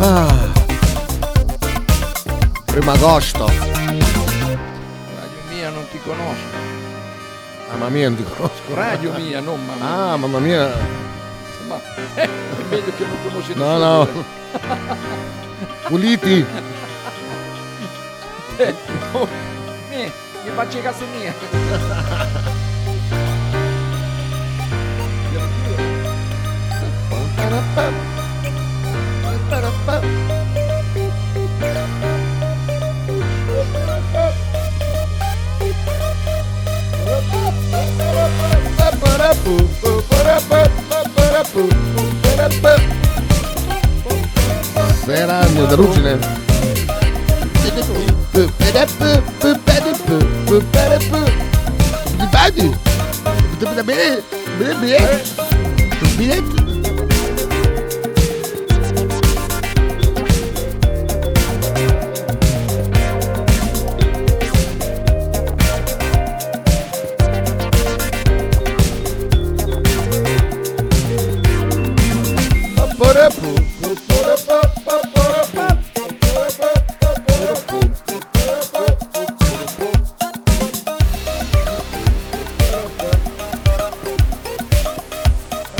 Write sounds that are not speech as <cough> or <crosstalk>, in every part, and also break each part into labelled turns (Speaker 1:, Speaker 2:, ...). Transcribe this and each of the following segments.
Speaker 1: Ah. Primo agosto.
Speaker 2: Radio mia non ti conosco.
Speaker 1: Mamma mia, non ti conosco.
Speaker 2: Radio mia, non mamma.
Speaker 1: Ah, mamma mia.
Speaker 2: Ma eh, <laughs> è meglio che non conosci
Speaker 1: No,
Speaker 2: nessuno.
Speaker 1: no.
Speaker 2: <laughs>
Speaker 1: Puliti.
Speaker 2: Eh, oh, eh, mi faccio i cazzi mia.
Speaker 1: Serano da ruggine.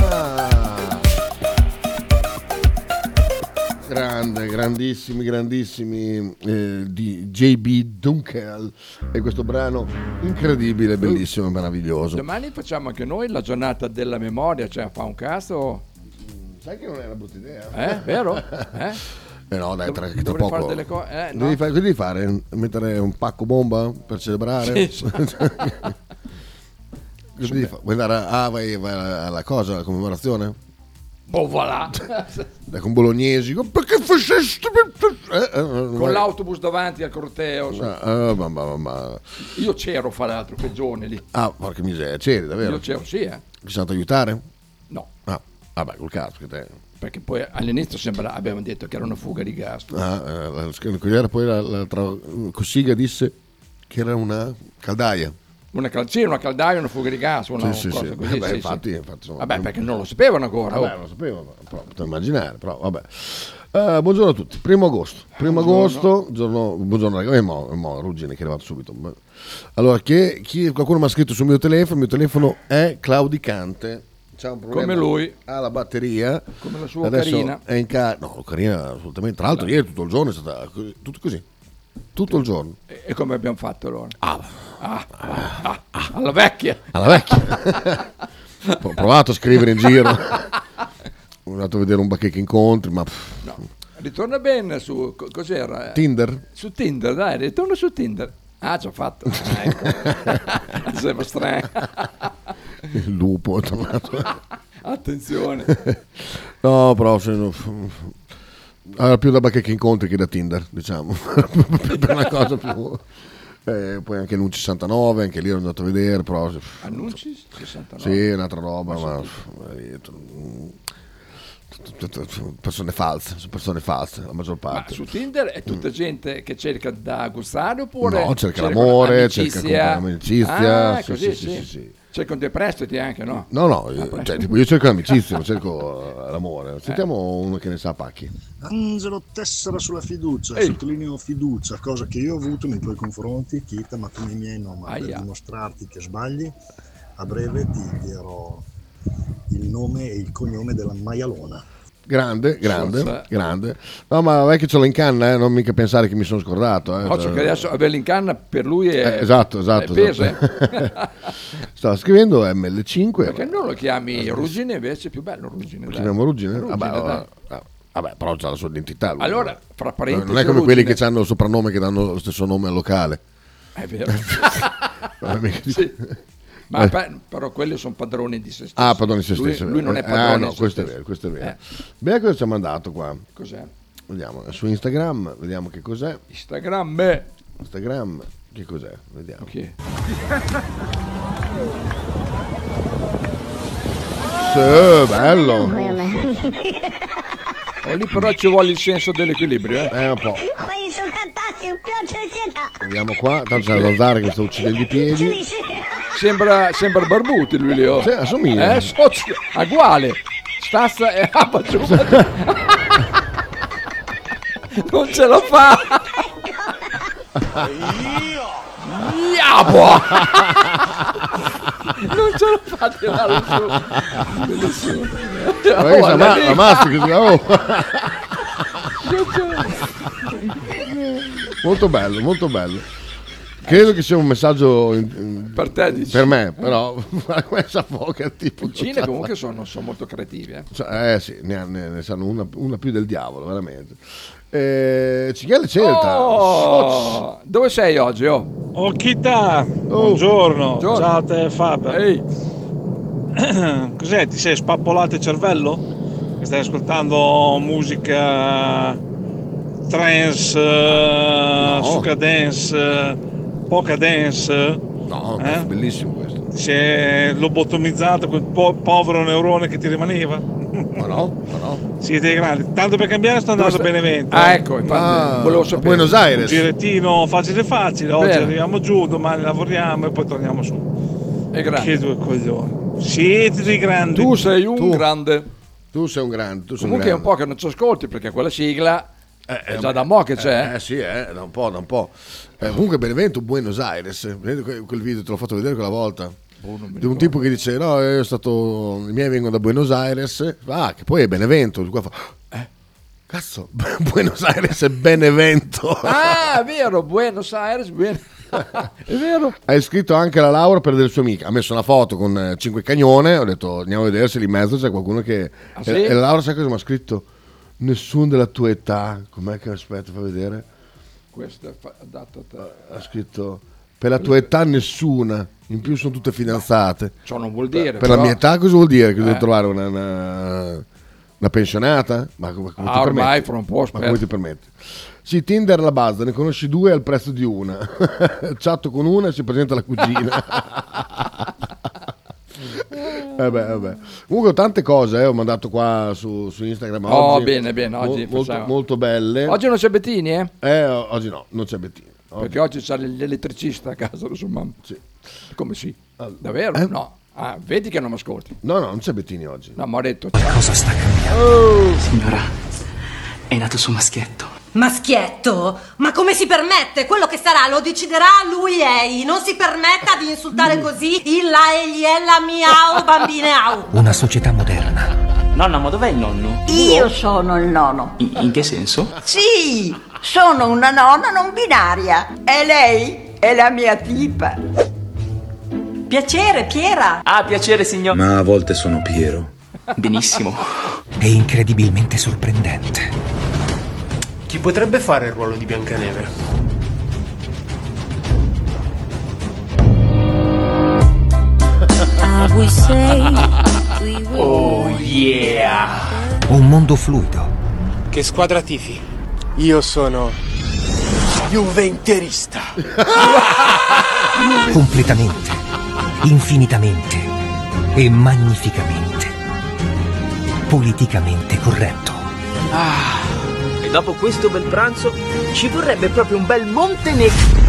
Speaker 1: Ah. Grande, grandissimi, grandissimi eh, di JB Dunkel e questo brano incredibile, bellissimo, meraviglioso.
Speaker 2: Mm. Domani facciamo anche noi la giornata della memoria, cioè fa un cazzo.
Speaker 1: Sai che non è una brutta idea?
Speaker 2: Eh, vero? Eh?
Speaker 1: Eh no, dai, tra, tra
Speaker 2: dovrei
Speaker 1: poco.
Speaker 2: fare delle co- eh, no.
Speaker 1: devi fare, cosa devi fare? Mettere un pacco bomba per celebrare?
Speaker 2: Sì,
Speaker 1: <laughs> cosa devi fare? Vuoi andare a- ah, vai, vai alla cosa, alla commemorazione?
Speaker 2: Boh,
Speaker 1: <laughs>
Speaker 2: voilà.
Speaker 1: Dai, con bolognesi? con- Perché faceste? Eh, eh,
Speaker 2: Con
Speaker 1: vai-
Speaker 2: l'autobus davanti al corteo.
Speaker 1: Ah, ah, mamma, mamma.
Speaker 2: Io c'ero, fra l'altro, quel giorno lì.
Speaker 1: Ah, porca miseria, c'eri davvero?
Speaker 2: Io
Speaker 1: Ti
Speaker 2: c'ero, sì, eh.
Speaker 1: sono andato ad aiutare?
Speaker 2: No,
Speaker 1: Ah, vabbè, col cazzo che te.
Speaker 2: perché poi all'inizio sembra abbiamo detto che era una fuga di gas.
Speaker 1: Ah, eh, la- la- quella- poi la, la, tra- Cossiga disse che era una caldaia.
Speaker 2: Una cal- sì, una caldaia, una fuga di gas, una
Speaker 1: Sì, sì,
Speaker 2: cosa
Speaker 1: sì.
Speaker 2: così.
Speaker 1: Eh beh,
Speaker 2: sì, sì.
Speaker 1: infatti, infatti, insomma,
Speaker 2: Vabbè,
Speaker 1: non-
Speaker 2: perché non lo sapevano ancora. oh.
Speaker 1: Vabbè, lo sapevo, ma- però, potevo immaginare, però vabbè. Eh, buongiorno a tutti, primo agosto,
Speaker 2: Eh,
Speaker 1: primo agosto, giorno, buongiorno ragazzi, eh, mo, mo, ruggine che è arrivato subito. Ma- Allora, che, chi- qualcuno mi ha scritto sul mio telefono, il mio telefono è claudicante, c'è un problema.
Speaker 2: Come lui.
Speaker 1: Ha la batteria.
Speaker 2: Come la sua
Speaker 1: Adesso
Speaker 2: Ocarina.
Speaker 1: È in ca- no, Ocarina assolutamente, tra l'altro ieri tutto il giorno è stata così, tutto così, tutto il giorno.
Speaker 2: E, e come abbiamo fatto allora? Ah, ah, ah, alla vecchia.
Speaker 1: alla vecchia. Ho provato a scrivere in giro. Ho andato a vedere un bacheca incontri, ma pff,
Speaker 2: No. <laughs> Ritorna bene su... co- cos'era?
Speaker 1: Tinder?
Speaker 2: su Tinder, dai, ritorna su Tinder. Ah, già fatto.
Speaker 1: <laughs>
Speaker 2: Ah, ecco. Sembra strano.
Speaker 1: Il lupo è tornato.
Speaker 2: Attenzione.
Speaker 1: No, però se no- era più da bacheca incontri che da Tinder, diciamo. per una cosa più... eh, poi anche l'Un 69, anche lì ero andato a vedere, però... pff,
Speaker 2: Annunci 69.
Speaker 1: Sì, è un'altra roba, ma... mm, Persone false, sono persone false, la maggior
Speaker 2: Ma
Speaker 1: parte.
Speaker 2: su Tinder è tutta gente che cerca da gustare oppure...
Speaker 1: Mm. No, cerca l'amore,
Speaker 2: amicizia?
Speaker 1: cerca comunque l'amicizia,
Speaker 2: Ah,
Speaker 1: sì,
Speaker 2: così,
Speaker 1: sì,
Speaker 2: sì.
Speaker 1: sì, sì.
Speaker 2: Cerca un deprestiti anche, no? Ah,
Speaker 1: No, no, io, cioè, tipo, io cerco l'amicizia,
Speaker 2: <laughs>
Speaker 1: non cerco eh, l'amore. Sentiamo uno che ne sa pacchi.
Speaker 3: Angelo Tessera sulla fiducia,
Speaker 2: Ehi.
Speaker 3: sottolineo fiducia, cosa che io ho avuto nei tuoi confronti, Chita, ma tu nei miei no, ma
Speaker 2: Aia.
Speaker 3: per dimostrarti che sbagli, a breve ti dirò il nome e il cognome della maialona.
Speaker 1: Grande, grande,
Speaker 2: Forza.
Speaker 1: grande. No, ma vai che ce l'ho in canna, eh, non mica pensare che mi sono scordato. eh.
Speaker 2: Occhio che
Speaker 1: Cioè,
Speaker 2: adesso averlo in canna per lui è...
Speaker 1: eh, esatto, esatto.
Speaker 2: è peso,
Speaker 1: esatto. <laughs>
Speaker 2: eh.
Speaker 1: Stava scrivendo ML5.
Speaker 2: Perché non lo
Speaker 1: Esatto.
Speaker 2: chiami ruggine invece? È più bello ruggine. dai.
Speaker 1: Chiamiamo Ruggine?
Speaker 2: Ruggine,
Speaker 1: Vabbè,
Speaker 2: dai.
Speaker 1: allora, ah, vabbè, però c'ha la sua identità. lui.
Speaker 2: Allora, fra parentesi...
Speaker 1: non è come quelli
Speaker 2: ruggine-
Speaker 1: che hanno il soprannome che danno lo stesso nome al locale. <laughs>
Speaker 2: È vero.
Speaker 1: Non è mica- Eh.
Speaker 2: Sì. Ma pa- però quelli sono padroni di se stessi.
Speaker 1: Ah, padrone di se
Speaker 2: Lui-
Speaker 1: stesso.
Speaker 2: Lui, non è
Speaker 1: eh,
Speaker 2: padrone
Speaker 1: Ah, no,
Speaker 2: di se
Speaker 1: questo è
Speaker 2: stesso.
Speaker 1: vero, questo è vero.
Speaker 2: Eh.
Speaker 1: Beh, cosa ci ha mandato qua?
Speaker 2: Cos'è?
Speaker 1: Vediamo, su Instagram, vediamo che cos'è.
Speaker 2: Instagram beh.
Speaker 1: Instagram, che cos'è? Vediamo.
Speaker 2: Ok. <laughs> 呃
Speaker 1: Sì, bello.
Speaker 4: <laughs>
Speaker 2: Oh, lì però ci vuole il senso dell'equilibrio, eh.
Speaker 1: Eh, un po'.
Speaker 5: Quelli sono fantastici, un piacere di città.
Speaker 1: Vediamo qua, tanto c'è la zanzara che mi sta uccidendo i piedi.
Speaker 2: Sembra, sembra Barbuti lui lì, oh.
Speaker 1: Sì, assomiglia.
Speaker 2: Eh, sozio, uguale. Stazza eh, ah, e abba giù.
Speaker 1: <laughs>
Speaker 2: Non ce la fa. Iaboa! non ce l'ho fatta andare su. Bellissimo.
Speaker 1: Ma che
Speaker 2: Oh,
Speaker 1: sa-
Speaker 2: guarda
Speaker 1: ma-
Speaker 2: lì,
Speaker 1: la mastica che si- oh,
Speaker 2: non ce l'ho.
Speaker 1: molto bello, molto bello. Credo che sia un messaggio in-
Speaker 2: Per te dici.
Speaker 1: per me, però questa foca tipo
Speaker 2: In Cina comunque sono, sono molto creativi. eh.
Speaker 1: Cioè, eh sì, ne, ha- ne- ne sanno una, una più del diavolo, veramente. Eh, Cinghiale Celta. Oh,
Speaker 2: Oh, dove sei oggi? Oh?
Speaker 6: Occhita, buongiorno.
Speaker 2: Buongiorno.
Speaker 6: Ciao a te Faber.
Speaker 2: Ehi,
Speaker 6: <clears throat> Cos'è? Ti sei spappolato il cervello? Che stai ascoltando musica trance, eh, suca dance, eh, poca dance?
Speaker 1: No,
Speaker 6: Eh?
Speaker 1: bellissimo questo.
Speaker 6: Ti sei lobotomizzato quel po- povero neurone che ti rimaneva?
Speaker 1: Ma no, ma no.
Speaker 6: Siete grandi. Tanto per cambiare sto andando eh. a Benevento.
Speaker 2: ah, ecco, infatti,
Speaker 1: Ah,
Speaker 2: volevo
Speaker 1: a
Speaker 2: sapere.
Speaker 1: Buenos
Speaker 6: Un
Speaker 1: Aires.
Speaker 6: girettino facile facile, oggi
Speaker 2: Bene.
Speaker 6: arriviamo giù, domani lavoriamo e poi torniamo su.
Speaker 2: È grande.
Speaker 6: Che due coglioni. Siete dei grandi.
Speaker 2: Tu sei un
Speaker 1: Tu.
Speaker 2: grande.
Speaker 1: Tu sei un grande. Tu sei
Speaker 2: Comunque è un
Speaker 1: un
Speaker 2: po'
Speaker 1: grande.
Speaker 2: che non ci ascolti perché quella sigla
Speaker 1: Eh,
Speaker 2: è
Speaker 1: eh,
Speaker 2: già da mo' che c'è.
Speaker 1: Eh, eh, sì, eh, da un po', da un po'. Eh, comunque Benevento, Buenos Aires. Vedete que- quel video, te l'ho fatto vedere quella volta.
Speaker 2: Oh,
Speaker 1: Di un tipo che dice, no, io sono stato, i miei vengono da Buenos Aires. Ah, che poi è Benevento. Qua fa, eh, cazzo, <laughs> Buenos Aires è Benevento.
Speaker 2: Ah, è vero, Buenos
Speaker 1: <laughs>
Speaker 2: Aires, buen- è vero.
Speaker 1: Ha iscritto anche la Laura per delle sue amiche. Ha messo una foto con eh, cinque cagnone. Ho detto andiamo a vedere se lì in mezzo c'è qualcuno che.
Speaker 2: Ah,
Speaker 1: e,
Speaker 2: sì?
Speaker 1: e la Laura sa cosa mi ha scritto? Nessuno della tua età. Com'è che aspetta, fa vedere?
Speaker 2: Questo è fa- dato a te.
Speaker 1: Ha scritto per la tua età nessuna. In più sono tutte fidanzate.
Speaker 2: Ciò non vuol dire.
Speaker 1: Per la
Speaker 2: però- Eh.
Speaker 1: mia età cosa vuol dire? Che devo trovare una, una- una pensionata? Ma come, come
Speaker 2: Ah,
Speaker 1: ti
Speaker 2: ormai
Speaker 1: permetti?
Speaker 2: fra un po',
Speaker 1: Ma
Speaker 2: aspetta.
Speaker 1: come ti permetti? Sì, Tinder la base, ne conosci due al prezzo di una. <laughs> Chatto con una e si presenta la
Speaker 2: <laughs>
Speaker 1: cugina. Vabbè, vabbè. eh Comunque ho tante cose, eh, ho mandato qua su, su Instagram oggi.
Speaker 2: Oh, bene, bene, oggi
Speaker 1: molto,
Speaker 2: facciamo-
Speaker 1: molto belle.
Speaker 2: Oggi non c'è Bettini, eh?
Speaker 1: Eh, o- oggi no, non c'è Bettino. Oggi-
Speaker 2: Perché oggi c'è l- l'elettricista a casa lo sua mamma.
Speaker 1: sì. eh?
Speaker 2: Come sì? Davvero? No. Ah, vedi che non mi ascolti.
Speaker 1: No, no, non c'è Bettini oggi.
Speaker 2: No, mi ha detto. ciao. Oh.
Speaker 7: Cosa sta cambiando? Signora, è nato su maschietto.
Speaker 8: Maschietto? Ma come si permette? Quello che sarà lo deciderà lui ei. Non si permetta di insultare così il la e gli e la miau bambine au.
Speaker 7: Una società moderna. Nonna, ma dov'è il nonno?
Speaker 9: Io sono il nono.
Speaker 7: In, in che senso?
Speaker 9: Sì, sono una nonna non binaria. E lei è la mia tipa.
Speaker 8: Piacere, Piera.
Speaker 7: Ah, piacere, signor.
Speaker 10: Ma a volte sono Piero.
Speaker 7: Benissimo. È incredibilmente sorprendente.
Speaker 11: Chi potrebbe fare il ruolo di Biancaneve?
Speaker 7: Oh, yeah! Un mondo fluido.
Speaker 11: Che squadra tifi? Io sono. Juventerista.
Speaker 7: Completamente, infinitamente e magnificamente. Politicamente corretto.
Speaker 10: Ah, E dopo questo bel pranzo ci vorrebbe proprio un bel monte nero.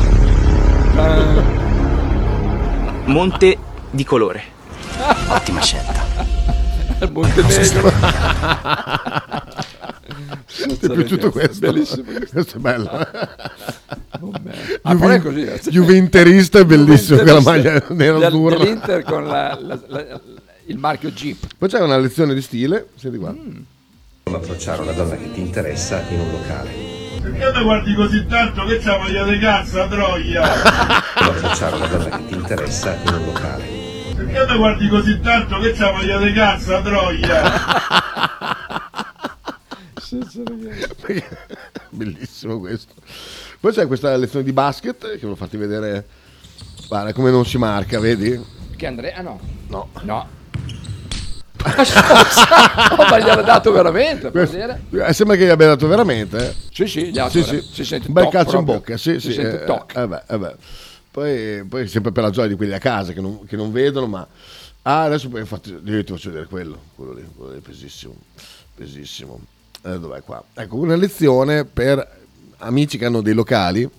Speaker 10: Monte di colore. Ottima scelta.
Speaker 2: Il
Speaker 7: Ecco,
Speaker 2: <laughs> Montenegro.
Speaker 1: <laughs> Ti è piaciuto questo?
Speaker 2: Bellissimo.
Speaker 1: Questo è bello.
Speaker 2: Ah, però è
Speaker 1: Juven-
Speaker 2: così. eh.
Speaker 1: Juventerista è bellissimo con la maglia
Speaker 2: Dell'Inter-
Speaker 1: nera
Speaker 2: del-
Speaker 1: azzurra.
Speaker 2: dell'Inter con la- la- la- il marchio Jeep.
Speaker 1: Poi c'è una lezione di stile, senti qua.
Speaker 2: Mm.
Speaker 12: approcciare una donna che ti interessa in un locale.
Speaker 6: Perché mi guardi così tanto che c'ha voglia di cazzo, troia?
Speaker 12: Approcciare una donna che ti interessa in un locale.
Speaker 6: Perché mi guardi così tanto che c'ha voglia di cazzo, troia?
Speaker 1: Bellissimo questo. Poi c'è questa lezione di basket eh, che ve l'ho fatti vedere. Guarda come non si marca, vedi?
Speaker 2: Che Andrea? Ah no. <laughs>
Speaker 1: No.
Speaker 2: No. oh, ma gliel'ha dato veramente? per
Speaker 1: Questo-
Speaker 2: dire?
Speaker 1: eh, sembra che gli abbia dato veramente. eh.
Speaker 2: Sì, sì, gli ha dato
Speaker 1: Sì,
Speaker 2: veramente.
Speaker 1: sì.
Speaker 2: Si sente
Speaker 1: Un bel
Speaker 2: toc
Speaker 1: calcio in
Speaker 2: proprio.
Speaker 1: bocca, sì,
Speaker 2: si
Speaker 1: sì,
Speaker 2: sente
Speaker 1: eh,
Speaker 2: toc.
Speaker 1: eh, beh, eh, beh. Poi, poi sempre per la gioia di quelli a casa che non, che non vedono, ma ah, adesso poi infatti io ti faccio vedere quello, quello lì, quello lì è pesissimo, pesissimo. Eh, dov'è qua? Ecco, una lezione per amici che hanno dei locali.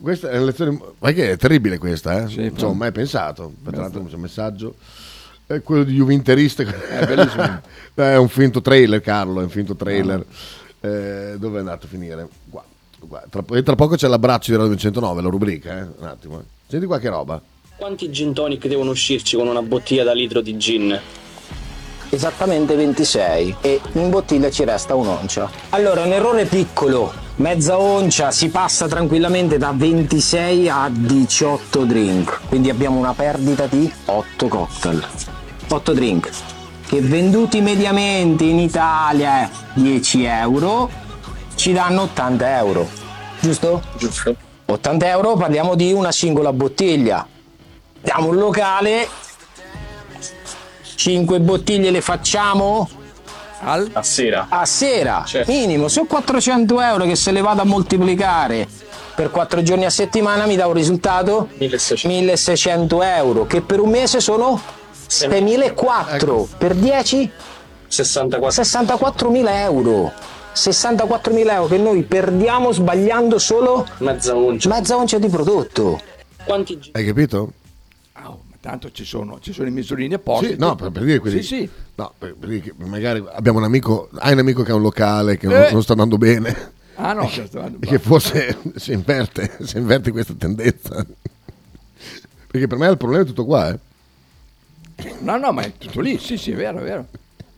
Speaker 1: Questa è una lezione, ma che è terribile questa, eh?
Speaker 2: Sì,
Speaker 1: non ci
Speaker 2: però-
Speaker 1: ho mai pensato. Tra l'altro c'è un messaggio è quello di Juventerista. Eh,
Speaker 3: <laughs>
Speaker 1: È <laughs>
Speaker 2: bellissimo. Ah.
Speaker 1: Eh, un finto trailer, Carlo, è un finto trailer. Eh, dove è andato a finire? Qua. Guarda, tra po- e tra poco c'è l'abbraccio di Radio 109, la rubrica, eh? Un attimo. eh. Senti qua che roba.
Speaker 13: Quanti gin tonic devono uscirci con una bottiglia da litro di gin? Esattamente 26 e in bottiglia ci resta un'oncia. Allora, un errore piccolo, mezza oncia si passa tranquillamente da 26 a 18 drink, quindi abbiamo una perdita di 8 cocktail. 8 drink che venduti mediamente in Italia è 10 euro, ci danno 80 euro. Giusto? Giusto. 80 euro parliamo di una singola bottiglia. Diamo un locale, 5 bottiglie le facciamo? A sera. A sera, minimo, sono 400 euro che se le vado a moltiplicare per 4 giorni a settimana mi dà un risultato? 1600, euro, che per un mese sono 6.400, per 10? 64. 64.000 euro. 64.000 euro che noi perdiamo sbagliando solo mezza oncia, di prodotto. Quanti
Speaker 1: Hai capito?
Speaker 2: Tanto ci sono, ci sono i misurini apposta.
Speaker 1: Sì, no, per, per dire quelli-
Speaker 2: Sì, sì.
Speaker 1: No, per- per dire che magari abbiamo un amico, hai un amico che ha un locale che non-
Speaker 2: Eh.
Speaker 1: non sta andando bene.
Speaker 2: <laughs>
Speaker 1: <laughs>
Speaker 2: Ah, no,
Speaker 1: E
Speaker 2: che
Speaker 1: che,
Speaker 2: sta andando
Speaker 1: e che forse si inverte, si inverte questa tendenza. Perché per me il problema è tutto qua, eh.
Speaker 2: No, no, ma è tutto lì. Sì, sì, è vero, è vero.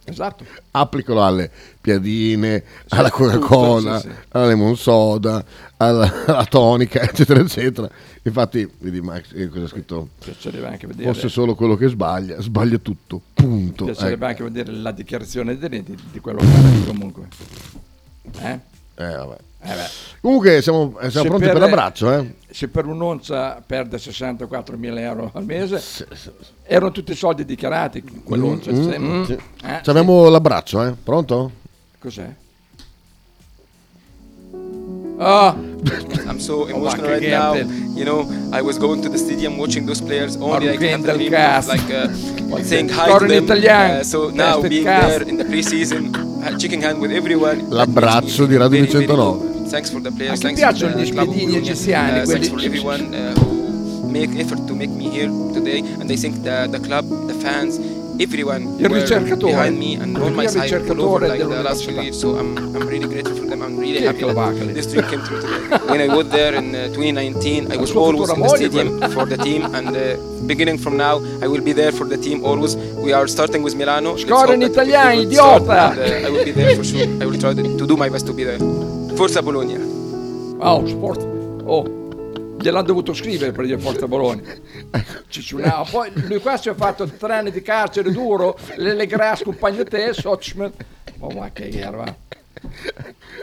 Speaker 2: Esatto.
Speaker 1: applicalo alle piadine, alla Coca-Cola,
Speaker 2: tutto, sì, sì.
Speaker 1: alla lemon soda, alla, alla tonica, eccetera, eccetera. Infatti, vedi Max, eh, cosa ha scritto?
Speaker 2: Piacerebbe anche vedere.
Speaker 1: Forse solo quello che sbaglia, sbaglia tutto, punto.
Speaker 2: Mi
Speaker 1: Eh,
Speaker 2: piacerebbe anche vedere la dichiarazione di, di, di quello che era lì comunque. Eh?
Speaker 1: eh, vabbè.
Speaker 2: Eh beh.
Speaker 1: Comunque siamo, eh, siamo
Speaker 2: Se
Speaker 1: pronti per, l'abbraccio, eh?
Speaker 2: Se per un'oncia perde 64.000 euro al mese, erano tutti soldi dichiarati, quell'oncia.
Speaker 1: Mm,
Speaker 2: se-
Speaker 1: mm,
Speaker 2: mm,
Speaker 1: sì.
Speaker 2: eh,
Speaker 1: Ci abbiamo l'abbraccio, eh? Pronto?
Speaker 2: Cos'è? Ah!
Speaker 14: I'm so
Speaker 2: Oh,
Speaker 14: emotional
Speaker 2: anche
Speaker 14: right now.
Speaker 2: Gendel.
Speaker 14: You know, I was going to the stadium watching those players only.
Speaker 2: Marco
Speaker 14: I can't
Speaker 2: Gendel
Speaker 14: believe
Speaker 2: cast.
Speaker 14: like uh,
Speaker 2: What
Speaker 14: saying
Speaker 2: the-
Speaker 14: hi to
Speaker 2: Torino
Speaker 14: them.
Speaker 2: Italiano.
Speaker 14: Uh, so
Speaker 2: That's
Speaker 14: now
Speaker 2: the
Speaker 14: being
Speaker 2: cast.
Speaker 14: there in the preseason, ha- shaking hand with everyone.
Speaker 1: L'abbraccio di Radio 109.
Speaker 14: Thanks for the players.
Speaker 2: Ma ti
Speaker 14: Thanks for
Speaker 2: piacciono
Speaker 14: the
Speaker 2: gli
Speaker 14: club of
Speaker 2: spiedini
Speaker 14: Bologna.
Speaker 2: egiziani,
Speaker 14: Uh,
Speaker 2: quelli-
Speaker 14: thanks for everyone uh, who make effort to make me here today. And I think the, the club, the fans, everyone
Speaker 2: Il
Speaker 14: were
Speaker 2: ricercatore.
Speaker 14: behind me and on my
Speaker 2: Il
Speaker 14: side all over
Speaker 2: ricercatore
Speaker 14: like the
Speaker 2: dell'università.
Speaker 14: last few years. So I'm, I'm really grateful for them. I'm really
Speaker 2: Chi è
Speaker 14: happy
Speaker 2: che lo va,
Speaker 14: that
Speaker 2: che lì?
Speaker 14: this dream came true
Speaker 2: <laughs>
Speaker 14: today. when I was there in uh, 2019, I was
Speaker 2: sua
Speaker 14: always
Speaker 2: futura
Speaker 14: in the
Speaker 2: moglie,
Speaker 14: stadium
Speaker 2: quella.
Speaker 14: for the team, and uh, beginning from now, I will be there for the team always. We are starting with Milano. Let's
Speaker 2: Scorre
Speaker 14: hope
Speaker 2: in
Speaker 14: that we
Speaker 2: italiano,
Speaker 14: will
Speaker 2: idiota!
Speaker 14: start, and, uh, I will be there for sure. I will try to do my best to be there. Forza Bologna.
Speaker 2: Oh, sport. Oh, gliel'hanno dovuto scrivere per dire Forza Bologna. Cicciunao. Poi lui qua si è fatto tre anni di carcere duro, le, le grasse compagno te, Sochman. Oh, ma che erba.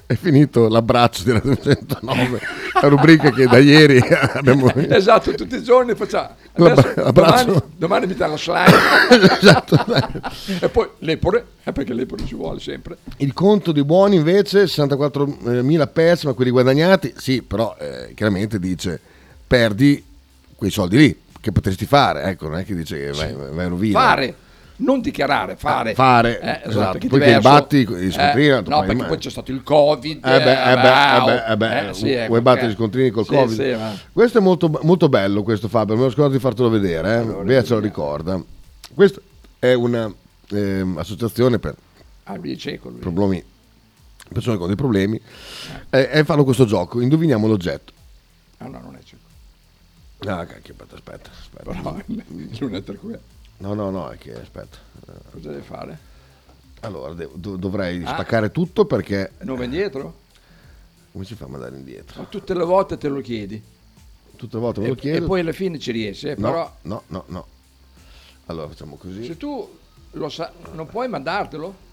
Speaker 1: È finito l'abbraccio di Radio 109, la rubrica che da ieri <laughs> abbiamo...
Speaker 2: Esatto, tutti i giorni facciamo.
Speaker 1: L'abbra-
Speaker 2: Adesso,
Speaker 1: abbraccio. Esatto,
Speaker 2: domani, domani mi dà
Speaker 1: <laughs>
Speaker 2: la slide. e poi l'epore, eh, perché l'epore ci vuole sempre.
Speaker 1: Il conto di buoni invece 64.000 persi, ma quelli guadagnati, sì, però eh, chiaramente dice perdi quei soldi lì che potresti fare, ecco, non è che dice che vai, vai in rovina.
Speaker 2: Fare, non dichiarare, fare.
Speaker 1: Ah, fare,
Speaker 2: Eh, esatto,
Speaker 1: esatto,
Speaker 2: perché è
Speaker 1: poi che
Speaker 2: diverso.
Speaker 1: batti i scontrini,
Speaker 2: Eh,
Speaker 1: tanto
Speaker 2: no,
Speaker 1: paghi
Speaker 2: perché
Speaker 1: male.
Speaker 2: poi c'è stato il Covid.
Speaker 1: Eh beh, eh beh, eh
Speaker 2: wow.
Speaker 1: beh, eh beh,
Speaker 2: Eh, sì, ecco,
Speaker 1: vuoi battere
Speaker 2: ok.
Speaker 1: gli scontrini col
Speaker 2: Sì,
Speaker 1: Covid?
Speaker 2: sì, ma-
Speaker 1: Questo è molto, molto bello, questo Fabio, me lo scordo di fartelo vedere, eh. Bea ce lo ricorda. Questa è un'associazione per
Speaker 2: Ah, lui è cieco, lui.
Speaker 1: problemi, persone con dei problemi, eh, e fanno questo gioco, indoviniamo l'oggetto.
Speaker 2: Ah, no, non è cieco.
Speaker 1: Ah, cacchio, aspetta, aspetta. aspetta.
Speaker 2: Però <laughs> non è tra cui.
Speaker 1: No, no, no, è che aspetta.
Speaker 2: Cosa deve fare?
Speaker 1: Allora, devo- do- dovrei
Speaker 2: Ah.
Speaker 1: staccare tutto perché...
Speaker 2: Non va indietro?
Speaker 1: Come si fa a mandare indietro?
Speaker 2: Ma tutte le volte te lo chiedi.
Speaker 1: Tutte le volte me
Speaker 2: E,
Speaker 1: lo chiedo.
Speaker 2: e poi alla fine ci riesci, eh,
Speaker 1: No,
Speaker 2: però
Speaker 1: no, no, no. Allora facciamo così.
Speaker 2: se tu lo sa, non puoi mandartelo?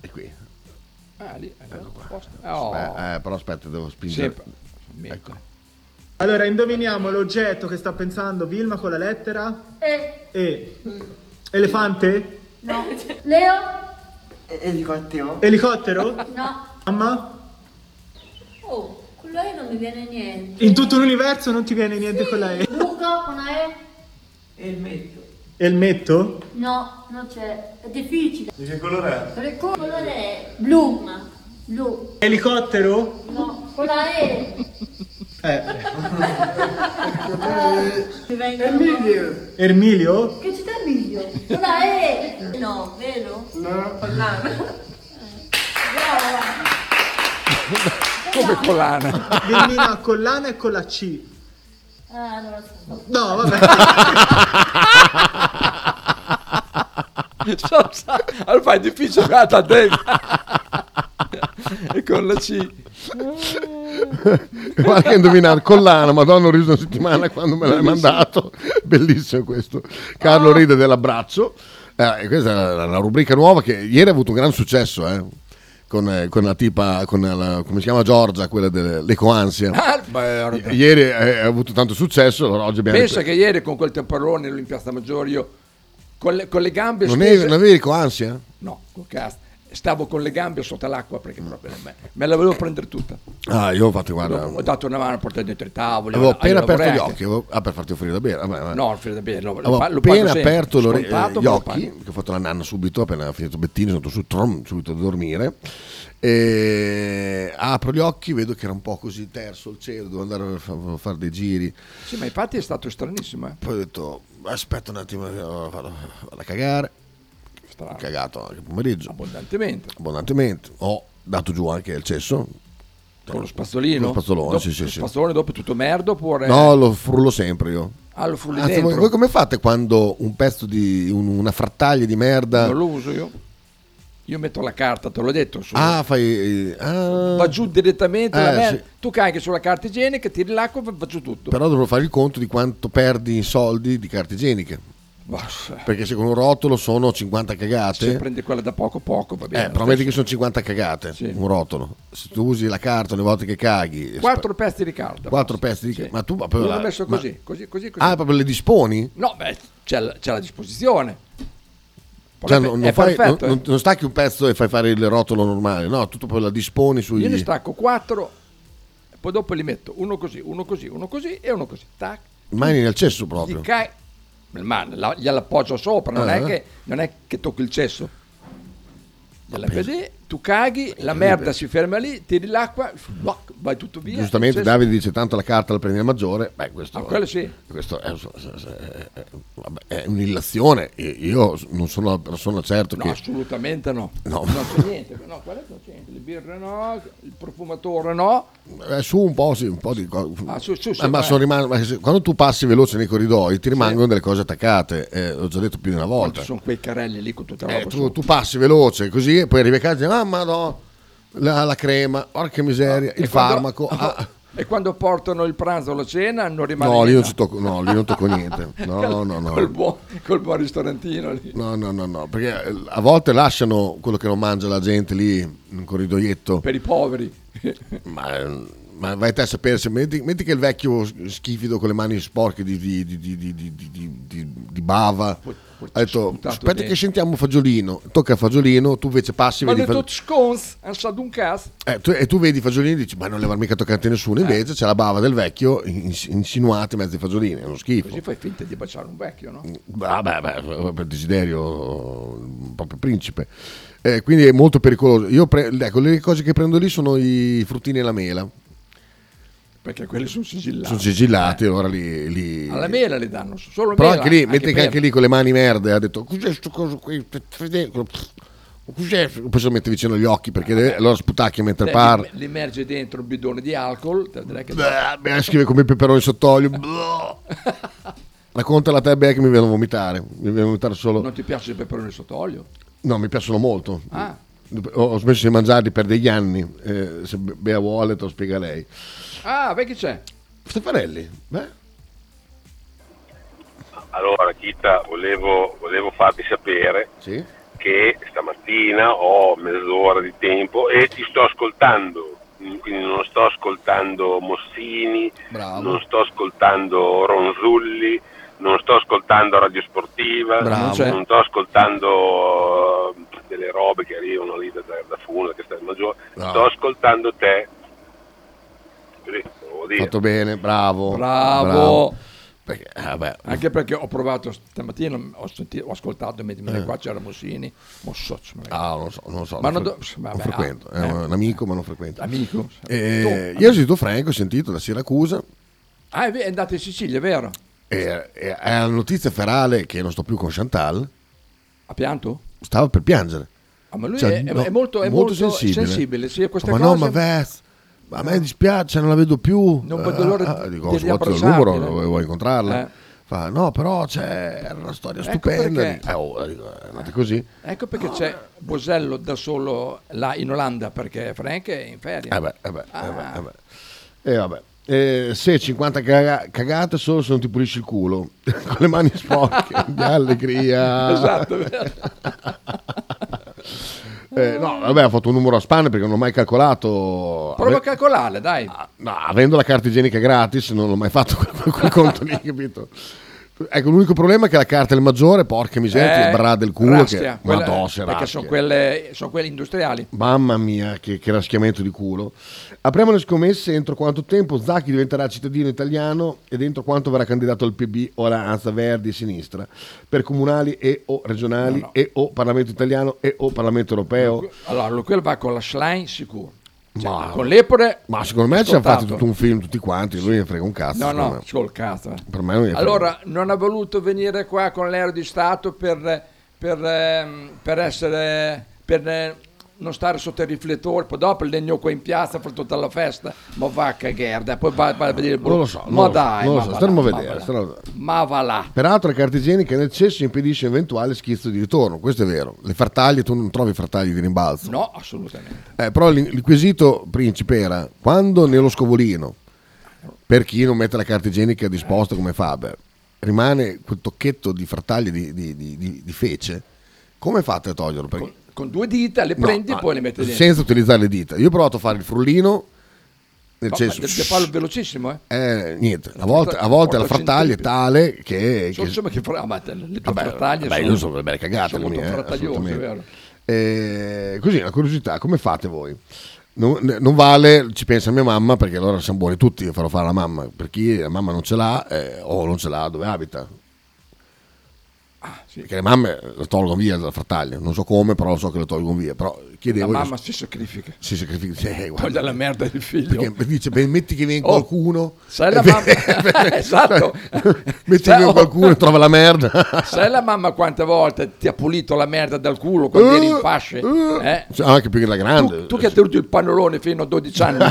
Speaker 1: E qui.
Speaker 2: Ah, lì, è
Speaker 1: Ecco
Speaker 2: andato apposta. Oh, <laughs>
Speaker 1: Aspe- eh, però aspetta, devo spingere.
Speaker 2: Sempre. Ecco.
Speaker 15: Allora, indoviniamo l'oggetto che sta pensando Vilma con la lettera
Speaker 16: E.
Speaker 15: E. Elefante?
Speaker 16: Eh, No. Leo?
Speaker 15: Elicottero. Elicottero? <laughs>
Speaker 16: No.
Speaker 15: Mamma?
Speaker 16: Oh, con la E non mi viene niente.
Speaker 15: In tutto l'universo non ti viene niente con la E.
Speaker 16: Buco con la E?
Speaker 15: Elmetto?
Speaker 16: No, non c'è. È difficile.
Speaker 15: Di che colore
Speaker 16: Per il colore è blu. Blu.
Speaker 15: Elicottero?
Speaker 16: No, con la E. <laughs>
Speaker 15: Eh.
Speaker 16: Mi vengono.
Speaker 15: Ermilio?
Speaker 16: Che città è meglio? Con la E. No, Ah. vero? No. Con la E. Brava.
Speaker 2: Come collana?
Speaker 15: Virmina collana e con la C.
Speaker 16: Ah, non lo so.
Speaker 15: No, vabbè.
Speaker 2: <laughs> So- sa- Allora fai difficile giocata a Dave. <laughs> e con la
Speaker 1: <laughs>
Speaker 2: C.
Speaker 1: <laughs> Guarda che hai indovinato, collana, madonna ho riso una settimana quando me l'hai
Speaker 2: Bellissimo. Ah.
Speaker 1: mandato, <laughs> bellissimo questo. Carlo ride dell'abbraccio, Eh, questa è una rubrica nuova che ieri ha avuto un gran successo, eh, Con, eh, con la tipa, con la, come si chiama Giorgia, quella dell'ecoansia.
Speaker 2: Ah, beh,
Speaker 1: I- Ieri eh, ha avuto tanto successo, allora oggi abbiamo...
Speaker 2: Pensa che ieri con quel temporone lì in Piazza Maggiorio, con le, con le gambe
Speaker 1: Non
Speaker 2: stese...
Speaker 1: avevi, non avevi ecoansia?
Speaker 2: No, col cast. Stavo con le gambe sotto l'acqua perché proprio me, me la volevo prendere tutta.
Speaker 1: Ah, io ho fatto, guarda,
Speaker 2: Ho dato una mano a portare dentro i tavoli.
Speaker 1: avevo
Speaker 2: io
Speaker 1: appena
Speaker 2: l'avrei
Speaker 1: aperto gli
Speaker 2: anche.
Speaker 1: occhi, avevo- ah, per farti offrire da bere. vabbè, vabbè.
Speaker 2: No, Alfredo Bene, lo, lo
Speaker 1: Avevo
Speaker 2: fa- lo pago
Speaker 1: appena
Speaker 2: sempre,
Speaker 1: aperto l'ore-
Speaker 2: scontato,
Speaker 1: eh, gli
Speaker 2: ma lo
Speaker 1: occhi, che ho fatto la nanna subito, appena finito Bettini, sono andato su trom, subito a dormire. E apro gli occhi, vedo che era un po' così terzo il cielo, dovevo andare a fa- a fare dei giri.
Speaker 2: Sì, ma infatti è stato stranissimo. eh.
Speaker 1: Poi ho detto, aspetta un attimo, vado, vado a cagare.
Speaker 2: Ho
Speaker 1: cagato anche pomeriggio.
Speaker 2: Abbondantemente.
Speaker 1: Abbondantemente. Ho dato giù anche il cesso.
Speaker 2: Con lo spazzolino?
Speaker 1: Con lo spazzolone,
Speaker 2: Dopo-
Speaker 1: sì, sì,
Speaker 2: lo
Speaker 1: sì.
Speaker 2: spazzolone dopo tutto merda oppure...
Speaker 1: No, lo frullo sempre io.
Speaker 2: Ah, lo frulli
Speaker 1: Anzi, voi,
Speaker 2: dentro?
Speaker 1: voi come fate quando un pezzo di un- una frattaglia di merda
Speaker 2: Non lo uso io. Io metto la carta, te l'ho detto. su-
Speaker 1: Ah, fai. ah.
Speaker 2: Va giù direttamente
Speaker 1: Eh,
Speaker 2: la merda.
Speaker 1: sì.
Speaker 2: Tu carichi sulla carta igienica, tiri l'acqua e va giù tutto.
Speaker 1: Però dovrò fare il conto di quanto perdi in soldi di carte igieniche. Perché se con un rotolo sono 50
Speaker 2: Se
Speaker 1: cagate.
Speaker 2: Eh. prendi quella da poco poco va bene.
Speaker 1: Eh, prometti che sono 50 cagate. Un rotolo. Se tu usi la carta ogni volta che caghi. e
Speaker 2: Quattro pezzi di carta.
Speaker 1: spe- quattro pezzi di Ma tu. Ma,
Speaker 2: Io
Speaker 1: proprio
Speaker 2: l'ho
Speaker 1: la-
Speaker 2: messo
Speaker 1: ma-
Speaker 2: così, così, così, così.
Speaker 1: Ah, proprio le disponi?
Speaker 2: No, beh, c'è la, c'è la disposizione. Poi
Speaker 1: Cioè,
Speaker 2: è-
Speaker 1: non,
Speaker 2: è
Speaker 1: non fai-
Speaker 2: perfetto,
Speaker 1: non-
Speaker 2: eh.
Speaker 1: non stacchi un pezzo e fai fare il rotolo normale, no? Tu poi la disponi sui.
Speaker 2: Io ne stacco quattro, e poi dopo li metto uno così, uno così, uno così e uno così. Tac.
Speaker 1: Mani nel cesso
Speaker 2: Gli
Speaker 1: proprio.
Speaker 2: cai- ma la- gliel'appoggio sopra, non,
Speaker 1: Eh.
Speaker 2: è che, non è che tocco il cesso. Gliela vedi, tu caghi, la merda si ferma lì, tiri l'acqua, floc, vai tutto via.
Speaker 1: Giustamente
Speaker 2: il cesso-
Speaker 1: Davide Eh, dice tanto la carta la prendi al maggiore, beh questo,
Speaker 2: Ah, quello sì.
Speaker 1: questo è, è- vabbè, è un'illazione, E io non sono la persona certo
Speaker 2: No,
Speaker 1: che...
Speaker 2: assolutamente no.
Speaker 1: No.
Speaker 2: Non c'è niente, no, guarda, non c'è niente. Le birre no, il profumatore no.
Speaker 1: Eh, su un po', sì, un po' di co-
Speaker 2: Ah, su, su, su,
Speaker 1: Eh, ma
Speaker 2: vai.
Speaker 1: sono rimasto- ma se- quando tu passi veloce nei corridoi ti rimangono delle cose attaccate, eh, l'ho già detto più di una volta.
Speaker 2: Quanti sono quei carelli lì con tutta la
Speaker 1: Eh,
Speaker 2: roba
Speaker 1: tu,
Speaker 2: su?
Speaker 1: tu passi veloce così e poi arrivi a casa e dici, mamma no, la, la crema, porca miseria, il
Speaker 2: E quando-
Speaker 1: farmaco.
Speaker 2: <laughs>
Speaker 1: ah,
Speaker 2: E quando portano il pranzo o la cena non rimane
Speaker 1: no, lì non
Speaker 2: niente.
Speaker 1: ci tocco, no, lì non tocco
Speaker 2: <laughs>
Speaker 1: niente. No, no, no.
Speaker 2: Col, buon, col buon ristorantino lì.
Speaker 1: No, no, no, no, perché eh, a volte lasciano quello che non mangia la gente lì in un corridoietto.
Speaker 2: Per i poveri.
Speaker 1: Ma, ma vai te a sapere se metti, metti che il vecchio schifido con le mani sporche di, di, di, di, di, di, di- di- di bava ha detto aspetta
Speaker 2: dentro."
Speaker 1: che sentiamo Fagiolino tocca a Fagiolino tu invece passi
Speaker 2: Ma
Speaker 1: vedi
Speaker 2: le
Speaker 1: Fa-
Speaker 2: tot scons, han sa d'un cas.
Speaker 1: eh, tu- e tu vedi Fagiolino e dici ma non le va mica toccate
Speaker 2: Eh.
Speaker 1: nessuno invece c'è la bava del vecchio ins- insinuata in mezzo ai Fagiolini è uno schifo
Speaker 2: Così fai finta di baciare un vecchio, no?
Speaker 1: Mm. Vabbè, beh, per desiderio eh, proprio principe. Eh, quindi è molto pericoloso. Io pre- ecco, le cose che prendo lì sono i fruttini e la mela.
Speaker 2: Perché quelli sono sigillati.
Speaker 1: Sono sigillati, allora li... li-
Speaker 2: Alla mela le danno, solo
Speaker 1: Però
Speaker 2: mela.
Speaker 1: anche lì, metti che
Speaker 2: per-
Speaker 1: anche lì con le mani merde, ha detto cos'è sto coso qui? Cos'è? Poi se lo mette vicino agli occhi
Speaker 2: Eh,
Speaker 1: perché deve- allora sputacchia mentre
Speaker 2: Dai,
Speaker 1: parla.
Speaker 2: li- li immerge dentro un bidone di alcol, te direi che
Speaker 1: Beh, beh, scrive come i peperoni sott'olio.
Speaker 2: Eh. <laughs>
Speaker 1: Racconta la Tebbe che mi viene a vomitare. Mi viene a vomitare solo...
Speaker 2: non ti piace il peperone sott'olio?
Speaker 1: No, mi piacciono molto.
Speaker 2: Ah.
Speaker 1: Ho ho smesso di mangiarli per degli anni. eh, se Be- Bea vuole, te lo spiega lei.
Speaker 2: Ah, beh, chi c'è?
Speaker 1: Stefanelli, beh,
Speaker 17: Allora, Chita, volevo, volevo farvi sapere
Speaker 1: Sì.
Speaker 17: che stamattina ho mezz'ora di tempo e ti sto ascoltando. Mm, Quindi non sto ascoltando Mossini, non sto ascoltando Ronzulli, non sto ascoltando Radio Sportiva,
Speaker 18: Bravo.
Speaker 17: non,
Speaker 18: Cioè.
Speaker 17: sto ascoltando eh, delle robe che arrivano lì da, da Funa, che sta in maggiore,
Speaker 1: Bravo.
Speaker 17: sto ascoltando te. Così, devo dire.
Speaker 1: fatto bene, oh, bravo.
Speaker 2: Bravo.
Speaker 1: Perché, ah, mm. vabbè,
Speaker 2: Anche perché ho provato stamattina, ho, sentito, ho ascoltato, mi mi-
Speaker 1: Eh.
Speaker 2: qua c'era Mossini, Mossocci, ma-
Speaker 1: Ah, non so, non so.
Speaker 2: Ma
Speaker 1: non,
Speaker 2: non
Speaker 1: fre-
Speaker 2: do- vabbè,
Speaker 1: non frequento.
Speaker 2: ah,
Speaker 1: è
Speaker 2: eh.
Speaker 1: un amico, ma non frequento.
Speaker 2: Amico?
Speaker 1: Eh, io ho sentito Franco, ho sentito da Siracusa.
Speaker 2: Ah, è ve- è andato in Sicilia, vero?
Speaker 1: E, e- è la notizia ferale che non sto più con Chantal.
Speaker 2: Ha pianto?
Speaker 1: Stava per piangere.
Speaker 2: Ah, ma lui
Speaker 1: Cioè,
Speaker 2: è, è-
Speaker 1: no,
Speaker 2: è molto, è molto sensibile. sì, a queste
Speaker 1: ma no,
Speaker 2: cose.
Speaker 1: ma Vez, Ma a me dispiace, non la vedo più.
Speaker 2: Non vedo l'ora
Speaker 1: Ah,
Speaker 2: di-
Speaker 1: dico,
Speaker 2: di
Speaker 1: ho sbattuto il
Speaker 2: riabbracciarti,
Speaker 1: numero,
Speaker 2: eh.
Speaker 1: vuoi- vuoi incontrarla?
Speaker 2: Eh.
Speaker 1: Fa, no, però c'è era una storia
Speaker 2: Ecco
Speaker 1: stupenda.
Speaker 2: perché.
Speaker 1: Eh, oh, dico, è andata così.
Speaker 2: Ecco perché c'è Bosello da solo là in Olanda, perché Frank è in ferie. Ah.
Speaker 1: Eh beh, eh beh, eh beh, eh beh. E vabbè. Eh, se 50 caga- cagate solo se non ti pulisci il culo <laughs> con le mani
Speaker 2: <laughs>
Speaker 1: sporche di allegria
Speaker 2: Esatto,
Speaker 1: Eh, no vabbè ho fatto un numero a spanne perché non ho mai calcolato
Speaker 2: Mm. Prova a calcolare, dai.
Speaker 1: Ah, No, avendo la carta igienica gratis non l'ho mai fatto quel, quel- quel
Speaker 2: <laughs>
Speaker 1: conto
Speaker 2: Ah.
Speaker 1: lì capito ecco l'unico problema è che la carta è il maggiore porca miseria ti brada del culo che,
Speaker 2: quelle-
Speaker 1: Madonna,
Speaker 2: Eh, perché
Speaker 1: raschia.
Speaker 2: sono quelle, sono quelle industriali.
Speaker 1: Mamma mia, che, che raschiamento di culo. Apriamo le scommesse entro quanto tempo Zacchi diventerà cittadino italiano ed entro quanto verrà candidato al PB o Ranza Verdi e Sinistra per comunali e o regionali e o Parlamento italiano e o Parlamento europeo.
Speaker 2: Allora, lui quel va con la slime sicuro. Cioè,
Speaker 1: Ma-
Speaker 2: con l'epore.
Speaker 1: Ma secondo me ci hanno
Speaker 2: scontato.
Speaker 1: fatto tutto un film tutti quanti, lui ne frega un cazzo.
Speaker 2: No,
Speaker 1: secondo
Speaker 2: no,
Speaker 1: me.
Speaker 2: col cazzo. eh.
Speaker 1: Per me non ne frega.
Speaker 2: Allora, non ha voluto venire qua con l'aereo di Stato per, per, ehm, per essere. per eh, non stare sotto i riflettori. Poi dopo il legno qua in piazza fa tutta la festa. Ma va a cagherda, poi va, va a vedere il
Speaker 1: non lo so,
Speaker 2: Ma
Speaker 1: non lo so,
Speaker 2: dai,
Speaker 1: non lo
Speaker 2: ma
Speaker 1: so,
Speaker 2: va
Speaker 1: staremo a
Speaker 2: là, ma
Speaker 1: vedere,
Speaker 2: va là.
Speaker 1: staremo a vedere.
Speaker 2: Ma va là.
Speaker 1: Peraltro la carta igienica nel cesso impedisce eventuale schizzo di ritorno, questo è vero. Le fartaglie, tu non trovi fartaglie di rimbalzo.
Speaker 2: No, assolutamente.
Speaker 1: Eh, però l'in- il quesito principe era quando nello scovolino, per chi non mette la carta igienica disposta come Faber, rimane quel tocchetto di frattaglie di, di- di- di- di fece, come fate a toglierlo? Perché-
Speaker 2: Con due dita le
Speaker 1: No,
Speaker 2: prendi
Speaker 1: ah,
Speaker 2: e poi le metti dentro.
Speaker 1: Senza utilizzare le dita. Io ho provato a fare il frullino, nel
Speaker 2: Ma-
Speaker 1: senso...
Speaker 2: ma devi farlo velocissimo, eh?
Speaker 1: eh, niente, a volte, a volte la frattaglia è tale che...
Speaker 2: Sono
Speaker 1: che-
Speaker 2: insomma che fra- ah, ma te- le tue
Speaker 1: Vabbè,
Speaker 2: frattaglie
Speaker 1: vabbè,
Speaker 2: sono,
Speaker 1: Eh, io sono delle belle cagate le
Speaker 2: sono molto
Speaker 1: mie, eh,
Speaker 2: frattagliose,
Speaker 1: assolutamente.
Speaker 2: vero?
Speaker 1: Eh, così, una curiosità, come fate voi? Non, ne- non vale, ci pensa mia mamma, perché allora siamo buoni tutti, io farò fare alla mamma, per chi la mamma non ce l'ha eh, o non ce l'ha dove abita. Ah, Perché le mamme la tolgono via dalla frattaglia, non so come, però so che la tolgono via. Però
Speaker 2: La
Speaker 1: chiedevo...
Speaker 2: mamma si sacrifica.
Speaker 1: Si sacrifica. eh, guarda.
Speaker 2: Toglie la merda del figlio.
Speaker 1: Perché dice, beh, metti che viene
Speaker 2: Oh,
Speaker 1: qualcuno...
Speaker 2: sai la
Speaker 1: <laughs>
Speaker 2: mamma- Esatto.
Speaker 1: metti che
Speaker 2: Sai- oh.
Speaker 1: viene qualcuno e trova la merda. <laughs>
Speaker 2: Sai la mamma quante volte ti ha pulito la merda dal culo quando eri in fasce? eh?
Speaker 1: Cioè, anche più che la grande.
Speaker 2: Tu che hai tenuto il pannolone fino a
Speaker 1: <laughs>
Speaker 2: 12 anni.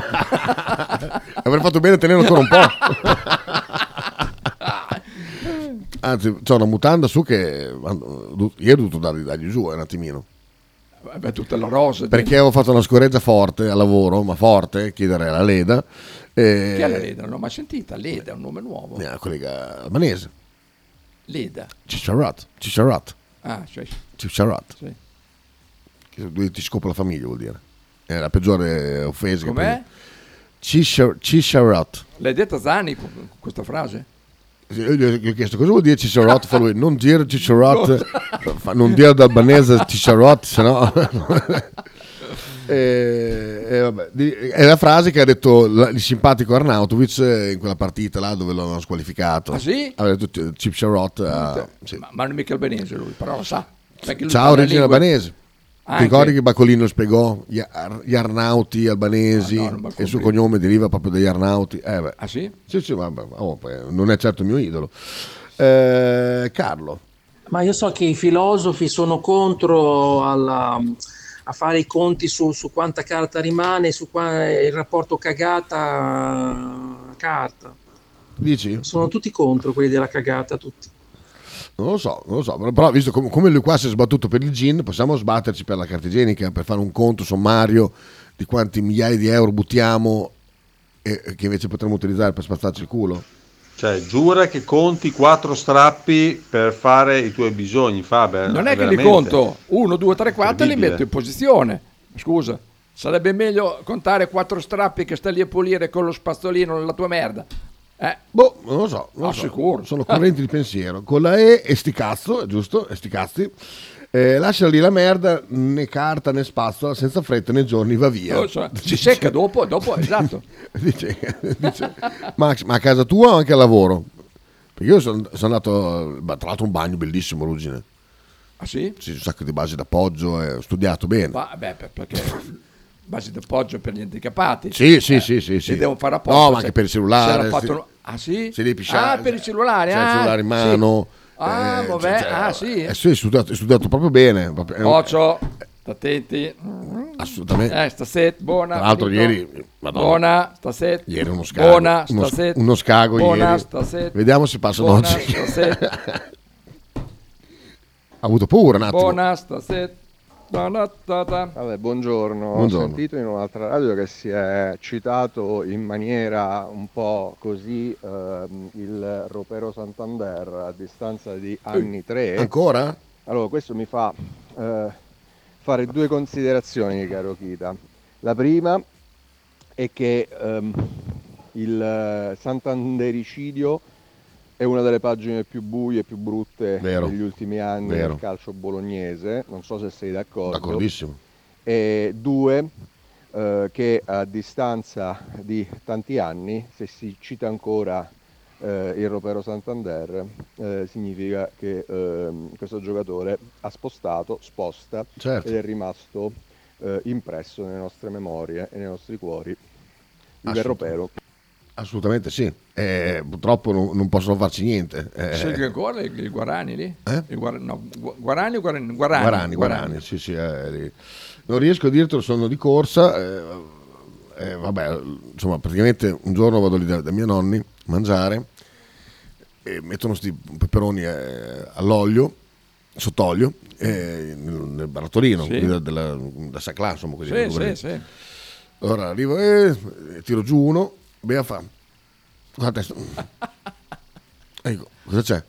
Speaker 1: Avrei fatto bene a tenerlo ancora un <laughs>
Speaker 2: <laughs>
Speaker 1: po'. Anzi, c'è una mutanda su che quando- ieri ho dovuto dargli, dargli giù eh, un attimino.
Speaker 2: Vabbè, tutta la rosa.
Speaker 1: Perché avevo fatto una scoreggia forte al lavoro, ma forte, chiedere alla Leda. E...
Speaker 2: Chi è la Leda? Non l'ho mai sentita. Leda è un nome nuovo.
Speaker 1: Eh, collega albanese.
Speaker 2: Leda.
Speaker 1: Cicciarot. Cicciarot.
Speaker 2: Ah, cioè,
Speaker 1: Cicciarot.
Speaker 2: Sì.
Speaker 1: Che lui ti scopa la famiglia vuol dire. È la peggiore offesa che
Speaker 2: Com'è?
Speaker 1: puoi- Cicciar- Cicciarot.
Speaker 2: l'hai detta Zani con- questa frase?
Speaker 1: Io gli ho gli ho chiesto cosa vuol dire Cicerot, fa lui non dire Cicerot,
Speaker 2: <laughs>
Speaker 1: fa- non dire ad albanese Cicerot, se no...
Speaker 2: <laughs>
Speaker 1: e, e Eh, vabbè, di- è la frase che ha detto la- il simpatico Arnautovic eh, in quella partita là dove lo avevano squalificato.
Speaker 2: Ah, sì? Ah,
Speaker 1: Aveva detto eh, Cicerot a...
Speaker 2: Ma, ma non è mica albanese lui, però lo sa. Perché lui
Speaker 1: Ciao
Speaker 2: parla
Speaker 1: origine
Speaker 2: lingue-
Speaker 1: albanese.
Speaker 2: Ah,
Speaker 1: Ti ricordi
Speaker 2: anche-
Speaker 1: che Bacolino spiegò gli, ar- gli Arnauti albanesi e il suo cognome deriva proprio dagli Arnauti? Eh, beh.
Speaker 2: Ah sì?
Speaker 1: Sì, sì, vabbè, oh, poi non è certo il mio idolo. Eh, Carlo,
Speaker 18: Ma io so che i filosofi sono contro alla- a fare i conti su, su quanta carta rimane, su qua, il rapporto cagata-carta.
Speaker 1: dici?
Speaker 18: Sono tutti contro quelli della cagata, tutti.
Speaker 1: Non lo so, non lo so, però, però visto com- come lui qua si è sbattuto per il gin, possiamo sbatterci per la carta igienica, per fare un conto sommario di quanti migliaia di euro buttiamo e e che invece potremmo utilizzare per spazzarci il culo?
Speaker 19: Cioè, giura che conti quattro strappi per fare i tuoi bisogni, Faber.
Speaker 2: Non è che li
Speaker 19: veramente.
Speaker 2: conto 1, 2, 3, 4 e li
Speaker 19: Incredibile.
Speaker 2: metto in posizione. Scusa, sarebbe meglio contare quattro strappi che stai lì a pulire con lo spazzolino la tua merda. Eh,
Speaker 1: boh, non lo so, non
Speaker 2: Ah,
Speaker 1: lo so.
Speaker 2: sicuro.
Speaker 1: Sono correnti di pensiero. Con la E e sti cazzo, è giusto? E sti cazzi. Eh, lascia lì la merda, né carta né spazzola, senza fretta né giorni, va via.
Speaker 2: Non so, si secca dopo, dopo
Speaker 1: <laughs>
Speaker 2: esatto.
Speaker 1: Dice, dice, Max, ma a casa tua o anche al lavoro? Perché io sono, sono andato, ma tra l'altro un bagno bellissimo, Ruggine.
Speaker 2: Ah sì?
Speaker 1: Sì, un sacco di basi d'appoggio, eh, ho studiato bene.
Speaker 2: Ma, beh, per- perché base d'appoggio per gli handicapati.
Speaker 1: Sì, sì, sì, sì, sì.
Speaker 2: Li devo fare apposta.
Speaker 1: No, ma
Speaker 2: se-
Speaker 1: anche per il
Speaker 2: se
Speaker 1: cellulare.
Speaker 2: l'ha fatto
Speaker 1: se-
Speaker 2: un- Ah sì?
Speaker 1: se devi pisciare,
Speaker 2: Ah, per il cellulare.
Speaker 1: c'è
Speaker 2: ah,
Speaker 1: il cellulare in
Speaker 2: sì.
Speaker 1: mano.
Speaker 2: Ah,
Speaker 1: eh,
Speaker 2: vabbè,
Speaker 1: cioè,
Speaker 2: ah sì.
Speaker 1: eh, sì, ho studiato, ho studiato proprio bene. proprio- è un-
Speaker 2: Ocio, attenti.
Speaker 1: Assolutamente.
Speaker 2: Eh, stasera, buona.
Speaker 1: Tra l'altro
Speaker 2: Vito.
Speaker 1: ieri, madonna.
Speaker 2: Buona, stasera.
Speaker 1: Ieri uno scago.
Speaker 2: Buona,
Speaker 1: uno,
Speaker 2: stasera.
Speaker 1: uno scago
Speaker 2: buona,
Speaker 1: ieri.
Speaker 2: Stasera.
Speaker 1: Vediamo se passano
Speaker 2: buona,
Speaker 1: oggi.
Speaker 2: Stasera.
Speaker 1: Ha avuto paura un attimo.
Speaker 2: buona, stasera.
Speaker 20: Vabbè, buongiorno.
Speaker 1: Buongiorno.
Speaker 20: Ho sentito in un'altra radio che si è citato in maniera un po' così ehm, il Ropero Santander a distanza di anni tre.
Speaker 1: Eh, Ancora?
Speaker 20: Allora, questo mi fa eh, fare due considerazioni, caro Chita. La prima è che ehm, il eh, santandericidio è una delle pagine più buie e più brutte
Speaker 1: Vero.
Speaker 20: degli ultimi anni
Speaker 1: Vero.
Speaker 20: del calcio bolognese, non so se sei d'accordo.
Speaker 1: D'accordissimo.
Speaker 20: E due, eh, che a distanza di tanti anni, se si cita ancora eh, il Ropero Santander, eh, significa che ehm, questo giocatore ha spostato, sposta
Speaker 1: Certo.
Speaker 20: ed è rimasto eh, impresso nelle nostre memorie e nei nostri cuori. Il
Speaker 1: Assolutamente.
Speaker 20: Ropero.
Speaker 1: Assolutamente sì. Eh, purtroppo non, non possono farci niente. <laughs> Eh,
Speaker 2: Scegli ancora il il Guarani lì?
Speaker 1: Eh?
Speaker 2: Il Guar- no, Gu- Guarani o Guarani?
Speaker 1: Guarani,
Speaker 2: Guarani.
Speaker 1: Guarani, sì, sì, eh, lì. non riesco a dirtelo, sono di corsa. eh, eh, vabbè, insomma, praticamente un giorno vado lì da, da miei nonni a mangiare e mettono questi peperoni eh, all'olio, sott'olio, eh, nel, nel barattolino,
Speaker 2: Sì.
Speaker 1: quindi da, della, da Saclà, insomma, così.
Speaker 2: Sì, sì, sì.
Speaker 1: Allora arrivo e tiro giù uno, Bea fa. Guarda adesso. Ecco, cosa c'è?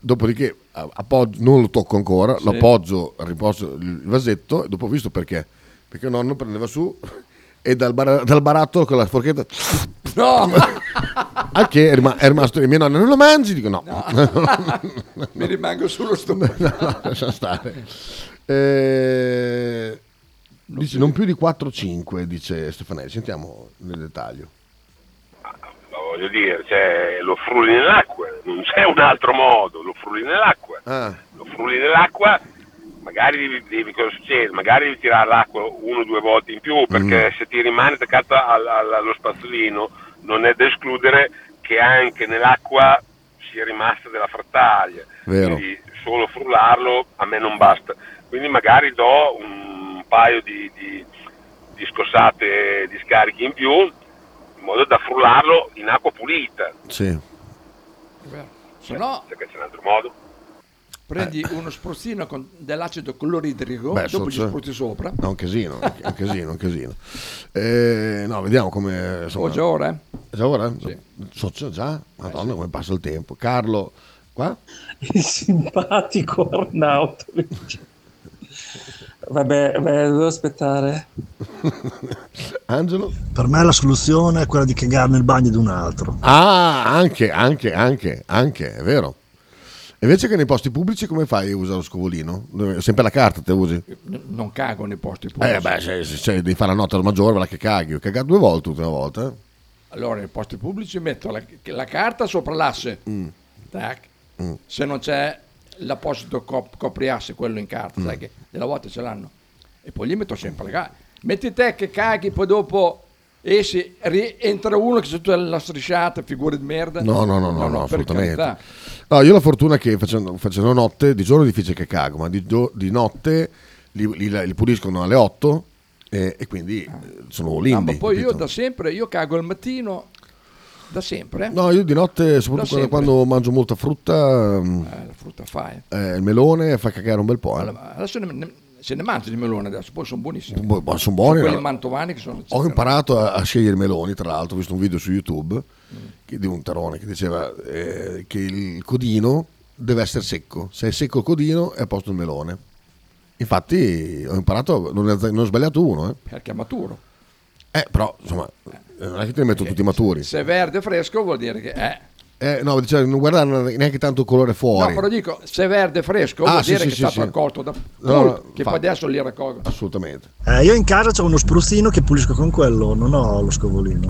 Speaker 1: Dopodiché a- appoggio, non lo tocco ancora,
Speaker 2: Sì.
Speaker 1: lo appoggio, riposo il vasetto e dopo ho visto perché. Perché nonno prendeva su e dal, bar- dal barattolo con la forchetta... <laughs>
Speaker 2: No!
Speaker 1: A che è, rima- è rimasto mio nonno, non lo mangi? Dico no.
Speaker 2: Mi rimango sullo stomaco.
Speaker 1: <laughs> No, no, lascia stare. Eh, <laughs> dice non più di 4-5, dice Stefanelli. Sentiamo nel dettaglio.
Speaker 17: Ma voglio dire, cioè, lo frulli nell'acqua, non c'è un altro modo, lo frulli nell'acqua.
Speaker 1: Ah,
Speaker 17: Lo frulli nell'acqua, magari devi, devi- cosa succede? Magari devi tirare l'acqua uno o due volte in più, perché se ti rimane attaccata al- al- allo spazzolino non è da escludere che anche nell'acqua sia rimasta della frattaglia.
Speaker 1: Vero.
Speaker 17: Quindi solo frullarlo a me non basta. Quindi magari do un paio di, di- di scossate di scarichi in più in modo da frullarlo in acqua pulita.
Speaker 1: Sì.
Speaker 2: Se no,
Speaker 17: Perché
Speaker 1: eh.
Speaker 17: c'è un altro modo.
Speaker 2: prendi uno spruzzino con dell'acido cloridrico,
Speaker 1: Beh,
Speaker 2: dopo gli
Speaker 1: so-
Speaker 2: spruzzi sopra.
Speaker 1: No, un casino, un casino, un casino. Eh, no, vediamo come... insomma-
Speaker 2: Oh, già ora, Eh,
Speaker 1: È Già ora? So- so già? Madonna, come passa il tempo. Carlo, qua?
Speaker 18: Il simpatico Arnautovic. Vabbè, beh, devo aspettare.
Speaker 1: <laughs> Angelo?
Speaker 3: Per me la soluzione è quella di cagare nel bagno di un altro.
Speaker 1: Ah, anche, anche, anche, anche, è vero. E Invece che nei posti pubblici come fai a usare lo scovolino? Dove- Sempre la carta te usi?
Speaker 2: N- non cago nei posti pubblici.
Speaker 1: Eh beh, se, se- se devi fare la nota al maggiore, valla che caghi. Ho cagato due volte l'ultima volta. eh.
Speaker 2: Allora, nei posti pubblici metto la, la carta sopra l'asse.
Speaker 1: Mm.
Speaker 2: Tac.
Speaker 1: Mm.
Speaker 2: Se non c'è l'apposito cop- copriasse, quello in carta,
Speaker 1: Mm.
Speaker 2: sai che della volta ce l'hanno. E poi gli metto sempre la carta. Metti te che caghi, poi dopo esci, ri- entra uno che c'è tutta la strisciata, figura di merda.
Speaker 1: No, no, no, no, no,
Speaker 2: per
Speaker 1: assolutamente.
Speaker 2: carità.
Speaker 1: No, io ho la fortuna che facendo, facendo notte, di giorno è difficile che cago, ma di, gio- di notte li, li- li puliscono alle 8 e, e quindi eh, sono
Speaker 2: Ah, ma
Speaker 1: limbi.
Speaker 2: poi io
Speaker 1: capito?
Speaker 2: da sempre, io cago al mattino, da sempre.
Speaker 1: No, io di notte, soprattutto
Speaker 2: Da
Speaker 1: quando,
Speaker 2: sempre.
Speaker 1: quando mangio molta frutta, mm,
Speaker 2: La frutta fa, eh.
Speaker 1: eh, il melone fa cagare un bel po'. eh.
Speaker 2: Allora, adesso ne, ne- se ne mangi di melone adesso, poi sono buonissimi.
Speaker 1: Bu- bu- Boh, sono buoni,
Speaker 2: quelli
Speaker 1: no?
Speaker 2: mantovani che sono...
Speaker 1: Ho imparato a, a scegliere i meloni, tra l'altro, ho visto un video su YouTube che- di un tarone che diceva eh, che il codino deve essere secco, se è secco il codino è a posto il melone. Infatti ho imparato, non, ne- non ho sbagliato uno, eh.
Speaker 2: Perché è maturo.
Speaker 1: Eh, però insomma, eh, non è che te ne metto tutti maturi.
Speaker 2: Se è verde fresco vuol dire che... Eh.
Speaker 1: Eh, no, diceva, non guardare neanche tanto il colore
Speaker 2: No,
Speaker 1: fuori.
Speaker 2: però dico, se è verde fresco
Speaker 1: Ah,
Speaker 2: vuol
Speaker 1: sì,
Speaker 2: dire
Speaker 1: sì,
Speaker 2: che
Speaker 1: sì,
Speaker 2: è
Speaker 1: sì.
Speaker 2: stato raccolto da...
Speaker 1: No, no,
Speaker 2: che
Speaker 1: fa-
Speaker 2: poi adesso li raccolgo.
Speaker 1: Assolutamente.
Speaker 3: Eh, io in casa ho uno spruzzino che pulisco con quello, non ho lo scovolino.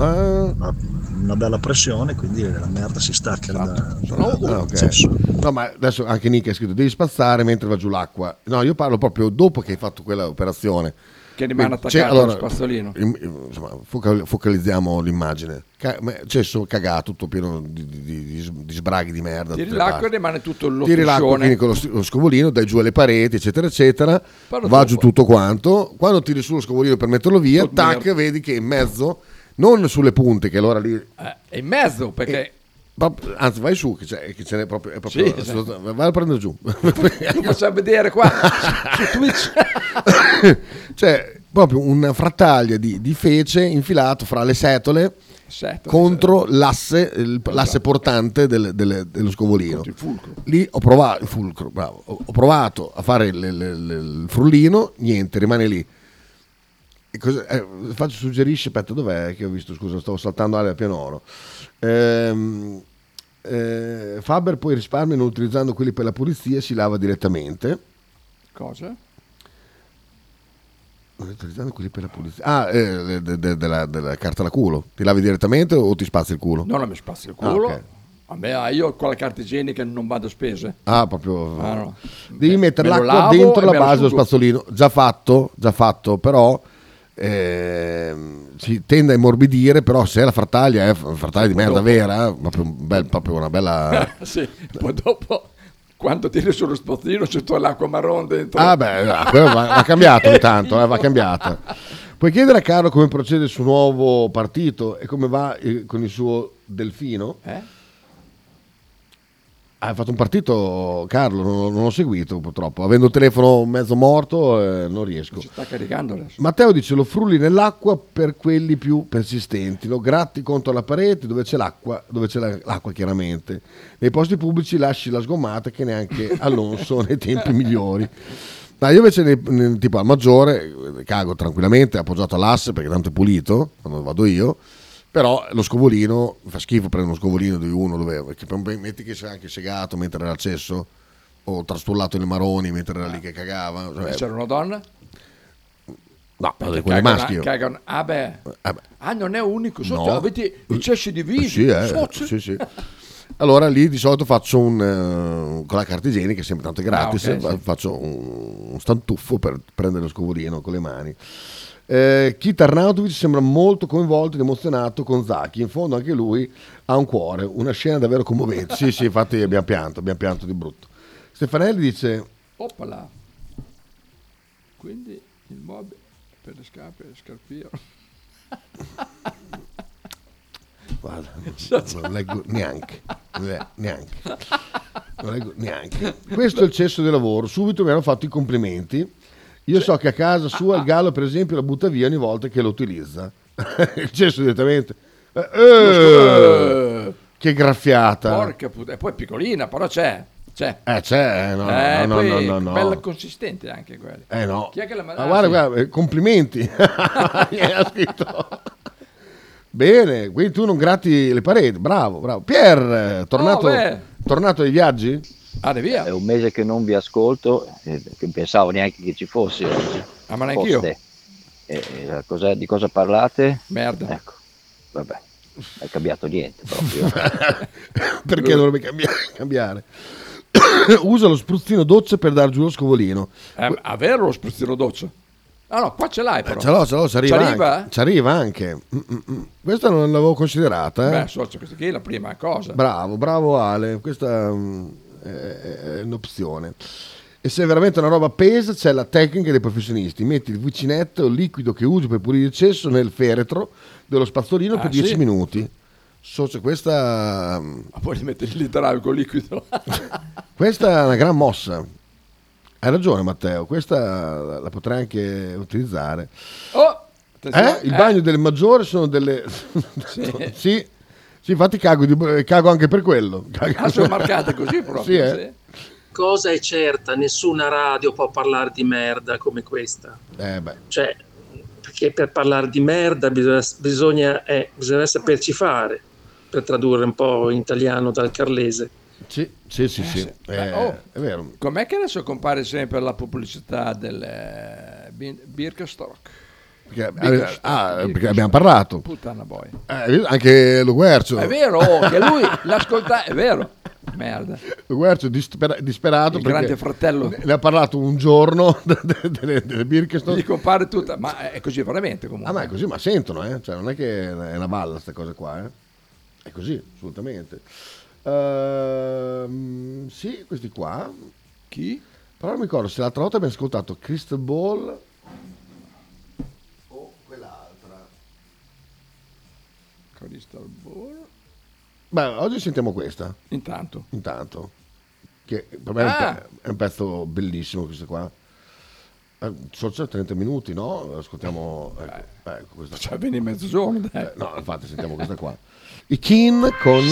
Speaker 1: Eh.
Speaker 3: Ma una bella pressione, quindi la merda si stacca da, dal
Speaker 1: Ah, ok.
Speaker 3: cesso.
Speaker 1: No, ma adesso anche Nick ha scritto devi spazzare mentre va giù l'acqua. No, io parlo proprio dopo che hai fatto quella operazione.
Speaker 2: che rimane
Speaker 1: Beh, c'è-
Speaker 2: attaccato
Speaker 1: allora,
Speaker 2: allo spazzolino.
Speaker 1: im- insomma, focal- focalizziamo l'immagine. Ca- ma c'è solo cagato, tutto pieno di, di- di- di sbraghi di merda. da
Speaker 2: Tiri
Speaker 1: tutte le
Speaker 2: l'acqua
Speaker 1: parti.
Speaker 2: e rimane tutto lo
Speaker 1: Tiri l'acqua quindi
Speaker 2: striscione.
Speaker 1: con lo, sti- lo scovolino, dai giù alle pareti, eccetera, eccetera.
Speaker 2: Parlo
Speaker 1: va
Speaker 2: tu
Speaker 1: giù tutto quanto. Quando tiri su lo scovolino per metterlo via,
Speaker 2: Tutto
Speaker 1: tac,
Speaker 2: merda.
Speaker 1: vedi che in mezzo, non sulle punte, che allora lì
Speaker 2: Eh, è in mezzo perché
Speaker 1: Proprio- anzi, vai su, che, c'è, che ce n'è proprio. È proprio
Speaker 2: Sì,
Speaker 1: assolutamente- Vai a prendere giù. Eh,
Speaker 2: lo facciamo
Speaker 1: <laughs>
Speaker 2: vedere qua su su Twitch.
Speaker 1: cioè, proprio una frattaglia di, di fece infilato fra le setole
Speaker 2: Setole, Esatto.
Speaker 1: contro l'asse, il- l'asse portante del- del- dello scovolino.
Speaker 2: il fulcro.
Speaker 1: Lì ho provato, il fulcro, bravo. ho, ho provato a fare il- il- il- il frullino, niente, rimane lì. E cosa- eh, faccio suggerisce, aspetta, dov'è che ho visto? Scusa, stavo saltando aria pianoro. Ehm, eh, Faber poi risparmia non utilizzando quelli per la pulizia, si lava direttamente.
Speaker 2: Cosa?
Speaker 1: Non utilizzando quelli per la pulizia. Ah, eh, de- de- de- della, della carta da culo. Ti lavi direttamente o ti spazzi il culo?
Speaker 2: No, non mi spazio il
Speaker 1: Ah,
Speaker 2: culo.
Speaker 1: ok.
Speaker 2: A me, ah, io con la carta igienica non vado a spese.
Speaker 1: Ah, proprio.
Speaker 2: Ah, no.
Speaker 1: Devi mettere
Speaker 2: me lo
Speaker 1: l'acqua
Speaker 2: lavo
Speaker 1: dentro
Speaker 2: e
Speaker 1: la
Speaker 2: me lo
Speaker 1: base dello
Speaker 2: asciugo.
Speaker 1: spazzolino. Già fatto, già fatto, però. ehm, si tende a immorbidire, però se è la frattaglia, è f- frattaglia di merda
Speaker 2: Dopo.
Speaker 1: vera, eh, proprio, un bel- proprio una
Speaker 2: <laughs>
Speaker 1: bella.
Speaker 2: sì, poi dopo quando tiri sullo spazzolino c'è tutta l'acqua marrone dentro.
Speaker 1: Ah, beh, no, quello va, va cambiato intanto, eh, va cambiata. Puoi chiedere a Carlo come procede il suo nuovo partito e come va eh, con il suo delfino? Hai fatto un partito, Carlo, non, non l'ho seguito purtroppo, avendo il telefono mezzo morto eh, non riesco.
Speaker 2: Sta caricando adesso.
Speaker 1: Matteo dice lo frulli nell'acqua per quelli più persistenti, lo gratti contro la parete dove c'è l'acqua, dove c'è la- l'acqua chiaramente. Nei posti pubblici lasci la sgommata che neanche Alonso nei tempi migliori. No, io invece nei- nei- tipo al maggiore eh, cago tranquillamente, appoggiato all'asse perché tanto è pulito quando vado io. Però lo scovolino fa schifo prendere uno scovolino di uno dove che poi metti che sei anche segato mentre era accesso o trastullato nei maroni mentre era lì che cagava. cioè,
Speaker 2: C'era una donna?
Speaker 1: no, quello
Speaker 2: Cagano-
Speaker 1: è maschio.
Speaker 2: cagano- ah, beh.
Speaker 1: Eh beh,
Speaker 2: Ah, non è unico. Sotto
Speaker 1: No.
Speaker 2: avete i cessi divisi.
Speaker 1: Sì, eh,
Speaker 2: Sozzi.
Speaker 1: sì, sì. Allora lì di solito faccio un eh, con la carta igienica, sempre tanto è gratis,
Speaker 2: Ah, ok,
Speaker 1: fa-
Speaker 2: sì.
Speaker 1: faccio un, un stantuffo per prendere lo scovolino con le mani. Eh, Kit Arnautovic sembra molto coinvolto ed emozionato con Zacchi, in fondo anche lui ha un cuore, una scena davvero commovente. sì, sì, infatti abbiamo pianto, abbiamo pianto di brutto. Stefanelli dice
Speaker 2: Oppala. Quindi il mob per le scarpe e scarpino. <laughs>
Speaker 1: Guarda,
Speaker 2: Cioè,
Speaker 1: non leggo neanche, ne- neanche, non leggo neanche. Questo è il cesso del lavoro, subito mi hanno fatto i complimenti. Io so che a casa sua il gallo, per esempio, la butta via ogni volta che lo utilizza. <laughs> il cesso direttamente. Eh, eh, che graffiata.
Speaker 2: Porca puttana. E poi è piccolina, però c'è. C'è.
Speaker 1: Eh, c'è, eh, no,
Speaker 2: Eh,
Speaker 1: no,
Speaker 2: poi
Speaker 1: no, no, no,
Speaker 2: Bella
Speaker 1: no.
Speaker 2: consistente anche quella.
Speaker 1: Eh no.
Speaker 2: Chi è che la
Speaker 1: Ma
Speaker 2: ah,
Speaker 1: guarda,
Speaker 2: sì.
Speaker 1: guarda, eh, complimenti. <laughs> ha scritto. Bene, quindi tu non gratti le pareti, bravo, bravo. Pier, eh, tornato,
Speaker 2: Oh, beh.
Speaker 1: tornato ai viaggi?
Speaker 21: È un mese che non vi ascolto, eh, che pensavo neanche che ci fossi oggi.
Speaker 2: Ah, ma neanch'io.
Speaker 21: Foste. Eh, eh, cos'è- di cosa parlate?
Speaker 2: Merda.
Speaker 21: Ecco, vabbè, non è cambiato niente
Speaker 2: <laughs>
Speaker 21: proprio.
Speaker 1: Perché dovrebbe <laughs> cambiare? cambiare? <coughs> Usa lo spruzzino doccia per dar giù lo scovolino.
Speaker 2: Eh, ma averlo lo spruzzino doccia. Ah no, qua ce l'hai però.
Speaker 1: Eh, Ce l'ho, ce l'ho, ci arriva.
Speaker 2: C'arriva?
Speaker 1: anche. Ci arriva anche. Mm, mm, mm. Questa non l'avevo considerata. eh.
Speaker 2: Beh, so, c'è questa qui è la prima cosa.
Speaker 1: Bravo, bravo Ale, questa mm, è, è un'opzione. E se è veramente una roba appesa, c'è la tecnica dei professionisti. Metti il vicinetto, il liquido che usi per pulire il cesso nel feretro dello spazzolino
Speaker 2: Ah,
Speaker 1: per
Speaker 2: sì?
Speaker 1: 10 minuti. Socio, questa, mm,
Speaker 2: Ma poi gli metti il l'idraulico liquido.
Speaker 1: questa è una gran mossa. Hai ragione Matteo, questa la potrei anche utilizzare.
Speaker 2: oh,
Speaker 1: Eh?
Speaker 2: attenzione.
Speaker 1: Il bagno del maggiore sono delle... sì. sì, infatti cago, di- cago anche per quello.
Speaker 18: Ah,
Speaker 1: <laughs>
Speaker 18: sono marcate così proprio,
Speaker 1: Sì, eh.
Speaker 18: sì. Cosa è certa? Nessuna radio può parlare di merda come questa.
Speaker 1: Eh, beh.
Speaker 18: Cioè, perché per parlare di merda bisogna, bisogna, eh, bisogna saperci fare, per tradurre un po' in italiano dal carlese.
Speaker 1: Sì, sì, sì, sì. Eh,
Speaker 2: oh.
Speaker 1: È vero.
Speaker 2: Com'è che adesso compare sempre la pubblicità del eh, Bin- Birkenstock?
Speaker 1: Perché-
Speaker 2: Birkenstock,
Speaker 1: ah, perché
Speaker 2: Birkenstock.
Speaker 1: abbiamo parlato.
Speaker 2: Puttana boy.
Speaker 1: Eh, anche lo Guercio. <laughs>
Speaker 2: È vero, oh, che lui l'ascolta, è vero. merda.
Speaker 1: Lo Guercio è disper- disperato
Speaker 2: Il
Speaker 1: perché
Speaker 2: grande fratello.
Speaker 1: Ne ha parlato un giorno <laughs> delle, delle, delle Birkenstock.
Speaker 2: Gli compare tutta, ma è così veramente comunque.
Speaker 1: Ah, ma è così, ma sentono, eh? Cioè, non è che è una balla queste cose qua, eh? È così, assolutamente. Ehm, sì, questi qua.
Speaker 2: Chi?
Speaker 1: Però non mi ricordo se l'altra volta abbiamo ascoltato Crystal Ball.
Speaker 2: Crystal Ball.
Speaker 1: Beh, oggi sentiamo questa.
Speaker 2: Intanto.
Speaker 1: Intanto. Che per me è un pe-
Speaker 2: Ah!
Speaker 1: è un pezzo bellissimo questo qua. Eh, Sono già 30 minuti, no? Ascoltiamo... Ecco, ecco questa qua.
Speaker 2: Cioè, vieni mezzogiorno, dai.
Speaker 1: Eh, no, infatti sentiamo questa qua. I Kin con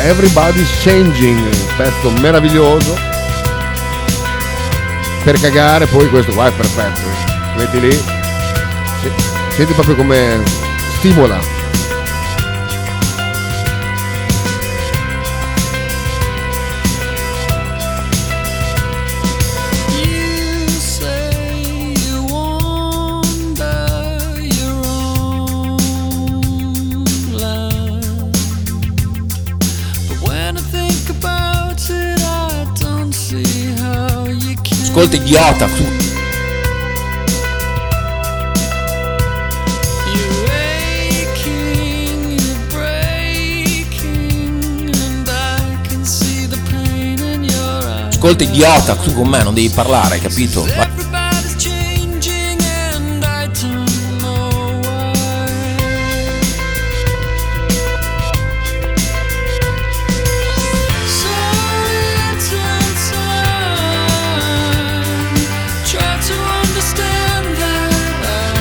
Speaker 1: Everybody's Changing, un pezzo meraviglioso. Per cagare, poi questo qua è perfetto. eh. Metti lì. Se- Senti proprio come stimola.
Speaker 4: You say you wander your own land, but when I think about it, I don't see how you can.
Speaker 10: Ascolta idiota, tu
Speaker 4: You're aching, you're breaking, and I can see the pain in your eyes.
Speaker 10: Ascolta idiota, tu con me non devi parlare, capito? Va-
Speaker 4: Everybody's changing and I don't know why. So it's time. Try to understand that.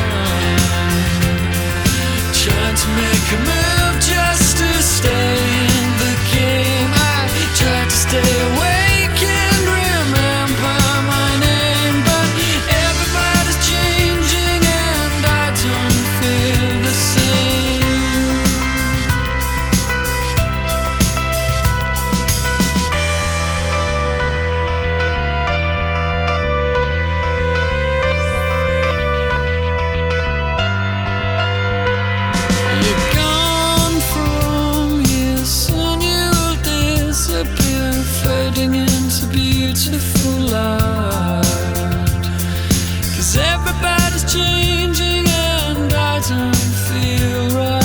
Speaker 4: Trying to make a move just to stay in the game. I try to stay awake and remember my name, but everybody's changing and I don't feel the same. You're gone from here, soon you'll disappear, fading into beautiful light. 'Cause everybody's changing and I don't feel right.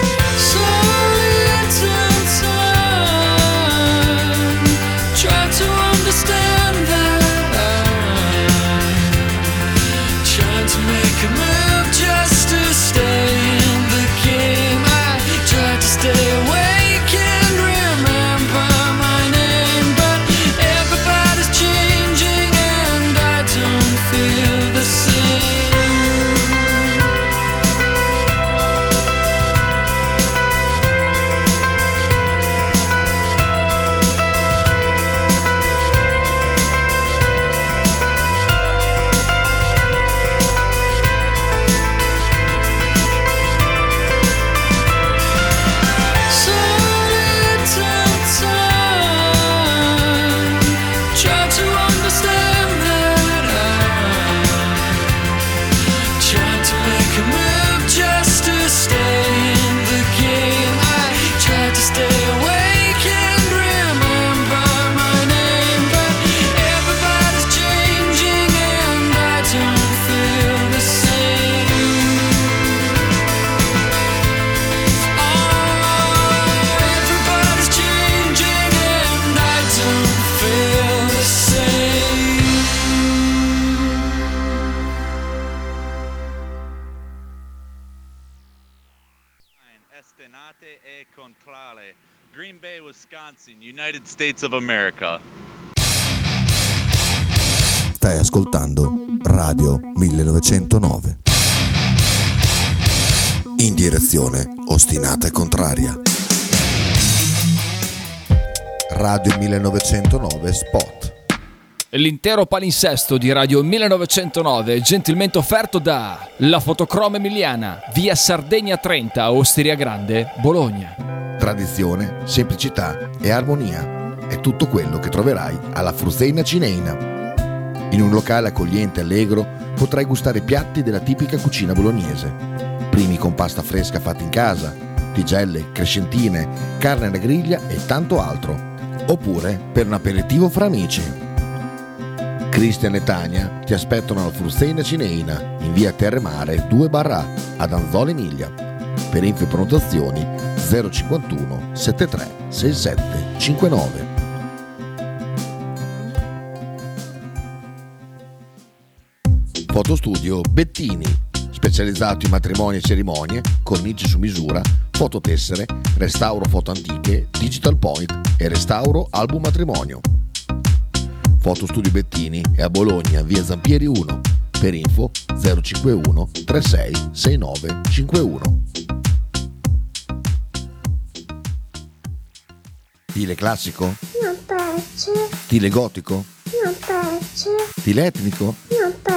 Speaker 4: Slowly it's in time. Try to understand that. Trying to make a move just to stay in the game. I try to stay awake and remember my name, but everybody's changing and I don't feel the same. Stay awake and remember my name, but everybody's changing and I don't feel the same. Everybody's changing and I don't feel the same.
Speaker 22: Estenate e Contrale, Green Bay, Wisconsin, United States of America.
Speaker 23: Stai ascoltando Radio 1909. In direzione ostinata e contraria. Radio 1909 Spot.
Speaker 24: L'intero palinsesto di Radio 1909 è gentilmente offerto da La Fotocroma Emiliana, via Sardegna 30, Osteria Grande, Bologna.
Speaker 23: Tradizione, semplicità e armonia è tutto quello che troverai alla Fruzeina Cineina. In un locale accogliente e allegro potrai gustare piatti della tipica cucina bolognese,
Speaker 1: primi con pasta fresca fatta in casa, tigelle, crescentine, carne alla griglia e tanto altro. Oppure per un aperitivo fra amici. Cristian e Tania ti aspettano alla Frusteina Cineina in via Terremare 2 barra ad Anzola Emilia. Per info e prenotazioni 051 73 67 59. Fotostudio Bettini, specializzato in matrimoni e cerimonie, cornici su misura, fototessere, restauro foto antiche, digital point e restauro album matrimonio. Fotostudio Bettini è a Bologna, via Zampieri 1, per info 051 36 69 51. Stile classico?
Speaker 9: Non piace,
Speaker 1: Stile gotico?
Speaker 9: non piace,
Speaker 1: Stile etnico?
Speaker 9: non piace.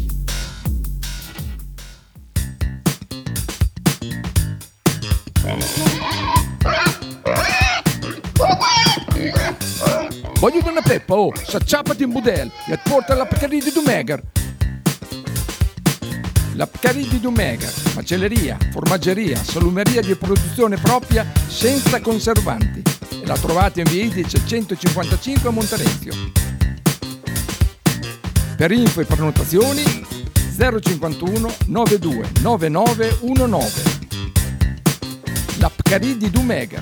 Speaker 2: Voglio una peppa, oh, s'acciappati in budel e porta la Pcaridi di Dumegar. La Pcaridi di Dumegar, macelleria, formaggeria, salumeria di produzione propria senza conservanti. E la trovate in via Idice 155 a Monterezio. Per info e prenotazioni 051 92 9919. La Pcaridi di Dumegar.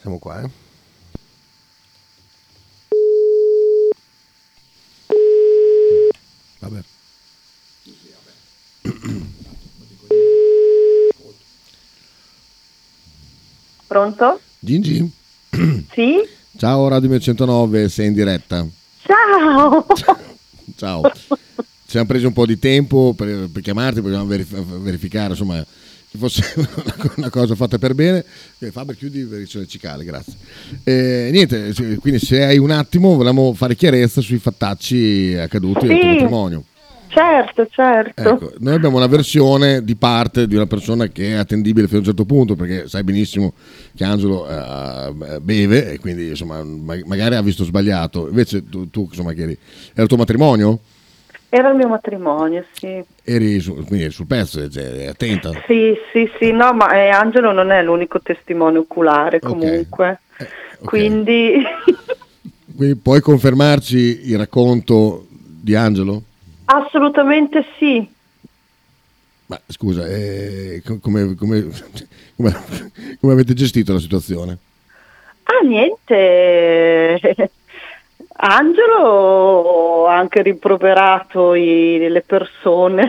Speaker 1: Siamo qua, eh? Vabbè.
Speaker 5: Pronto?
Speaker 25: Gigi,
Speaker 5: Sì?
Speaker 25: ciao Radio 109, sei in diretta.
Speaker 5: Ciao!
Speaker 25: Ciao. Ci siamo presi un po' di tempo per, per chiamarti, vogliamo verif- verificare, insomma, che fosse <laughs> una, co- una cosa fatta per bene. Eh, Faber, chiudi perché c'è le cicale, grazie. Eh, niente, se- quindi se hai un attimo, volevamo fare chiarezza sui fattacci accaduti nel tuo
Speaker 5: Sì.
Speaker 25: matrimonio.
Speaker 5: Certo, certo.
Speaker 25: Ecco, noi abbiamo una versione di parte di una persona che è attendibile fino a un certo punto, perché sai benissimo che Angelo eh, beve e quindi insomma ma- magari ha visto sbagliato. Invece tu, tu, insomma che eri, era il tuo matrimonio?
Speaker 5: Era il mio matrimonio, sì.
Speaker 25: Eri su- quindi eri sul pezzo, cioè, eri attenta.
Speaker 5: Sì, sì, sì, no, ma eh, Angelo non è l'unico testimone oculare comunque. Quindi, <laughs>
Speaker 25: Quindi puoi confermarci il racconto di Angelo?
Speaker 5: assolutamente sì.
Speaker 25: Ma scusa, eh, co- come, come- <laughs> come- come avete gestito la situazione?
Speaker 5: Ah, niente. Angelo ha anche rimproverato i- le persone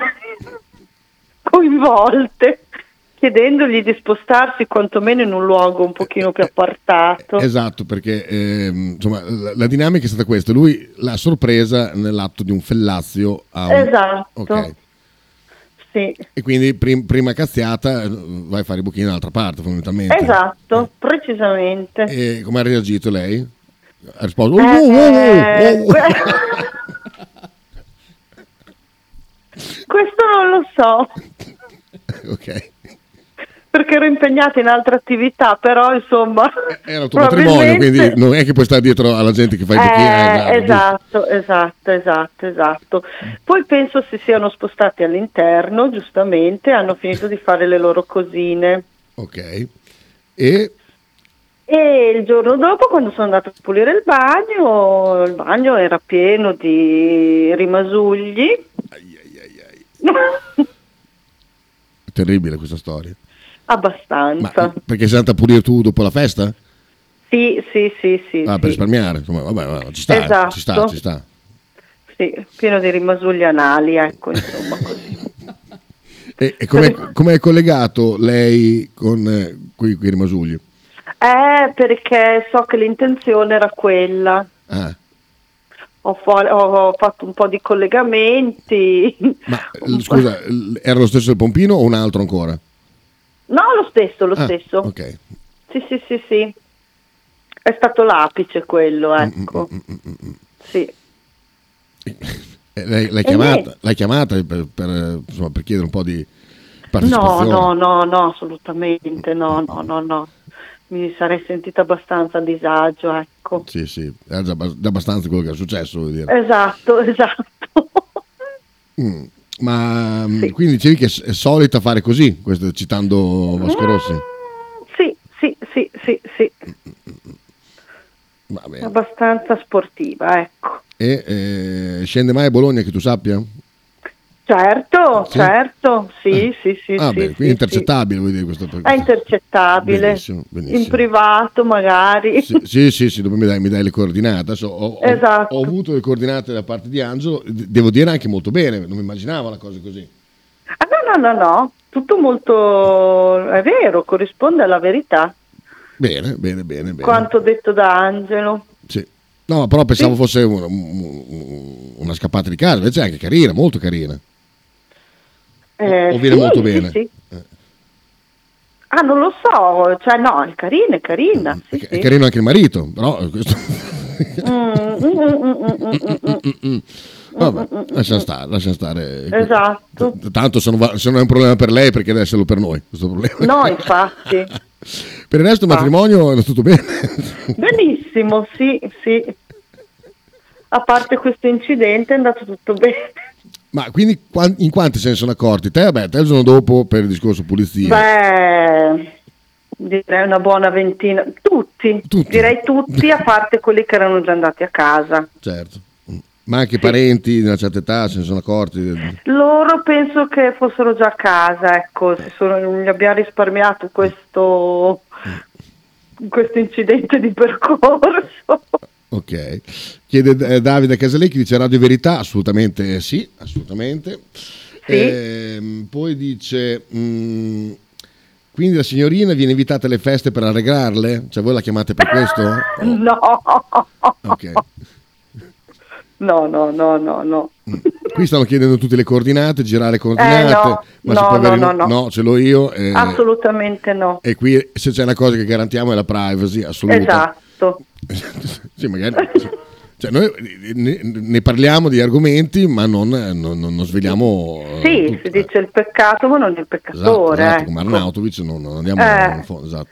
Speaker 5: coinvolte, chiedendogli di spostarsi quantomeno in un luogo un pochino più appartato.
Speaker 25: Esatto, perché ehm, insomma, la, la dinamica è stata questa. Lui l'ha sorpresa nell'atto di un fellazio a un...
Speaker 5: Esatto.
Speaker 25: Ok.
Speaker 5: Sì.
Speaker 25: E quindi prim- prima cazziata eh, vai a fare i buchini dall'altra parte fondamentalmente.
Speaker 5: Esatto, precisamente.
Speaker 25: E come ha reagito lei? Ha risposto... "Oh, oh, oh, oh,
Speaker 5: Eh,
Speaker 25: oh".
Speaker 5: que- <laughs> Questo non lo so
Speaker 25: <laughs> Ok.
Speaker 5: perché ero impegnata in altre attività, però insomma.
Speaker 25: Eh, Era il tuo matrimonio, quindi non è che puoi stare dietro alla gente che fa i buchini. eh, no,
Speaker 5: esatto, esatto, esatto, esatto. Poi penso si siano spostati all'interno, giustamente, hanno finito di fare le loro cosine.
Speaker 25: Ok. E
Speaker 5: E il giorno dopo, quando sono andata a pulire il bagno, il bagno era pieno di rimasugli. <laughs>
Speaker 1: È terribile questa storia.
Speaker 5: Abbastanza.
Speaker 1: Perché sei andata a pulire tu dopo la festa?
Speaker 5: Sì, sì, sì, sì.
Speaker 1: Ah,
Speaker 5: sì.
Speaker 1: per risparmiare, insomma, vabbè, vabbè, ci sta,
Speaker 5: Esatto.
Speaker 1: ci sta, ci sta.
Speaker 5: Sì, pieno di rimasugli anali, ecco, insomma, così.
Speaker 1: E, e com'è, com'è collegato lei con eh, quei, quei rimasugli?
Speaker 5: Eh, perché so che l'intenzione era quella.
Speaker 1: Ah,
Speaker 5: Ho, fo- ho- ho fatto un po' di collegamenti.
Speaker 1: l- eh, scusa, l- era lo stesso del pompino o un altro ancora?
Speaker 5: No, lo stesso, lo
Speaker 1: Ah,
Speaker 5: stesso.
Speaker 1: Ok.
Speaker 5: Sì, sì, sì, sì. È stato l'apice quello,
Speaker 1: Mm,
Speaker 5: ecco. Sì.
Speaker 1: E L'hai, l'hai
Speaker 5: E
Speaker 1: chiamata,
Speaker 5: niente.
Speaker 1: l'hai chiamata per, per, insomma, per chiedere un po' di
Speaker 5: No,
Speaker 1: partecipazione?
Speaker 5: no, no, no, assolutamente, no, no, no, no. Mi sarei sentita abbastanza a disagio, ecco.
Speaker 1: Sì, sì, era già, abbas- già abbastanza quello che era successo, voglio dire.
Speaker 5: Esatto, <laughs> esatto. Eh.
Speaker 1: Mm, Ma mm, quindi dicevi che è- è solita fare così, questo, citando Vasco
Speaker 5: Mm.
Speaker 1: Rossi?
Speaker 5: Sì, sì, sì, sì, sì. Abbastanza sportiva, ecco.
Speaker 1: E eh, scende mai a Bologna che tu sappia?
Speaker 5: Certo,
Speaker 1: Sì?
Speaker 5: certo, sì, sì, sì,
Speaker 1: ah, bene,
Speaker 5: sì, sì, Ah,
Speaker 1: quindi è intercettabile, vuol dire questo.
Speaker 5: È intercettabile.
Speaker 1: Benissimo, benissimo.
Speaker 5: In privato magari.
Speaker 1: Sì, sì, sì, sì, dopo mi dai, mi dai le coordinate. Adesso ho, ho-
Speaker 5: Esatto.
Speaker 1: ho avuto le coordinate
Speaker 5: <laughs>
Speaker 1: da parte di Angelo, d- devo dire anche molto bene, non mi immaginavo una cosa così.
Speaker 5: Ah, no, no, no, no, tutto molto... è vero, corrisponde alla verità.
Speaker 1: Bene, bene, bene, bene.
Speaker 5: Quanto detto da Angelo.
Speaker 1: Sì. No, però pensavo fosse una, una scappata di casa, invece è anche carina, molto carina.
Speaker 5: Eh,
Speaker 1: O viene
Speaker 5: sì,
Speaker 1: molto
Speaker 5: sì,
Speaker 1: bene? Eh.
Speaker 5: sì. Ah, non lo so, cioè no, è carina, è carina. Sì, sì.
Speaker 1: Mm, È carino anche il marito, però <laughs> eh, questo...
Speaker 5: Mm, mm, mm, mm, mm, mm, mm.
Speaker 1: Mm, mm. Vabbè, lascia stare, lascia stare.
Speaker 5: Esatto.
Speaker 1: Tanto se non, va- se non è un problema per lei, perché deve esserlo per noi, questo problema.
Speaker 5: No, infatti.
Speaker 1: Per il
Speaker 5: Ah.
Speaker 1: resto il matrimonio è tutto bene. <laughs>
Speaker 5: Benissimo, sì, sì. A parte questo incidente è andato tutto bene.
Speaker 1: Ma quindi quan- in quanti se ne sono accorti? Te, vabbè, te il giorno dopo per il discorso pulizia.
Speaker 5: Beh, direi una buona ventina. Tutti, direi tutti, a parte quelli che erano già andati a casa.
Speaker 1: Certo. Ma anche i parenti di una certa età se ne sono accorti.
Speaker 5: Loro penso che fossero già a casa, ecco, si sono, gli abbiamo risparmiato questo, questo incidente di percorso.
Speaker 1: Ok. Chiede eh, Davide Casalecchi, dice Radio Verità, assolutamente sì, assolutamente. Ehm, poi dice, mm, quindi la signorina viene invitata alle feste per arregrarle? Cioè voi la chiamate per questo?
Speaker 5: No,
Speaker 1: Ok.
Speaker 5: no, no, no, no, no.
Speaker 1: Qui stanno chiedendo tutte le coordinate, girare le coordinate.
Speaker 5: Eh, no,
Speaker 1: ma
Speaker 5: no,
Speaker 1: se può avere-
Speaker 5: no, no, no.
Speaker 1: ce l'ho io. eh,
Speaker 5: Assolutamente no.
Speaker 1: e qui se c'è una cosa che garantiamo è la privacy assoluta.
Speaker 5: Esatto.
Speaker 1: Sì, magari. Cioè, noi ne, ne parliamo di argomenti, ma non, non, non- non svegliamo. eh,
Speaker 5: Sì,
Speaker 1: tutto.
Speaker 5: si dice il peccato ma non il
Speaker 1: Esatto,
Speaker 5: peccatore.
Speaker 1: esatto,
Speaker 5: ecco.
Speaker 1: come Arnautovic, non, non andiamo
Speaker 5: Eh.
Speaker 1: in fondo. Esatto.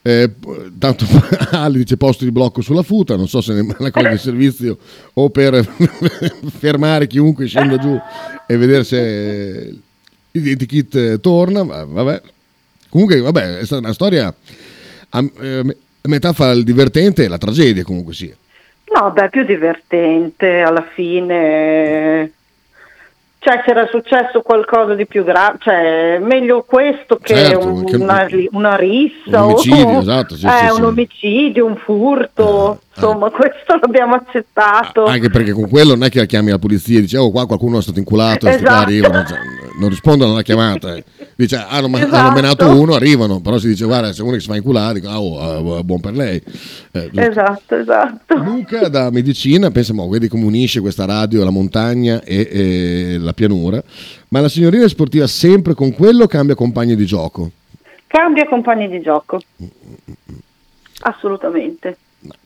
Speaker 1: Eh, p- tanto <laughs> Ali dice posto di blocco sulla futa, non so se è una cosa
Speaker 5: <laughs>
Speaker 1: di servizio o per <laughs> fermare chiunque scenda giù e vedere se l'identikit eh, torna. ma Vabbè. Comunque, vabbè, è stata una storia a, eh, a metà fra il divertente e la tragedia, comunque sia.
Speaker 5: No, beh, più divertente alla fine. Cioè, c'era successo qualcosa di più grave, cioè, meglio questo che,
Speaker 1: Certo,
Speaker 5: un-
Speaker 1: che-
Speaker 5: una, ri- una rissa
Speaker 1: un omicidio,
Speaker 5: <laughs> o
Speaker 1: esatto, sì,
Speaker 5: Eh,
Speaker 1: sì,
Speaker 5: un
Speaker 1: sì.
Speaker 5: omicidio, un furto. insomma, <laughs> questo l'abbiamo accettato.
Speaker 1: Ah, Anche perché con quello non è che la chiami la polizia e dice oh qua qualcuno è stato inculato, adesso qua
Speaker 5: Esatto.
Speaker 1: arrivano, cioè, non rispondono alla chiamata. eh. Dice hanno, ma- hanno
Speaker 5: Esatto.
Speaker 1: menato uno, arrivano, però si dice guarda se uno che si fa inculare, dico, "Ah, oh, eh, buon per lei. Eh, giusto.
Speaker 5: Esatto, esatto.
Speaker 1: Luca da medicina pensa, ma vedi come unisce questa radio la montagna e, e la pianura, ma la signorina è sportiva sempre con quello o cambia compagni di gioco?
Speaker 5: <laughs> Cambia compagni di gioco.
Speaker 1: Mm,
Speaker 5: Assolutamente.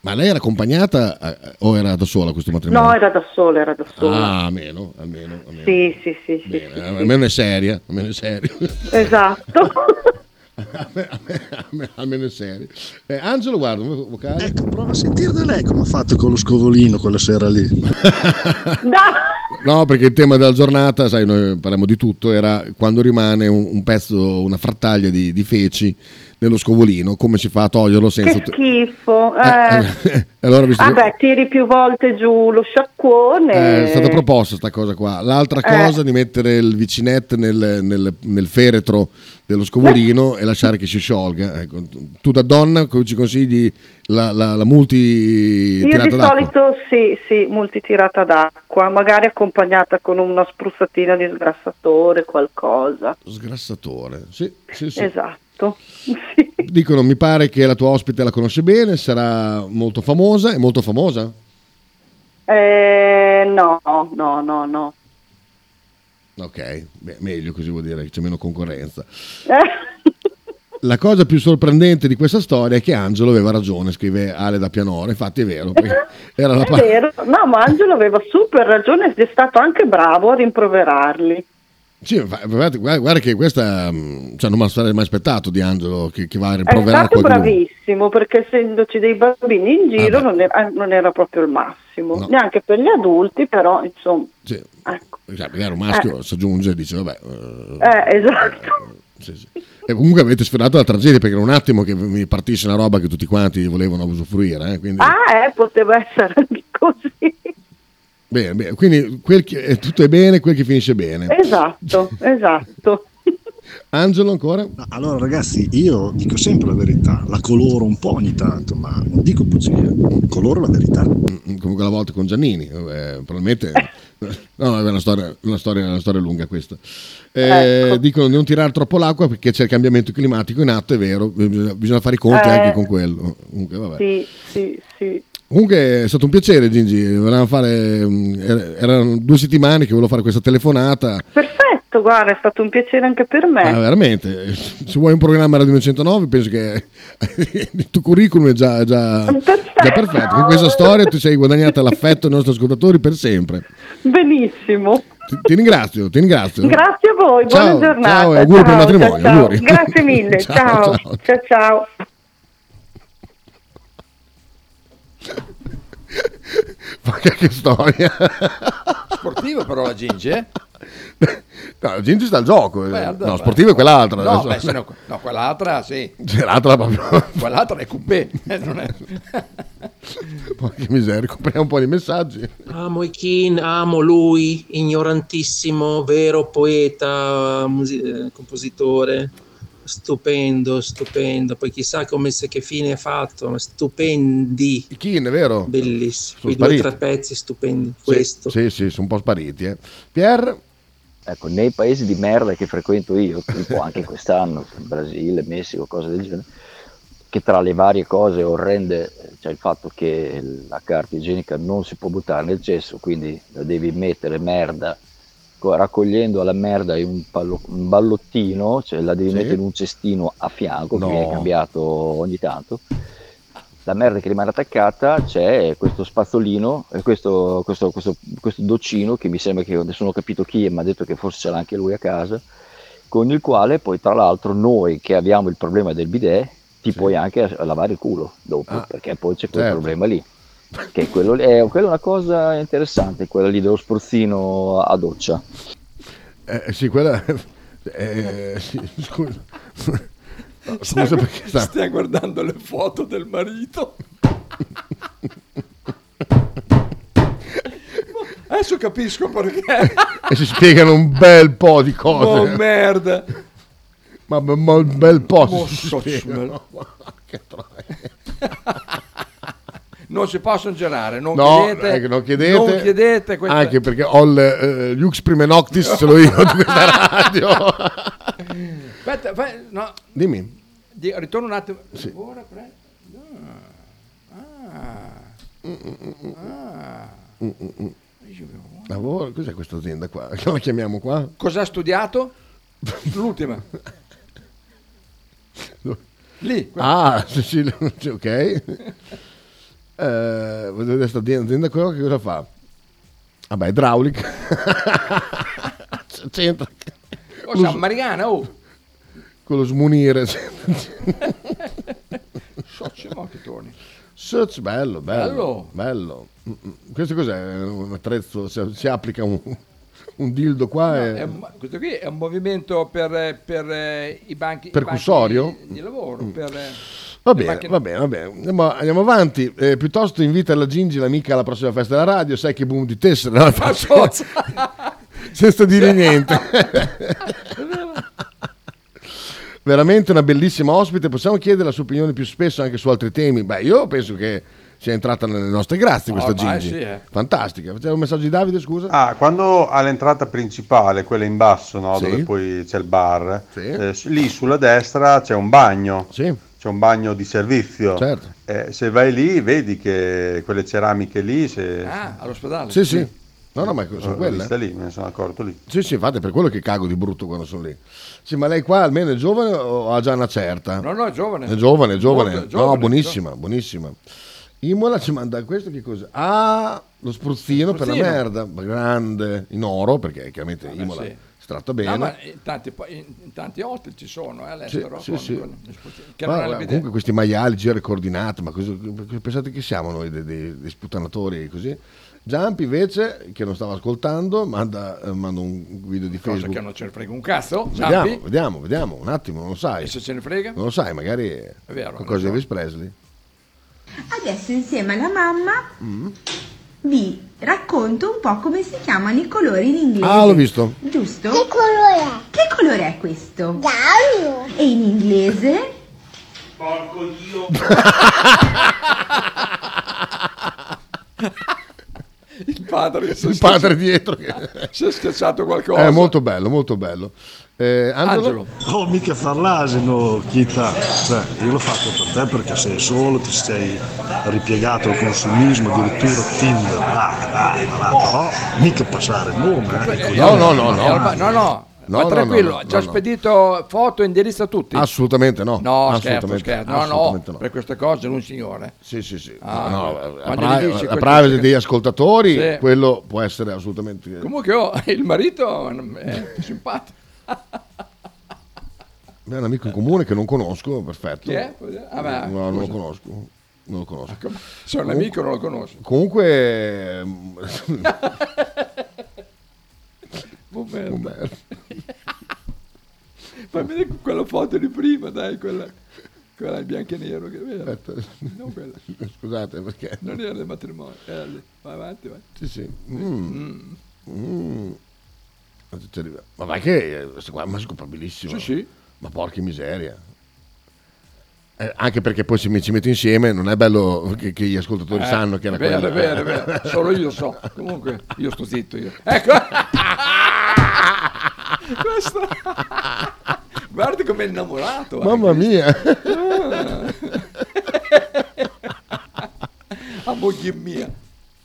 Speaker 1: Ma lei era accompagnata eh, o era da sola a questo matrimonio?
Speaker 5: No, era da sola, era da sola.
Speaker 1: Ah, almeno, almeno, almeno.
Speaker 5: sì, sì, sì, sì,
Speaker 1: Bene, eh,
Speaker 5: sì, sì.
Speaker 1: almeno è seria, almeno è seria.
Speaker 5: Esatto.
Speaker 1: <laughs> almeno è seria. Eh, Angelo, guarda, un vocale.
Speaker 5: Ecco,
Speaker 3: Prova a sentire da lei Eh, come ha fatto con lo scovolino quella sera lì.
Speaker 1: No, perché il tema della giornata, sai, noi parliamo di tutto, era quando rimane un, un pezzo, una frattaglia di, di feci nello scovolino, come si fa a toglierlo senza...
Speaker 5: Che schifo. eh.
Speaker 1: allora, visto
Speaker 5: Ah
Speaker 1: che-
Speaker 5: beh, tiri più volte giù lo sciacquone.
Speaker 1: Eh, è stata proposta sta cosa qua. L'altra
Speaker 5: Eh.
Speaker 1: cosa di mettere il vicinetto nel, nel- nel feretro dello scovolino e lasciare che si sciolga. Ecco, Tu da donna co- ci consigli la, la, la multi
Speaker 5: Io di
Speaker 1: tirata d'acqua?
Speaker 5: solito sì, sì, multitirata d'acqua, magari accompagnata con una spruzzatina di sgrassatore, qualcosa.
Speaker 1: Sgrassatore, sì, sì, sì.
Speaker 5: Esatto.
Speaker 1: Dicono, mi pare che la tua ospite la conosce bene, sarà molto famosa. È molto famosa?
Speaker 5: Eh, no, no, no, no.
Speaker 1: Ok, beh, meglio così vuol dire che c'è meno concorrenza.
Speaker 5: Eh,
Speaker 1: La cosa più sorprendente di questa storia è che Angelo aveva ragione, scrive Ale da Pianoro, infatti è vero,
Speaker 5: <laughs>
Speaker 1: perché era la
Speaker 5: è
Speaker 1: parte...
Speaker 5: vero. No, ma Angelo aveva super ragione ed è stato anche bravo a rimproverarli.
Speaker 1: Sì, ma fa- guarda, guarda- guarda che questa, mh, cioè non me la sarei mai aspettato di Angelo che, che va a
Speaker 5: Eh, È
Speaker 1: rimproverare
Speaker 5: stato
Speaker 1: qualcuno.
Speaker 5: bravissimo perché essendoci dei bambini in giro non, era, non era proprio il massimo, neanche per gli adulti, però insomma. ecco.
Speaker 1: Sì. Cioè, magari un maschio si aggiunge e dice, vabbè... eh,
Speaker 5: Eh, esatto.
Speaker 1: <laughs> sì, sì. E comunque avete sfiorato la tragedia perché era un attimo che mi partisse una roba che tutti quanti volevano usufruire. eh, quindi,
Speaker 5: Ah, eh, poteva essere
Speaker 1: Eh.
Speaker 5: anche così.
Speaker 1: bene, bene. quindi quel che- eh, tutto è bene, quel che finisce bene.
Speaker 5: Esatto, esatto.
Speaker 1: Angelo ancora?
Speaker 3: Allora ragazzi, io dico sempre la verità, la coloro un po' ogni tanto, ma non dico bugie, coloro la verità.
Speaker 1: Mm, come quella volta con Giannini, eh,
Speaker 5: <laughs>
Speaker 1: probabilmente no, è una storia, una storia- una storia lunga questa. Eh,
Speaker 5: Ecco.
Speaker 1: Dicono di non tirare troppo l'acqua perché c'è il cambiamento climatico in atto, è vero, bisogna, bisogna fare i conti
Speaker 5: Eh.
Speaker 1: anche con quello. Comunque, vabbè.
Speaker 5: Sì, sì, sì.
Speaker 1: Comunque è stato un piacere Gigi, volevamo fare, mm, er- erano due settimane che volevo fare questa telefonata,
Speaker 5: Eh. Perfetto, guarda, è stato un piacere anche per me.
Speaker 1: Ah, veramente, se vuoi un programma Radio 909 penso che <laughs> il tuo curriculum è già, già- già perfetto, con questa storia ti sei guadagnata l'affetto dei nostri ascoltatori per sempre.
Speaker 5: Benissimo.
Speaker 1: Ti, ti ringrazio, ti ringrazio.
Speaker 5: Grazie a voi,
Speaker 1: Ciao,
Speaker 5: buona giornata.
Speaker 1: ciao e auguri per il matrimonio,
Speaker 5: ciao, ciao.
Speaker 1: auguri.
Speaker 5: Grazie mille,
Speaker 1: <laughs> Ciao,
Speaker 5: ciao,
Speaker 1: ciao.
Speaker 5: ciao, ciao.
Speaker 1: Ma che, che storia.
Speaker 2: Sportivo però la Ginge, eh?
Speaker 1: <laughs> No, la gente sta al gioco. eh.
Speaker 2: Beh, allora-
Speaker 1: no, sportivo è quell'altra.
Speaker 2: No,
Speaker 1: adesso.
Speaker 2: beh, se no- no, quell'altra sì.
Speaker 1: Quell'altra proprio.
Speaker 2: <laughs> Quell'altra è coupé. eh,
Speaker 1: <laughs>
Speaker 2: non è-
Speaker 1: <laughs> Porca miseria, compriamo un po' di messaggi.
Speaker 18: Amo Ikin, amo lui, ignorantissimo, vero poeta, musi- eh, compositore. Stupendo, stupendo. Poi chissà come se che fine ha fatto, ma stupendi.
Speaker 1: Ikin, è vero?
Speaker 18: Bellissimo.
Speaker 1: Sono
Speaker 18: Quei due o
Speaker 1: spariti.
Speaker 18: tre pezzi stupendi.
Speaker 1: Sì,
Speaker 18: Questo.
Speaker 1: Sì, sì, sono un po' spariti. Eh. Pier?
Speaker 21: Ecco, nei paesi di merda che frequento io, tipo anche quest'anno, Brasile, Messico, cose del genere, che tra le varie cose orrende eh, c'è il fatto che la carta igienica non si può buttare nel cesso, quindi la devi mettere merda, co- raccogliendo alla merda in un, pallo- un ballottino, cioè la devi
Speaker 7: Sì.
Speaker 21: mettere in un cestino a fianco,
Speaker 7: No.
Speaker 21: che viene cambiato ogni tanto. La merda che rimane attaccata c'è questo spazzolino, eh, questo, questo, questo, questo doccino che mi sembra che adesso non ho capito chi è, ma ha detto che forse ce l'ha anche lui a casa, con il quale poi tra l'altro noi che abbiamo il problema del bidet ti puoi anche a- a lavare il culo dopo
Speaker 1: Ah,
Speaker 21: perché poi c'è quel
Speaker 7: certo.
Speaker 21: problema
Speaker 1: <laughs>
Speaker 21: lì che quello lì- è, quella è una cosa interessante quella lì dello spruzzino a doccia
Speaker 1: Eh, sì, quella... Eh, sì, scusa. No, Scusa perché sta...
Speaker 2: Stai guardando le foto del marito. Adesso capisco
Speaker 1: <laughs>
Speaker 2: perché.
Speaker 1: E si spiegano un bel po' di
Speaker 2: Oh
Speaker 1: cose.
Speaker 2: merda.
Speaker 1: ma, ma- ma un bel po'
Speaker 2: Oh,
Speaker 1: si
Speaker 2: so-
Speaker 1: spiegano. che troia.
Speaker 2: Non si possono gelare, non
Speaker 1: No,
Speaker 2: chiedete.
Speaker 1: ecco, non chiedete,
Speaker 2: non chiedete questa-
Speaker 1: anche perché ho il, eh, Lux Prime Noctis ce l'ho io di questa
Speaker 2: <laughs>
Speaker 1: radio.
Speaker 2: Aspetta, fai- no,
Speaker 1: Dimmi,
Speaker 2: di- ritorno un attimo.
Speaker 1: Sì.
Speaker 2: Ora pre- Ah. Ah.
Speaker 1: Mm, mm, mm. lavoro, cos'è questa azienda qua? <laughs> Che la chiamiamo qua?
Speaker 2: Cosa ha studiato?
Speaker 1: <laughs>
Speaker 2: L'ultima. Lì.
Speaker 1: Ah, sì, <laughs> sì, sì, ok. Eh, voglio vedere questa azienda, azienda qua che cosa fa? Vabbè, idraulica. <laughs> C'entra
Speaker 2: Oh, San Mariana, oh.
Speaker 1: con lo smunire.
Speaker 2: Socio, no, che torni.
Speaker 1: Search, bello, bello.
Speaker 2: Bello.
Speaker 1: bello. Mm, mm. Questo cos'è? Un attrezzo, si, si applica un... un dildo qua
Speaker 2: È
Speaker 1: è...
Speaker 2: un- questo qui è un movimento per, eh, per, eh, i banchi, i
Speaker 1: Percussorio? Mm.
Speaker 2: banchi di, di lavoro. Per, eh,
Speaker 1: Va
Speaker 2: le
Speaker 1: bene,
Speaker 2: macchine-
Speaker 1: va bene, va bene. Andiamo, andiamo avanti. Eh, piuttosto invita la Gingi, l'amica, alla prossima festa della radio. Sai che boom di tessera. la <laughs> faccio- senza
Speaker 2: <laughs>
Speaker 1: dire niente. <laughs> Veramente una bellissima ospite. Possiamo chiedere la sua opinione più spesso anche su altri temi? Beh, io penso che sia entrata nelle nostre grazie questa
Speaker 2: Ah,
Speaker 19: Ormai
Speaker 1: Gingi.
Speaker 19: sì, eh.
Speaker 1: Fantastica. Facciamo un messaggio di Davide, scusa.
Speaker 19: Ah, quando all'entrata principale, quella in basso, no,
Speaker 1: Sì.
Speaker 19: dove poi c'è il bar, eh, su- lì sulla destra c'è un bagno, c'è un bagno di servizio.
Speaker 1: Certo.
Speaker 19: Eh, se vai lì vedi che quelle ceramiche lì... Se...
Speaker 2: ah, all'ospedale.
Speaker 1: Sì, sì. No, no, ma sono
Speaker 19: L'ho
Speaker 1: quelle.
Speaker 19: vista Ah, lì, me ne sono accorto lì.
Speaker 1: eh. Sì, sì, infatti è per quello che cago di brutto quando sono lì. Sì, ma lei qua almeno è giovane o ha già una certa?
Speaker 2: No, no, è giovane.
Speaker 1: È giovane, è giovane.
Speaker 2: Molto
Speaker 1: no,
Speaker 2: giovane,
Speaker 1: buonissima, buonissima. Imola ci manda questo che cosa? Ah, lo spruzzino,
Speaker 2: Lo
Speaker 1: per la
Speaker 2: spruzzino.
Speaker 1: merda, grande, in oro, perché chiaramente Imola
Speaker 2: sì.
Speaker 1: si tratta
Speaker 2: No,
Speaker 1: bene.
Speaker 2: ma in tanti, pa- in tanti ospiti ci sono eh, all'estero.
Speaker 1: Sì,
Speaker 2: con-
Speaker 1: sì, sì.
Speaker 2: con-
Speaker 1: Ma,
Speaker 2: che non è
Speaker 1: guarda,
Speaker 2: l'abitudine.
Speaker 1: comunque questi maiali giro coordinato, ma cosa- pensate che siamo noi dei, dei- dei sputtanatori così? Giampi invece, che non stava ascoltando, manda, eh, manda un video di
Speaker 2: Cosa
Speaker 1: Facebook.
Speaker 2: che non ce ne frega un cazzo,
Speaker 1: Vediamo,
Speaker 2: Zampi.
Speaker 1: vediamo, vediamo, un attimo, non lo sai.
Speaker 2: E se ce ne frega?
Speaker 1: Non lo sai, magari è
Speaker 2: vero,
Speaker 1: qualcosa di Elvis Presley.
Speaker 7: Adesso insieme alla mamma
Speaker 1: Mm.
Speaker 7: vi racconto un po' come si chiamano i colori in inglese.
Speaker 1: Ah, l'ho visto.
Speaker 7: Giusto? Che colore è? Che colore è questo? Giallo. E
Speaker 1: <laughs>
Speaker 7: in inglese?
Speaker 6: Porco Dio.
Speaker 2: Il padre, che si è
Speaker 1: Il padre
Speaker 2: schiacciato-
Speaker 1: dietro che-
Speaker 2: si è schiacciato qualcosa.
Speaker 1: È Eh, molto bello, molto bello. Eh, Angelo,
Speaker 3: Oh, mica far l'asino, Chita. Cioè, io l'ho fatto per te perché sei solo, ti sei ripiegato al consumismo, addirittura Tinder. Ah, dai, ma va, però mica passare il nome. Eh.
Speaker 1: No, no, no, no.
Speaker 2: Eh, ormai- no, no.
Speaker 1: No,
Speaker 2: Ma
Speaker 1: no,
Speaker 2: tranquillo,
Speaker 1: no, no,
Speaker 2: ci ha
Speaker 1: no, no.
Speaker 2: spedito foto e indirizzo a tutti.
Speaker 1: assolutamente no.
Speaker 2: No, scherzo,
Speaker 1: assolutamente,
Speaker 2: scherzo. No, no,
Speaker 1: assolutamente no.
Speaker 2: per queste cose lui è un signore.
Speaker 1: Sì, sì, sì.
Speaker 2: Ah,
Speaker 1: No, eh,
Speaker 2: quando
Speaker 1: la,
Speaker 2: gli
Speaker 1: pri-
Speaker 2: dici
Speaker 1: la
Speaker 2: queste
Speaker 1: privacy
Speaker 2: cose-
Speaker 1: degli ascoltatori,
Speaker 2: Sì.
Speaker 1: quello può essere assolutamente...
Speaker 2: Comunque oh, <laughs> il marito è simpatico.
Speaker 1: Beh, è un amico in comune che non conosco, perfetto.
Speaker 2: Chi è? Ah, ma-
Speaker 1: no, non lo
Speaker 2: scusa. Ah,
Speaker 1: conosco. Non lo conosco.
Speaker 2: Se è un amico non lo conosco. <laughs>
Speaker 1: Comunque... ehm, <laughs>
Speaker 2: Umberto. Fammi vedere quella foto di prima, dai, quella, quella in bianco e nero. Che era.
Speaker 1: Aspetta.
Speaker 2: Non quella.
Speaker 1: Scusate perché...
Speaker 2: Non era del matrimonio, era lì. Vai avanti, vai.
Speaker 1: Sì, sì. Mm. Mm. Adesso ci arriva. Ma vai che eh, questo qua è scopabilissimo.
Speaker 2: Sì, sì.
Speaker 1: Ma porca miseria. Eh, anche perché poi se mi ci metto insieme non è bello che, che gli ascoltatori
Speaker 2: Eh,
Speaker 1: sanno che era
Speaker 2: è vero,
Speaker 1: quella.
Speaker 2: È vero, è vero, solo io lo so. Comunque, io sto zitto io. Ecco. Questo. Guarda com'è innamorato. eh.
Speaker 1: Mamma mia.
Speaker 2: <laughs> Ah. Ah, moglie mia.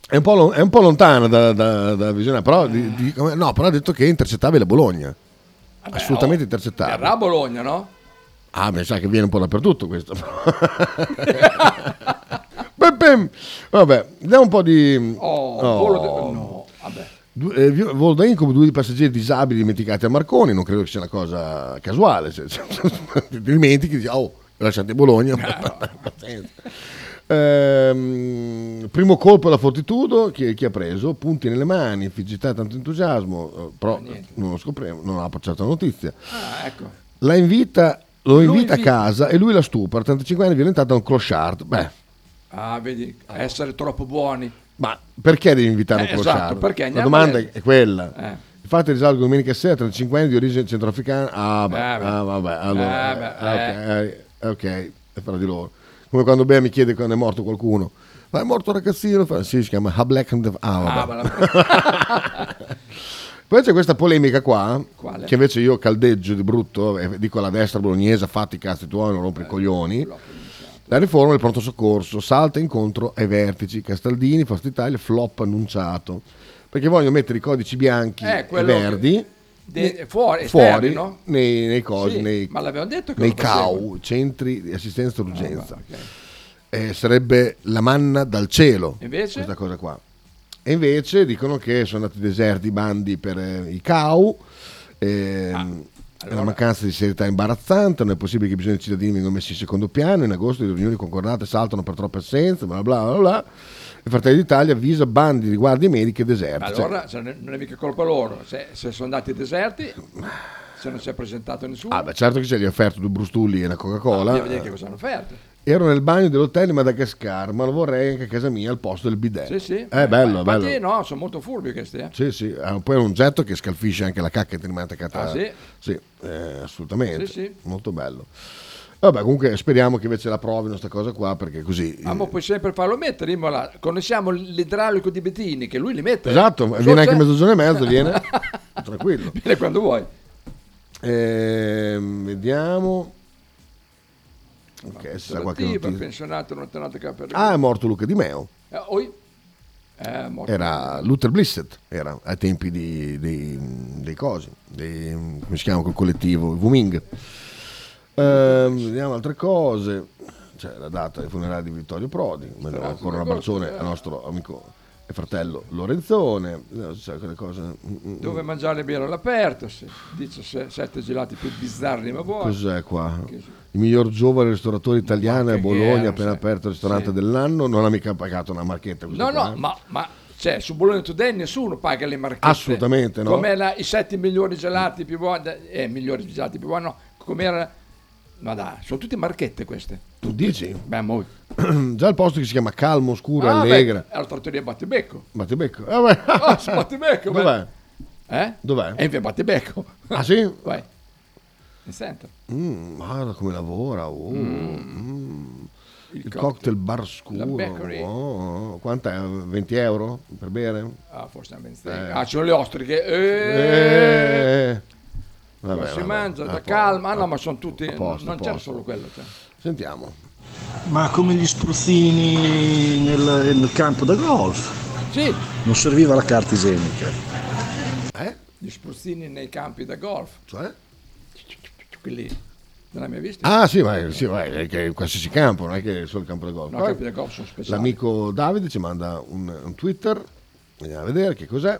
Speaker 1: È un po', lo- è un po' lontana da, da, da visionare, però, di- di- come- no, però ha detto che è intercettabile a Bologna. Assolutamente intercettabile.
Speaker 2: Verrà a Bologna, no?
Speaker 1: Ah, mi sa che viene un po' dappertutto questo. Pem, pem. Vabbè, diamo un po' di...
Speaker 2: Oh,
Speaker 1: Oh.
Speaker 2: volo de- no, vabbè.
Speaker 1: Due- eh, vi- volo da incubo due passeggeri disabili dimenticati a Marconi, non credo che sia una cosa casuale, se, se- se- ti dimentichi, dici, oh, lasciate Bologna. Ehm, primo colpo alla fortitudo, chi, chi ha preso? Punti nelle mani, figità, tanto entusiasmo, eh, però non lo scopriamo, non ha portato la notizia.
Speaker 2: Ah, ecco.
Speaker 1: La invita, lo
Speaker 2: Lui
Speaker 1: invita a
Speaker 2: invita-
Speaker 1: casa e lui la stupra, 35 anni violentata da un clochard. Beh,
Speaker 2: Ah, vedi, essere troppo buoni.
Speaker 1: ma perché devi invitare un
Speaker 2: Eh,
Speaker 1: clochard?
Speaker 2: esatto, perché
Speaker 1: La
Speaker 2: andiamo
Speaker 1: domanda
Speaker 2: a-
Speaker 1: è quella.
Speaker 2: Eh.
Speaker 1: Infatti risalgo domenica sera, 35 anni di origine centroafricana. Ah, beh,
Speaker 2: Eh, beh.
Speaker 1: ah, vabbè, allora,
Speaker 2: Eh, beh,
Speaker 1: eh, ok, eh, ok, è fra di loro. Come quando Bea mi chiede quando è morto qualcuno. Ma è morto un ragazzino? Fa, sì, si chiama Ha Black and the... Ah,
Speaker 2: Ah,
Speaker 1: vabbè.
Speaker 2: ma la-
Speaker 1: <laughs> Poi c'è questa polemica qua,
Speaker 2: Quale?
Speaker 1: che invece io caldeggio di brutto, e dico alla destra bolognese, fatti i cazzi tuoi, non
Speaker 2: Eh,
Speaker 1: rompere i coglioni. La riforma del pronto soccorso salta incontro ai vertici Castaldini, Forza Italia, flop annunciato. Perché vogliono mettere i codici bianchi
Speaker 2: Eh,
Speaker 1: e
Speaker 2: quello che-
Speaker 1: verdi
Speaker 2: De- fuori,
Speaker 1: fuori
Speaker 2: esterni, no?
Speaker 1: nei, nei cosi,
Speaker 2: Sì,
Speaker 1: nei,
Speaker 2: ma l'avevamo detto che
Speaker 1: nei
Speaker 2: lo facevano.
Speaker 1: CAU, centri di assistenza d'urgenza.
Speaker 2: Ah, ok.
Speaker 1: Eh, sarebbe la manna dal cielo
Speaker 2: Invece?
Speaker 1: questa cosa qua. E
Speaker 2: Ah.
Speaker 1: invece dicono che sono andati deserti i bandi per eh, i CAU. ehm, È una mancanza di serietà imbarazzante, non è possibile che i bisogni dei cittadini vengano messi in secondo piano, in agosto le riunioni concordate saltano per troppe assenze, bla bla bla bla. E Fratelli d'Italia avvisa bandi riguardo i medici e deserti.
Speaker 2: Ma
Speaker 1: Cioè,
Speaker 2: allora se ne- non è mica colpa loro, se, se sono andati deserti, se non si è presentato nessuno,
Speaker 1: ah, beh, certo che c'è gli offerto due brustulli e una Coca-Cola.
Speaker 2: devi vedere Ah, che cosa hanno offerto.
Speaker 1: Ero nel bagno dell'hotel in Madagascar, ma lo vorrei anche a casa mia al posto del bidet.
Speaker 2: Sì, sì.
Speaker 1: È Eh. bello,
Speaker 2: Ma
Speaker 1: bello.
Speaker 2: infatti, no, sono molto furbi questi, eh.
Speaker 1: Sì, sì, ha poi un getto che scalfisce anche la cacca che ti rimane attaccata.
Speaker 2: Ah, sì?
Speaker 1: Sì, eh, assolutamente.
Speaker 2: Sì, sì.
Speaker 1: Molto bello. Vabbè, comunque speriamo che invece la provino sta cosa qua perché così...
Speaker 2: Ah, ma puoi sempre farlo mettere, Imola. Conosciamo l'idraulico di Bettini, che lui li mette.
Speaker 1: Esatto,
Speaker 2: Sotto,
Speaker 1: viene anche
Speaker 2: eh.
Speaker 1: mezzogiorno e mezzo,
Speaker 2: <laughs>
Speaker 1: viene. Tranquillo.
Speaker 2: Viene quando vuoi.
Speaker 1: Ehm, vediamo. Ok, se sa qualche
Speaker 2: Attiva,
Speaker 1: notizia.
Speaker 2: pensionato, non tornato a per...
Speaker 1: Ah, è morto Luca Di Meo.
Speaker 2: Eh, oi. Eh, morto.
Speaker 1: Era Luther Blissett, era ai tempi di- dei, dei cosi, dei- come si chiama quel collettivo, il Wuming. Ehm, vediamo altre cose. C'è la data del funerale di Vittorio Prodi, ma no, ancora un abbraccione al nostro amico e fratello Lorenzone. Vediamo se c'è quelle cose. mm, mm, mm.
Speaker 2: Dove mangiare bene all'aperto, se- dice se- sette gelati più bizzarri ma buoni.
Speaker 1: Cos'è qua?
Speaker 2: Che-
Speaker 1: Il miglior giovane ristoratore italiano a Bologna,
Speaker 2: era,
Speaker 1: appena
Speaker 2: sì.
Speaker 1: aperto il ristorante
Speaker 2: Sì.
Speaker 1: dell'anno, non ha mica pagato una marchetta. questo
Speaker 2: No,
Speaker 1: qua,
Speaker 2: no,
Speaker 1: eh.
Speaker 2: ma, ma cioè, su Bologna Today nessuno paga le marchette.
Speaker 1: Assolutamente no.
Speaker 2: Come i sette migliori gelati più buoni, eh, migliori gelati più buoni, no, come era... Ma dai, sono tutte marchette queste.
Speaker 1: Tu dici?
Speaker 2: Beh, mo...
Speaker 1: <clears throat> Già il posto che si chiama Calmo, Oscuro,
Speaker 2: Ah, beh,
Speaker 1: Allegra.
Speaker 2: Alla trattoria Battibecco.
Speaker 1: Battibecco. Ah, beh.
Speaker 2: Ah, su Battibecco, beh.
Speaker 1: Dov'è?
Speaker 2: Eh?
Speaker 1: Dov'è?
Speaker 2: È in via Battibecco.
Speaker 1: Ah sì?
Speaker 2: Vai. Mi sento.
Speaker 1: Mm, guarda come lavora. oh, mm. Il, cocktail, bar
Speaker 2: La
Speaker 1: scuro.
Speaker 2: bakery.
Speaker 1: oh, oh. Quant'è? 20 euro per bere?
Speaker 2: Ah, forse non
Speaker 1: Eh.
Speaker 2: Ah, ci sono le ostriche. Eh.
Speaker 1: Eh. Vabbè, vabbè.
Speaker 2: si
Speaker 1: Eh,
Speaker 2: mangia,
Speaker 1: A
Speaker 2: da
Speaker 1: posto.
Speaker 2: calma. Ah, no, ma sono tutti...
Speaker 1: A posto, a
Speaker 2: non c'era
Speaker 1: posto.
Speaker 2: solo quello. cioè.
Speaker 1: Sentiamo.
Speaker 3: Ma come gli spruzzini nel, nel campo da golf.
Speaker 2: Sì.
Speaker 3: Non serviva la carta igienica.
Speaker 2: Gli spruzzini nei campi da golf.
Speaker 1: Eh? Cioè?
Speaker 2: Quelli... Non l'hai mai visto?
Speaker 1: Ah sì, ma sì, ma è che in qualsiasi campo, non è che solo il campo da golf.
Speaker 2: No,
Speaker 1: Poi
Speaker 2: campi da golf sono speciali.
Speaker 1: L'amico Davide ci manda un, un Twitter, andiamo a vedere che cos'è.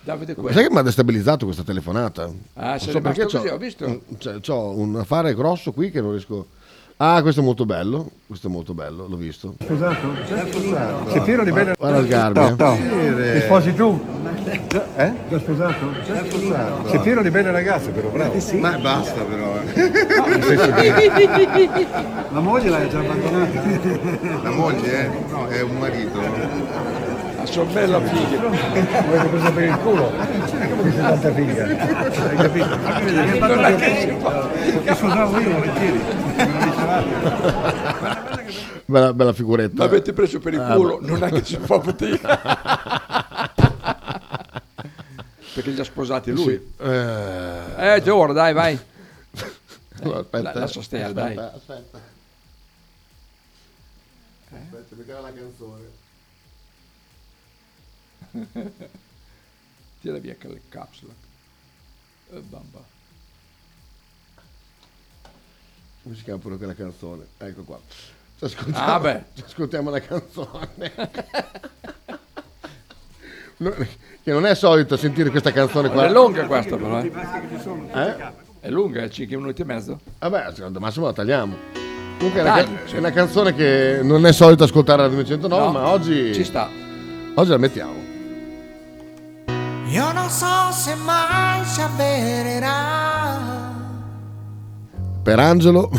Speaker 2: Davide
Speaker 1: Ma
Speaker 2: Quelli.
Speaker 1: Sai che mi ha destabilizzato questa telefonata?
Speaker 2: Ah,
Speaker 1: Non
Speaker 2: sei rimasto
Speaker 1: perché
Speaker 2: così,
Speaker 1: c'ho-
Speaker 2: ho visto.
Speaker 1: un- c'è- c'ho un affare grosso qui che non riesco... Ah, questo è molto bello, questo è molto bello, l'ho visto.
Speaker 8: Esatto.
Speaker 1: Che tiro di bene- Guarda il Garbi, eh.
Speaker 8: Ti sposi tu? Eh? L'ho sposato? Eh Che tiro di belle ragazze però, bravo. Ma basta però. eh.
Speaker 2: <laughs>
Speaker 8: La moglie l'hai già abbandonata. La moglie eh. è un marito.
Speaker 2: La sorella figlia.
Speaker 8: Vuoi che presa per il culo? Che sei tanta figlia. Hai capito?
Speaker 2: Non è che si fa.
Speaker 8: Ti sposavo io volentieri.
Speaker 1: Bella, bella figuretta.
Speaker 2: Mi avete preso per il
Speaker 1: Ah,
Speaker 2: culo,
Speaker 1: beh.
Speaker 2: non è che si fa fatica. Perché li ha sposati lui.
Speaker 1: Sì. Eh.
Speaker 2: Eh, Giorgio, dai, vai.
Speaker 1: No, <laughs> aspetta, eh.
Speaker 2: la, la sostella,
Speaker 1: aspetta,
Speaker 2: dai.
Speaker 1: Aspetta. Eh? Aspetta, mi cala la canzone.
Speaker 2: Tira via quelle capsule. Eh, bamba.
Speaker 1: Come si chiama pure quella canzone? Ecco qua. Ci
Speaker 2: Ah, beh.
Speaker 1: ci ascoltiamo la canzone. <laughs> No, che non è solito sentire questa canzone qua.
Speaker 2: È lunga questa però, eh.
Speaker 1: Eh?
Speaker 2: È lunga, è 5 minuti e mezzo.
Speaker 1: Vabbè, secondo Massimo la tagliamo. Comunque è una,
Speaker 2: Dai,
Speaker 1: ca-
Speaker 2: sì.
Speaker 1: è una canzone che non è solito ascoltare alla 909,
Speaker 2: No,
Speaker 1: ma oggi...
Speaker 2: ci sta.
Speaker 1: Oggi la mettiamo.
Speaker 9: Io non so se mai ci avvererà
Speaker 1: Per Angelo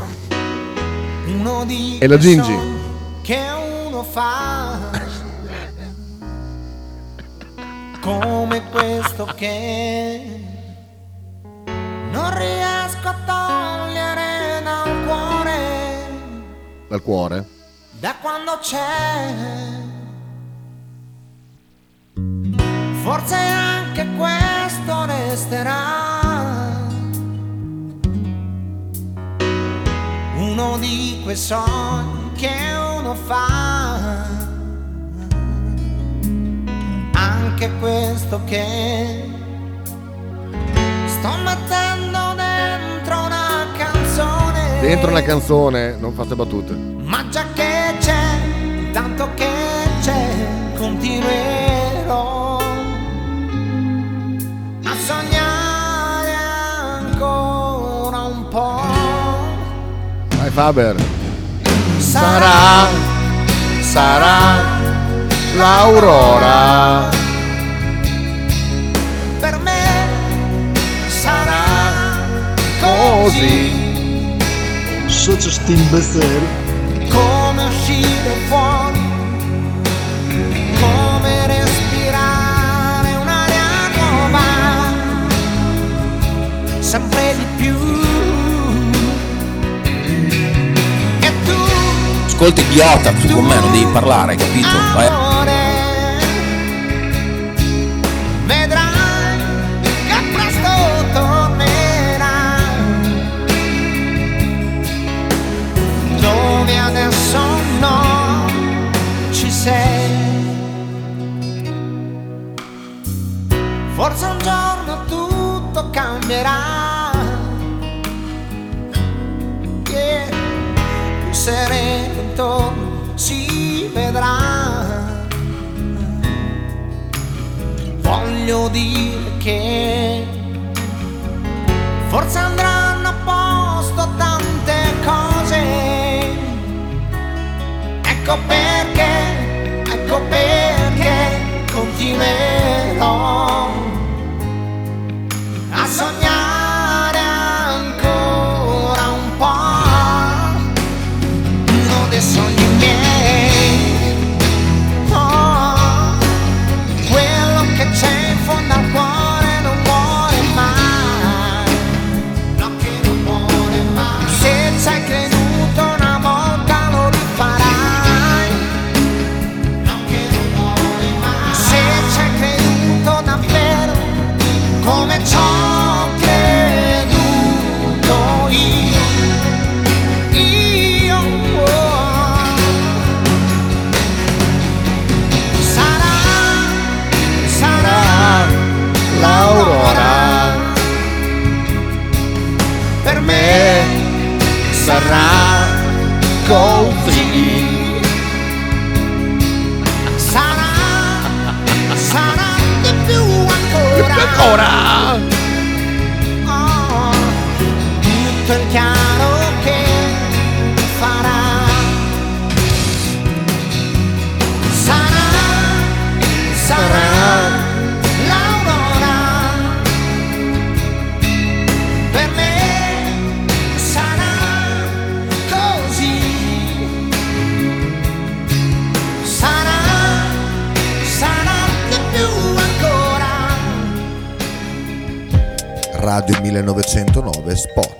Speaker 9: uno di
Speaker 1: e la
Speaker 9: quei
Speaker 1: Gingi.
Speaker 9: sogni che uno fa. Come questo che non riesco a togliere da un cuore
Speaker 1: Dal cuore.
Speaker 9: da quando c'è. Forse anche questo resterà uno di quei sogni che uno fa. Anche questo che sto mettendo dentro una canzone.
Speaker 1: Dentro una canzone, non fate battute.
Speaker 9: Ma già che c'è, tanto che c'è, continuerò a sognare ancora.
Speaker 18: Vai Faber.
Speaker 9: Sarà,
Speaker 18: sarà l'aurora.
Speaker 9: per me sarà
Speaker 18: così
Speaker 3: Sotto sti imbecilli.
Speaker 9: come uscire fuori, come respirare un'aria nuova, sempre di più. E tu,
Speaker 13: Ascolta idiota, tu con me non devi parlare, capito? Vai a-
Speaker 9: amore, vedrai che presto tornerà, dove adesso no ci sei. Forse un giorno tutto cambierà. Yeah. Più sereno intorno si vedrà. Voglio dire che forse andranno a posto tante cose. Ecco perché, ecco perché continuerò a sognare ancora un po' uno dei sogni miei. oh. No, quello che c'è in fondo al cuore non muore mai. No, che non muore mai. Se ci hai creduto una volta lo rifarai. No, che non muore mai. Se ci hai creduto davvero come ci ho creduto io. Io oh. sarà, sarà l'aurora. Per me sarà così. Sarà, sarà di più ancora.
Speaker 18: Ancora!
Speaker 9: Oh, tutto il chiaro che farà. Sarà, sarà l'aurora. Per me sarà così. Sarà, sarà di più ancora.
Speaker 1: Radio 1909 Spot.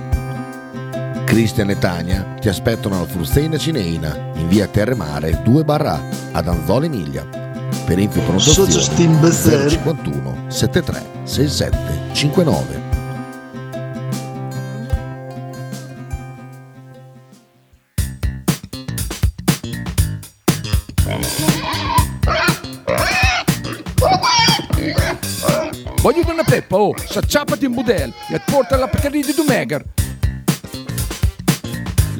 Speaker 1: Cristian e Tania ti aspettano alla Fruzeina Cineina in via Terremare 2 barra A, ad Anzola Emilia. Per info e
Speaker 3: Sotto sti imbecilli.
Speaker 1: prenotazione 051 73 67 59.
Speaker 2: Voglio una peppa, oh, s'acciappati in budel e porta la Pcaridi di Dumegar.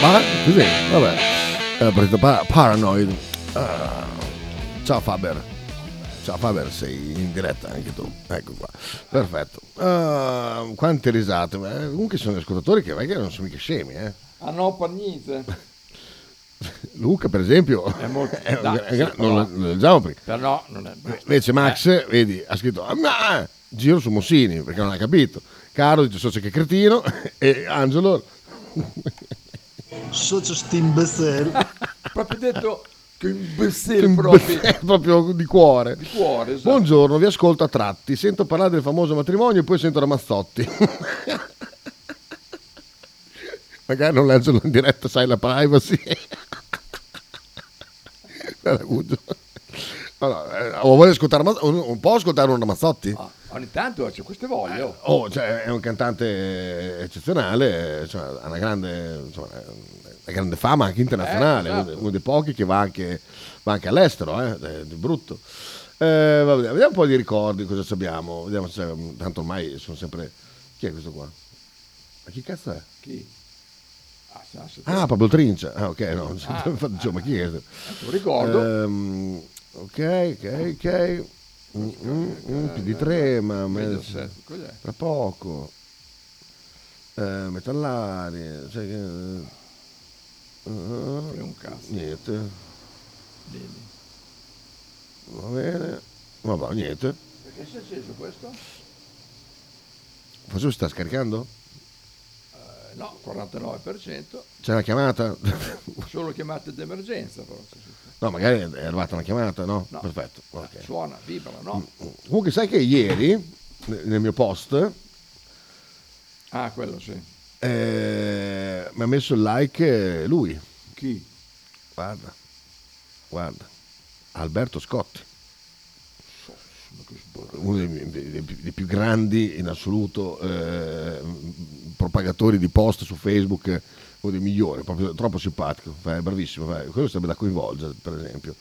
Speaker 1: Ma così, vabbè. È una partita pa- paranoid. Ah. ciao Faber. Ciao Faber, sei in diretta anche tu. Ecco qua. Perfetto. Ah, quante risate. Eh, comunque sono gli ascoltatori che vai che non sono mica scemi, eh.
Speaker 2: Ah no, per niente.
Speaker 1: Luca, per esempio,
Speaker 2: È molto-
Speaker 1: <laughs> è un
Speaker 2: dai,
Speaker 1: gra-
Speaker 2: sì, Eh.
Speaker 1: gra- non
Speaker 2: però-
Speaker 1: lo- lo leggiamo prima.
Speaker 2: Però non è basta.
Speaker 1: Invece Max, vedi, ha scritto "Ah, ma, giro su Mossini perché non ha capito. Caro dice socio che cretino <laughs> e Angelo
Speaker 3: Socio sti imbecille.
Speaker 1: <laughs>
Speaker 2: Proprio detto che
Speaker 1: che
Speaker 2: imbecille
Speaker 1: imbe-
Speaker 2: proprio.
Speaker 1: <laughs> proprio di cuore.
Speaker 2: Di cuore, esatto.
Speaker 1: Buongiorno, vi ascolto a tratti, sento parlare del famoso matrimonio e poi sento
Speaker 2: <laughs>
Speaker 1: Ramazzotti. Magari non leggerlo in diretta, sai la privacy. <laughs> Guarda, Gugio. Allora, eh, o vuoi ascoltare Ramazz- o- o può ascoltare un Ramazzotti?
Speaker 2: Ogni tanto c'è queste voglie. oh.
Speaker 1: Oh, cioè, è un cantante eccezionale, eh, cioè, ha una grande, insomma, eh, una grande fama anche internazionale,
Speaker 2: Eh, esatto.
Speaker 1: uno dei- uno dei pochi che va anche, va anche all'estero, eh, è di brutto. Eh, vabbè, vediamo un po' di ricordi, cosa ci abbiamo, vediamo se, c'è- tanto ormai sono sempre... Chi è questo qua? Ma chi cazzo è?
Speaker 2: Chi? Ah, sa- sa-
Speaker 1: Ah, Pablo Trincia, ah ok, no,
Speaker 2: Ah,
Speaker 1: insomma, chi è?
Speaker 2: lo ricordo.
Speaker 1: Ehm, ok, ok, ok. Mm, mm, mm, più di tre, ma ma-
Speaker 2: Vedo se- cos'è?
Speaker 1: tra poco. Eh, metallari, sai che... eh,
Speaker 2: un cazzo.
Speaker 1: Niente. Va bene. Vabbè, niente.
Speaker 2: Perché si è acceso questo?
Speaker 1: Forse si sta scaricando?
Speaker 2: Eh, no, 49%.
Speaker 1: C'è una chiamata? <laughs>
Speaker 2: Solo chiamate d'emergenza però.
Speaker 1: no, magari è arrivata una chiamata, no?
Speaker 2: No.
Speaker 1: Perfetto. ok.
Speaker 2: Ah,
Speaker 1: Mm.
Speaker 2: Suona, vibra, no?
Speaker 1: Comunque sai che ieri, ne- nel mio post,
Speaker 2: Ah, quello sì.
Speaker 1: eh, mi ha messo il like eh, lui.
Speaker 2: Chi?
Speaker 1: Guarda, guarda, Alberto Scotti, uno dei, dei- dei- dei più grandi in assoluto eh, propagatori di post su Facebook, eh, uno dei migliori, proprio troppo simpatico, fa- è bravissimo, fa- quello sarebbe da coinvolgere per esempio.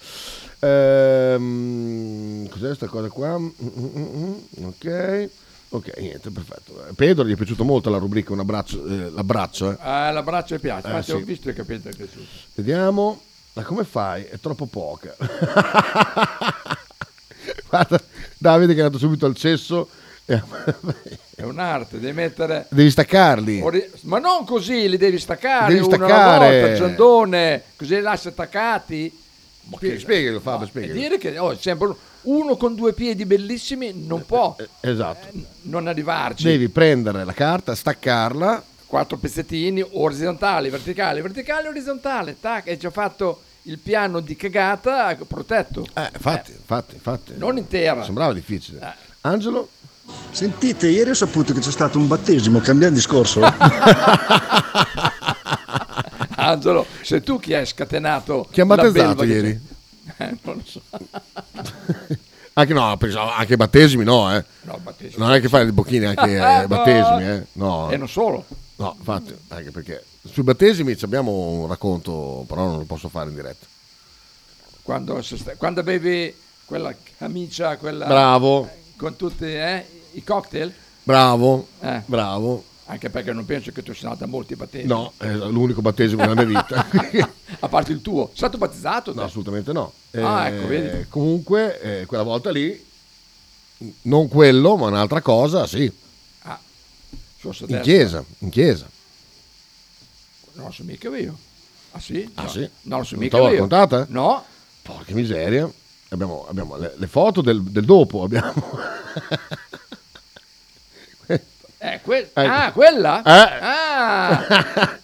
Speaker 1: Ehm, cos'è questa cosa qua? Mm, mm, mm, mm, ok. Ok, niente, perfetto. Pedro gli è piaciuta molto la rubrica, un abbraccio, eh, l'abbraccio. eh.
Speaker 2: Eh, l'abbraccio e piace.
Speaker 1: Eh,
Speaker 2: Infatti
Speaker 1: sì.
Speaker 2: ho visto e capito che è piaciuto.
Speaker 1: Vediamo. Ma come fai? È troppo poca. <laughs> Guarda, Davide che è andato subito al cesso. Eh, <laughs>
Speaker 2: È un'arte, devi mettere...
Speaker 1: Devi staccarli.
Speaker 2: Ori- Ma non così, li devi staccare
Speaker 1: Devi
Speaker 2: uno
Speaker 1: staccare.
Speaker 2: alla volta, Giandone, così li lasci attaccati.
Speaker 1: Spie- Spiegalo, Fabio,
Speaker 2: E
Speaker 1: spiegalo.
Speaker 2: dire che oh, sempre uno con due piedi bellissimi
Speaker 1: Eh,
Speaker 2: non può Eh,
Speaker 1: Esatto.
Speaker 2: non arrivarci.
Speaker 1: Devi prendere la carta, staccarla.
Speaker 2: Quattro pezzettini orizzontali, verticali, verticali, orizzontale, tac, e ci ha fatto il piano di cagata protetto.
Speaker 1: Eh, Infatti, infatti, infatti.
Speaker 2: Non intera.
Speaker 1: Sembrava difficile. Angelo?
Speaker 3: Sentite, ieri ho saputo che c'è stato un battesimo, cambiamo
Speaker 1: <laughs>
Speaker 3: discorso.
Speaker 2: Eh, Angelo, sei tu chi hai scatenato.
Speaker 1: Chi ha
Speaker 2: la
Speaker 1: battezzato
Speaker 2: belva che
Speaker 1: ieri?
Speaker 2: c'è? Eh, non lo so. <laughs>
Speaker 1: Anche no, pensavo- anche i battesimi no, eh.
Speaker 2: No, battesimi.
Speaker 1: Non è che fai i bocchini
Speaker 2: <laughs>
Speaker 1: anche ai battesimi, eh. No.
Speaker 2: E non solo.
Speaker 1: No, infatti, anche perché sui battesimi ci abbiamo un racconto, però non lo posso fare in diretta.
Speaker 2: Quando, si sta- quando bevi quella camicia, quella...
Speaker 1: Bravo.
Speaker 2: Con tutti eh, i cocktail,
Speaker 1: Bravo,
Speaker 2: Eh.
Speaker 1: bravo.
Speaker 2: anche perché non penso che tu sia andato a molti battesimi.
Speaker 1: No, è l'unico battesimo della mia vita.
Speaker 2: <laughs> a parte il tuo. Sei stato battezzato? te?
Speaker 1: No, assolutamente no.
Speaker 2: <laughs> Ah,
Speaker 1: Eh,
Speaker 2: ecco, vedi.
Speaker 1: Comunque, eh, quella volta lì, non quello, ma un'altra cosa, sì,
Speaker 2: Sono stato
Speaker 1: in
Speaker 2: adesso.
Speaker 1: chiesa, in chiesa.
Speaker 2: Non so mica io. Ah sì?
Speaker 1: Ah
Speaker 2: No.
Speaker 1: sì?
Speaker 2: Non lo so
Speaker 1: Non
Speaker 2: mica
Speaker 1: te l'ho
Speaker 2: io.
Speaker 1: raccontata?
Speaker 2: No.
Speaker 1: Porca miseria. Abbiamo, abbiamo le, le foto del, del dopo, abbiamo.
Speaker 2: Eh, que-
Speaker 1: <laughs> Ecco.
Speaker 2: Ah, quella?
Speaker 1: Eh. <laughs>
Speaker 2: Ah!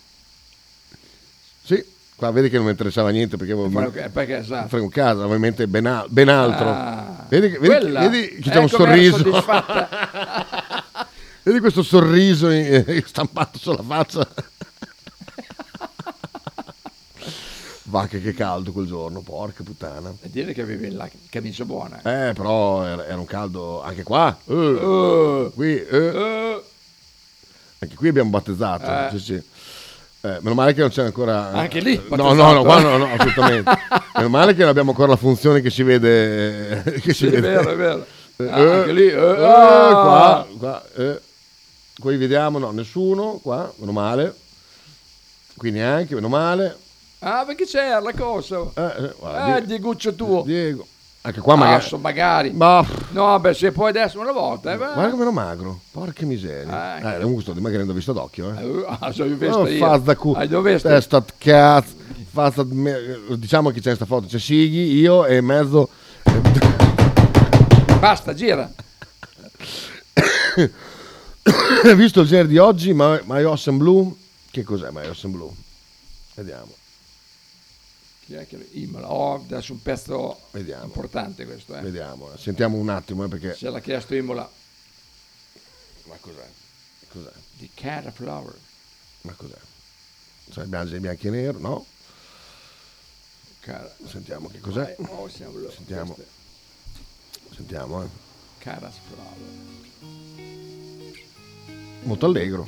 Speaker 1: sì, qua vedi che non mi interessava niente perché avevo...
Speaker 2: Perché- perché, esatto.
Speaker 1: Frega un caso, ovviamente ben, al- ben altro.
Speaker 2: Ah.
Speaker 1: vedi che, vedi che-
Speaker 2: Quella?
Speaker 1: vedi che c'è
Speaker 2: Eh,
Speaker 1: un
Speaker 2: com'era
Speaker 1: sorriso. <laughs>
Speaker 2: soddisfatta. <laughs>
Speaker 1: vedi questo sorriso eh, stampato sulla faccia. vacche che caldo quel giorno, porca puttana.
Speaker 2: E dire che avevi la camicia buona.
Speaker 1: Eh, però era, era un caldo anche qua. Eh,
Speaker 2: Eh.
Speaker 1: qui, eh. Anche qui abbiamo battezzato. sì,
Speaker 2: Eh.
Speaker 1: sì. Eh, meno male che non c'è ancora. eh,
Speaker 2: Anche lì,
Speaker 1: No,
Speaker 2: battezzato. eh.
Speaker 1: no, no, qua no, no, assolutamente. meno male che non abbiamo ancora la funzione che si vede. eh, Che si
Speaker 2: Sì, è
Speaker 1: vede.
Speaker 2: vero, è vero.
Speaker 1: Eh,
Speaker 2: Ah, anche lì, eh,
Speaker 1: eh,
Speaker 2: ah.
Speaker 1: qua, qua, eh. Qui vediamo, no, nessuno qua, meno male. Qui neanche, meno male.
Speaker 2: Ah, perché c'era la cosa?
Speaker 1: Eh, guarda,
Speaker 2: ah, Dieguccio tuo.
Speaker 1: Diego. Anche qua magari.
Speaker 2: Asso, magari.
Speaker 1: Ma
Speaker 2: No, beh, se puoi adesso una volta, eh, beh.
Speaker 1: guarda come ero magro, porca miseria. Eh, comunque sto dimagrendo a vista d'occhio, eh.
Speaker 2: Ah, sono in
Speaker 1: Oh,
Speaker 2: veste io.
Speaker 1: fazza cu- Eh,
Speaker 2: Hai dove veste?
Speaker 1: testa d- cazzo, fazza d- me- diciamo che c'è questa foto, c'è Sighi, io e mezzo <coughs>
Speaker 2: Basta, gira.
Speaker 1: visto il genere di oggi, ma My Awesome Blue, che cos'è My Awesome Blue? Vediamo.
Speaker 2: Chi è che- Imola. Oh, adesso un pezzo importante questo, eh.
Speaker 1: Vediamo, eh. sentiamo un attimo eh, perché
Speaker 2: Se l'ha chiesto Imola.
Speaker 1: Ma cos'è? Cos'è?
Speaker 2: Di Caterpillar.
Speaker 1: Ma cos'è? Cioè, bianco e bianco e nero, no? Sentiamo che cos'è.
Speaker 2: My Awesome Blue.
Speaker 1: Sentiamo.
Speaker 2: Questo
Speaker 1: Sentiamo, eh.
Speaker 2: Caterpillar.
Speaker 1: Molto allegro.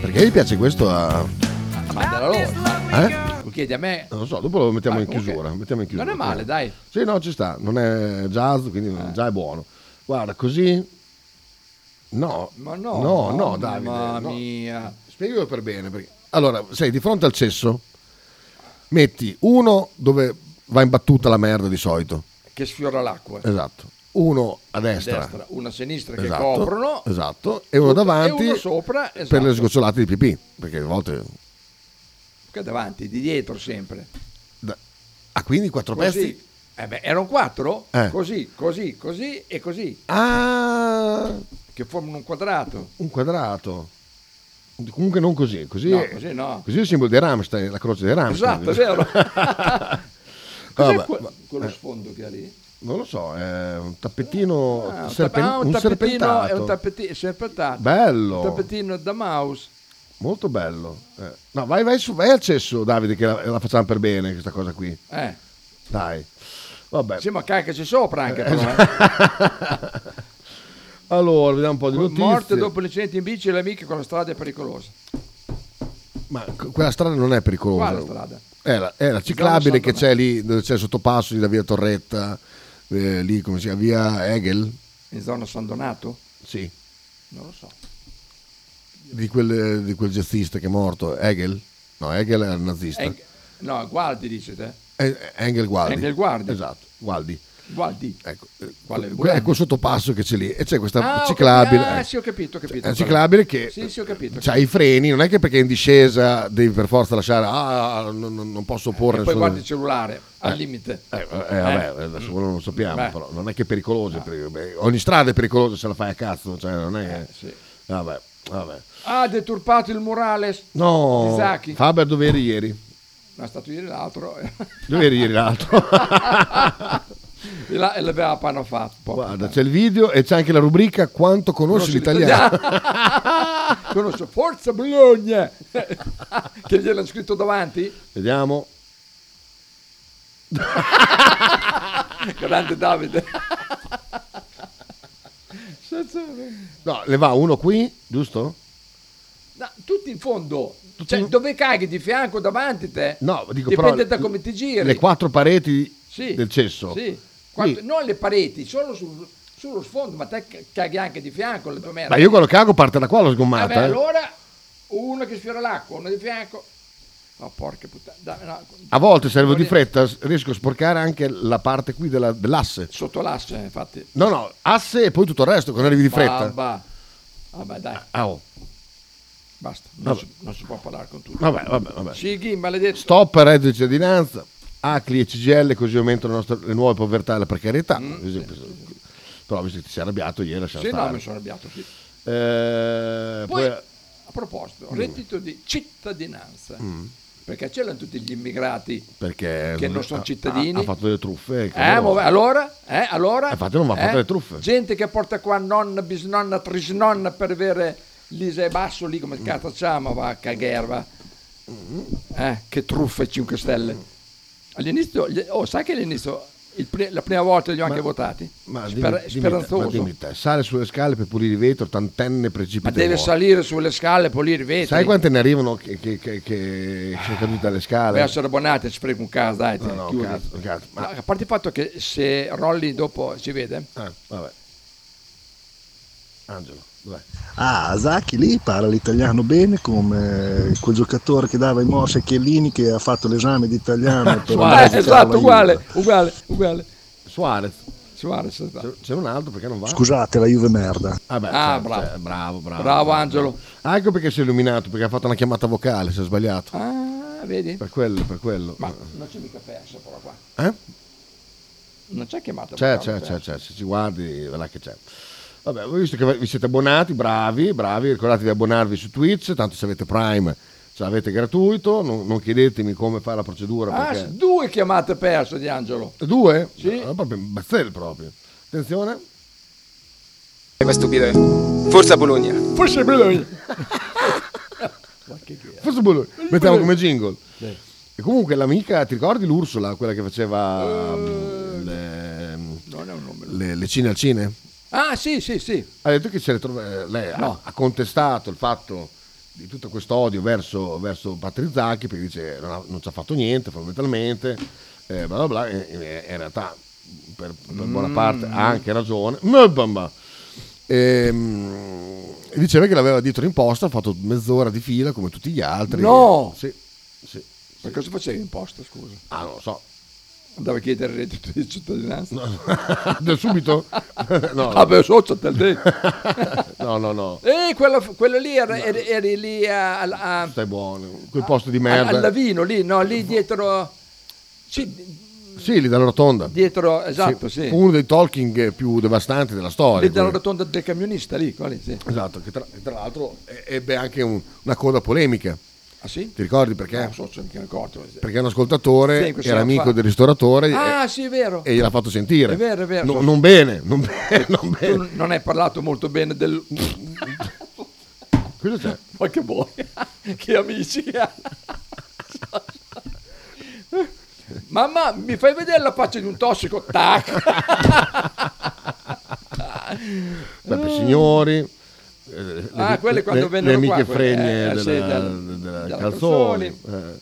Speaker 1: Perché gli piace questo a...
Speaker 2: Mandala loro.
Speaker 1: Eh?
Speaker 2: Lo chiedi a me.
Speaker 1: Non lo so, dopo lo mettiamo
Speaker 2: Ah,
Speaker 1: in
Speaker 2: comunque,
Speaker 1: chiusura. mettiamo in
Speaker 2: Non
Speaker 1: chiusura.
Speaker 2: è male, dai. Eh.
Speaker 1: Sì, no, ci sta, non è jazz, quindi non- già è buono. Guarda, così... No,
Speaker 2: Ma no.
Speaker 1: no,
Speaker 2: mamma
Speaker 1: no, Davide. no.
Speaker 2: mia.
Speaker 1: Spiegalo per bene. Perché... Allora, sei di fronte al cesso, metti uno dove va in battuta la merda di solito.
Speaker 2: Che sfiora l'acqua.
Speaker 1: Esatto. Uno a
Speaker 2: A
Speaker 1: destra.
Speaker 2: destra, una a sinistra che
Speaker 1: Esatto,
Speaker 2: coprono.
Speaker 1: esatto. E uno davanti
Speaker 2: E uno sopra.
Speaker 1: per le
Speaker 2: Esatto.
Speaker 1: sgocciolate di pipì, perché a volte...
Speaker 2: Perché davanti, di dietro sempre.
Speaker 1: Ah, quindi quattro pezzi?
Speaker 2: Così. Eh beh, erano quattro?
Speaker 1: Eh.
Speaker 2: Così, così, così e così.
Speaker 1: Ah,
Speaker 2: Che formano un quadrato.
Speaker 1: un quadrato. Comunque non così, così,
Speaker 2: No,
Speaker 1: è-
Speaker 2: così no.
Speaker 1: così è il simbolo di Ramstein, la croce di Ramstein.
Speaker 2: Esatto,
Speaker 1: <laughs>
Speaker 2: è vero. Cos'è
Speaker 1: Ah, Vabbè,
Speaker 2: que-
Speaker 1: ma-
Speaker 2: quello
Speaker 1: eh.
Speaker 2: sfondo che ha lì?
Speaker 1: Non lo so, è un tappettino,
Speaker 2: Ah, un,
Speaker 1: serpen-
Speaker 2: tappa- ah, un
Speaker 1: un
Speaker 2: tappetino, è
Speaker 1: serpentato.
Speaker 2: un tappetino serpentato.
Speaker 1: Bello.
Speaker 2: Un tappetino da mouse.
Speaker 1: Molto bello. Eh, No, vai, vai, su, vai al cesso, Davide, che la, la facciamo per bene questa cosa qui.
Speaker 2: Eh.
Speaker 1: Dai. Vabbè.
Speaker 2: Sì, ma caccaci sopra anche
Speaker 1: Eh,
Speaker 2: però. eh.
Speaker 1: <laughs> Allora, vediamo un po' di notizie.
Speaker 2: Morte dopo l'incidente in bici e le amiche con la strada è pericolosa.
Speaker 1: Ma c- quella strada non è pericolosa.
Speaker 2: Quale strada? Diciamo
Speaker 1: È la, è la ciclabile che c'è lì, dove c'è il sottopasso di la via Torretta, eh, lì come si chiama, via Hegel,
Speaker 2: In zona San Donato?
Speaker 1: Sì.
Speaker 2: Non lo so.
Speaker 1: di quel, di quel jazzista che è morto. Hegel? No, Hegel era il nazista.
Speaker 2: Eng- no, guardi dice te.
Speaker 1: Eh, Engel Gualdi.
Speaker 2: Engel Guardi.
Speaker 1: Esatto, Gualdi.
Speaker 2: Guardi.
Speaker 1: Ecco,
Speaker 2: Quale-
Speaker 1: Que- È quel sottopasso che c'è lì e c'è questa
Speaker 2: Ah, ho
Speaker 1: ciclabile.
Speaker 2: capi- ah,
Speaker 1: eh.
Speaker 2: sì, ho capito, ho
Speaker 1: Cioè,
Speaker 2: capito.
Speaker 1: È una ciclabile che
Speaker 2: Sì, sì, ho capito.
Speaker 1: ha i freni, non è che perché è in discesa devi per forza lasciare, ah, non, non- non posso porre.
Speaker 2: E poi
Speaker 1: nessuno-
Speaker 2: guardi il cellulare, al
Speaker 1: Eh,
Speaker 2: limite.
Speaker 1: Eh, vabbè, adesso quello non lo sappiamo,
Speaker 2: Beh. Ah.
Speaker 1: però non è che è pericoloso. perché, beh, ogni strada è pericolosa se la fai a cazzo, cioè non è che...
Speaker 2: Eh,
Speaker 1: Vabbè, vabbè.
Speaker 2: Ha deturpato il murale.
Speaker 1: No,
Speaker 2: Di Sacchi.
Speaker 1: Faber dove eri ieri?
Speaker 2: No, è stato ieri
Speaker 1: <laughs>
Speaker 2: l'altro.
Speaker 1: Dove eri ieri l'altro?
Speaker 2: <laughs> e la, e l'aveva panno fatto. po'.
Speaker 1: Guarda, c'è il video e c'è anche la rubrica Quanto conosci l'italiano?
Speaker 2: Conosco Forza Bologna. che gliel'hanno scritto davanti.
Speaker 1: <laughs> Vediamo. <laughs>
Speaker 2: Grande Davide.
Speaker 1: No, le va uno qui, giusto?
Speaker 2: No, tutti in fondo. Cioè, dove caghi? Di fianco, davanti te?
Speaker 1: No, dico
Speaker 2: Dipende
Speaker 1: però
Speaker 2: da come ti giri.
Speaker 1: Le quattro pareti
Speaker 2: Sì.
Speaker 1: del cesso.
Speaker 2: Sì. Quanto- non le pareti, solo sul- sullo sfondo, ma te c- caghi anche di fianco le tue merda.
Speaker 1: Ma io quando cago parte da qua l'ho sgommata.
Speaker 2: Vabbè,
Speaker 1: eh.
Speaker 2: allora uno che sfiora l'acqua, uno di fianco. Oh, porca puttana. Dai, no,
Speaker 1: A volte se arrivo di fretta s- riesco a sporcare anche la parte qui della- dell'asse.
Speaker 2: Sotto l'asse, infatti.
Speaker 1: No, no, asse e poi tutto il resto quando arrivi di fretta.
Speaker 2: Babba. Vabbè, dai,
Speaker 1: Ah, oh.
Speaker 2: basta. Non
Speaker 1: Vabbè.
Speaker 2: si, non si può parlare con tutti.
Speaker 1: Vabbè, vabbè, vabbè.
Speaker 2: Sighi, maledetto.
Speaker 1: Stop al reddito di cittadinanza, ACLI e CGL così aumentano le, nostre- le nuove povertà e la precarietà. Per esempio, Però visto che ti sei arrabbiato ieri lasciamo
Speaker 2: Mm. Sì, no,
Speaker 1: stare.
Speaker 2: mi sono arrabbiato. sì.
Speaker 1: Eh, poi,
Speaker 2: Poi, a proposito,
Speaker 1: Dimmi.
Speaker 2: reddito di cittadinanza.
Speaker 1: Mm.
Speaker 2: Perché ce l'hanno tutti gli immigrati.
Speaker 1: perché
Speaker 2: che non sono cittadini.
Speaker 1: ha, ha fatto delle truffe
Speaker 2: Eh, ma va- allora, eh, allora
Speaker 1: Infatti non va a
Speaker 2: eh,
Speaker 1: fare le truffe.
Speaker 2: Gente che porta qua nonna, bisnonna, trisnonna per avere Lise Basso lì
Speaker 1: Mm.
Speaker 2: come cazzo si chiama, va cagherva. Eh, che truffe 5 stelle. All'inizio, gli- oh, sai che all'inizio, il pri- la prima volta li ho anche votati?
Speaker 1: Ma dimmi,
Speaker 2: Sper-
Speaker 1: dimmi te, ma
Speaker 2: speranzoso.
Speaker 1: dimmi te, sale sulle scale per pulire i vetro, tantenne
Speaker 2: ma
Speaker 1: precipita. e
Speaker 2: deve
Speaker 1: muore.
Speaker 2: salire sulle scale, pulire i vetri.
Speaker 1: Sai quante ne arrivano che, che, che, che sono cadute dalle
Speaker 2: Per
Speaker 1: scale?
Speaker 2: essere abbonati ci frega un caso, dai, te,
Speaker 1: No, no,
Speaker 2: chiudi.
Speaker 1: cazzo, cazzo, ma-
Speaker 2: No, A parte il fatto che se Rolli dopo si vede...
Speaker 1: Ah, vabbè. Angelo, dov'è?
Speaker 3: Ah, Zacchi lì parla l'italiano bene come quel giocatore che dava i morsi a Chiellini che ha fatto l'esame di
Speaker 2: <laughs>
Speaker 3: italiano. per
Speaker 2: Ah,
Speaker 3: andare a giocare alla
Speaker 2: esatto, uguale, uguale, uguale.
Speaker 1: Suarez.
Speaker 2: Suarez, esatto.
Speaker 1: C'è un altro perché non va?
Speaker 3: Juve. Scusate, la Juve merda.
Speaker 1: Ah, beh,
Speaker 2: Ah,
Speaker 1: cioè,
Speaker 2: bravo.
Speaker 1: cioè, bravo, bravo.
Speaker 2: Bravo, Angelo.
Speaker 1: Anche Ah, ecco perché si è illuminato, perché ha fatto una chiamata vocale, si è sbagliato.
Speaker 2: Ah, vedi?
Speaker 1: Per quello, per quello.
Speaker 2: Ma non c'è mica perso però qua.
Speaker 1: Eh?
Speaker 2: Non c'è chiamata.
Speaker 1: C'è, c'è,
Speaker 2: vocale, perso.
Speaker 1: c'è, c'è, se ci guardi, là che c'è. Vabbè, voi visto che vi siete abbonati, bravi, bravi, ricordate di abbonarvi su Twitch, tanto se avete Prime ce l'avete gratuito, non, non chiedetemi come fare la procedura
Speaker 2: Ah,
Speaker 1: perché...
Speaker 2: due chiamate perse di Angelo.
Speaker 1: Due?
Speaker 2: Sì.
Speaker 1: No, proprio un bazzel proprio. Attenzione.
Speaker 12: Ma stupido è. Forza Bologna.
Speaker 2: Forse <laughs> Bologna.
Speaker 1: Forse Bologna. Mettiamo come jingle.
Speaker 2: Sì.
Speaker 1: E comunque l'amica, ti ricordi l'Ursula, quella che
Speaker 2: Eh,
Speaker 1: faceva mm, le, le- le cine al cine?
Speaker 2: Ah, sì, sì, sì.
Speaker 1: Ha detto che se le trova- eh, lei ha-
Speaker 2: No.
Speaker 1: ha, contestato il fatto di tutto questo odio verso, verso Patrizacchi perché dice non, ha- non ci ha fatto niente fondamentalmente, eh, bla bla bla, e- e- in realtà per, per buona
Speaker 23: Mm.
Speaker 1: parte ha anche ragione. Ma bamba. Ehm, e diceva che l'aveva dietro in posta, ha fatto mezz'ora di fila come tutti gli altri.
Speaker 2: No!
Speaker 1: Sì, sì.
Speaker 2: Ma cosa facevi in posta, scusa?
Speaker 1: Ah, non lo so.
Speaker 2: Andava a chiedere il reddito di cittadinanza.
Speaker 1: <laughs> Da subito? <laughs> no.
Speaker 2: Ah, beh, so, c'è del detto.
Speaker 1: <laughs> no, no, no.
Speaker 2: <laughs> Eh, quello, quello lì era- eri, eri lì a, a- a-
Speaker 1: Stai buono. Quel posto di
Speaker 2: a- al
Speaker 1: merda.
Speaker 2: Lavino, lì, no, lì dietro... Sì,
Speaker 1: Sì, lì dalla rotonda.
Speaker 2: dietro, esatto, sì.
Speaker 1: Fu uno dei talking più devastanti della storia.
Speaker 2: Lì dalla
Speaker 1: quello.
Speaker 2: rotonda del camionista, lì, quello lì, sì.
Speaker 1: Esatto, che tra, tra l'altro eh, e- ebbe anche un- una coda polemica.
Speaker 2: Ah sì?
Speaker 1: Ti ricordi perché?
Speaker 2: Non so se mi ricordo.
Speaker 1: Perché un ascoltatore
Speaker 2: Sì, questo
Speaker 1: era
Speaker 2: era
Speaker 1: amico
Speaker 2: fa-
Speaker 1: del ristoratore e-
Speaker 2: Ah, sì, è vero.
Speaker 1: e gliel'ha fatto sentire.
Speaker 2: È vero, è vero.
Speaker 1: No- non bene, non bene, Eh, non bene.
Speaker 2: Tu non hai parlato molto bene del...
Speaker 1: Cosa c'è?
Speaker 2: Ma che vuoi? che amici che ha. Mamma, mi fai vedere la faccia di un tossico? Tac!
Speaker 1: Peppe Signori. eh, le-
Speaker 2: Ah,
Speaker 1: le-
Speaker 2: quelle quando
Speaker 1: le-
Speaker 2: vennero
Speaker 1: Le amiche
Speaker 2: qua, quelle-
Speaker 1: fregne
Speaker 2: eh,
Speaker 1: della,
Speaker 2: sì, della-
Speaker 1: della
Speaker 2: della
Speaker 1: Calzoni. eh.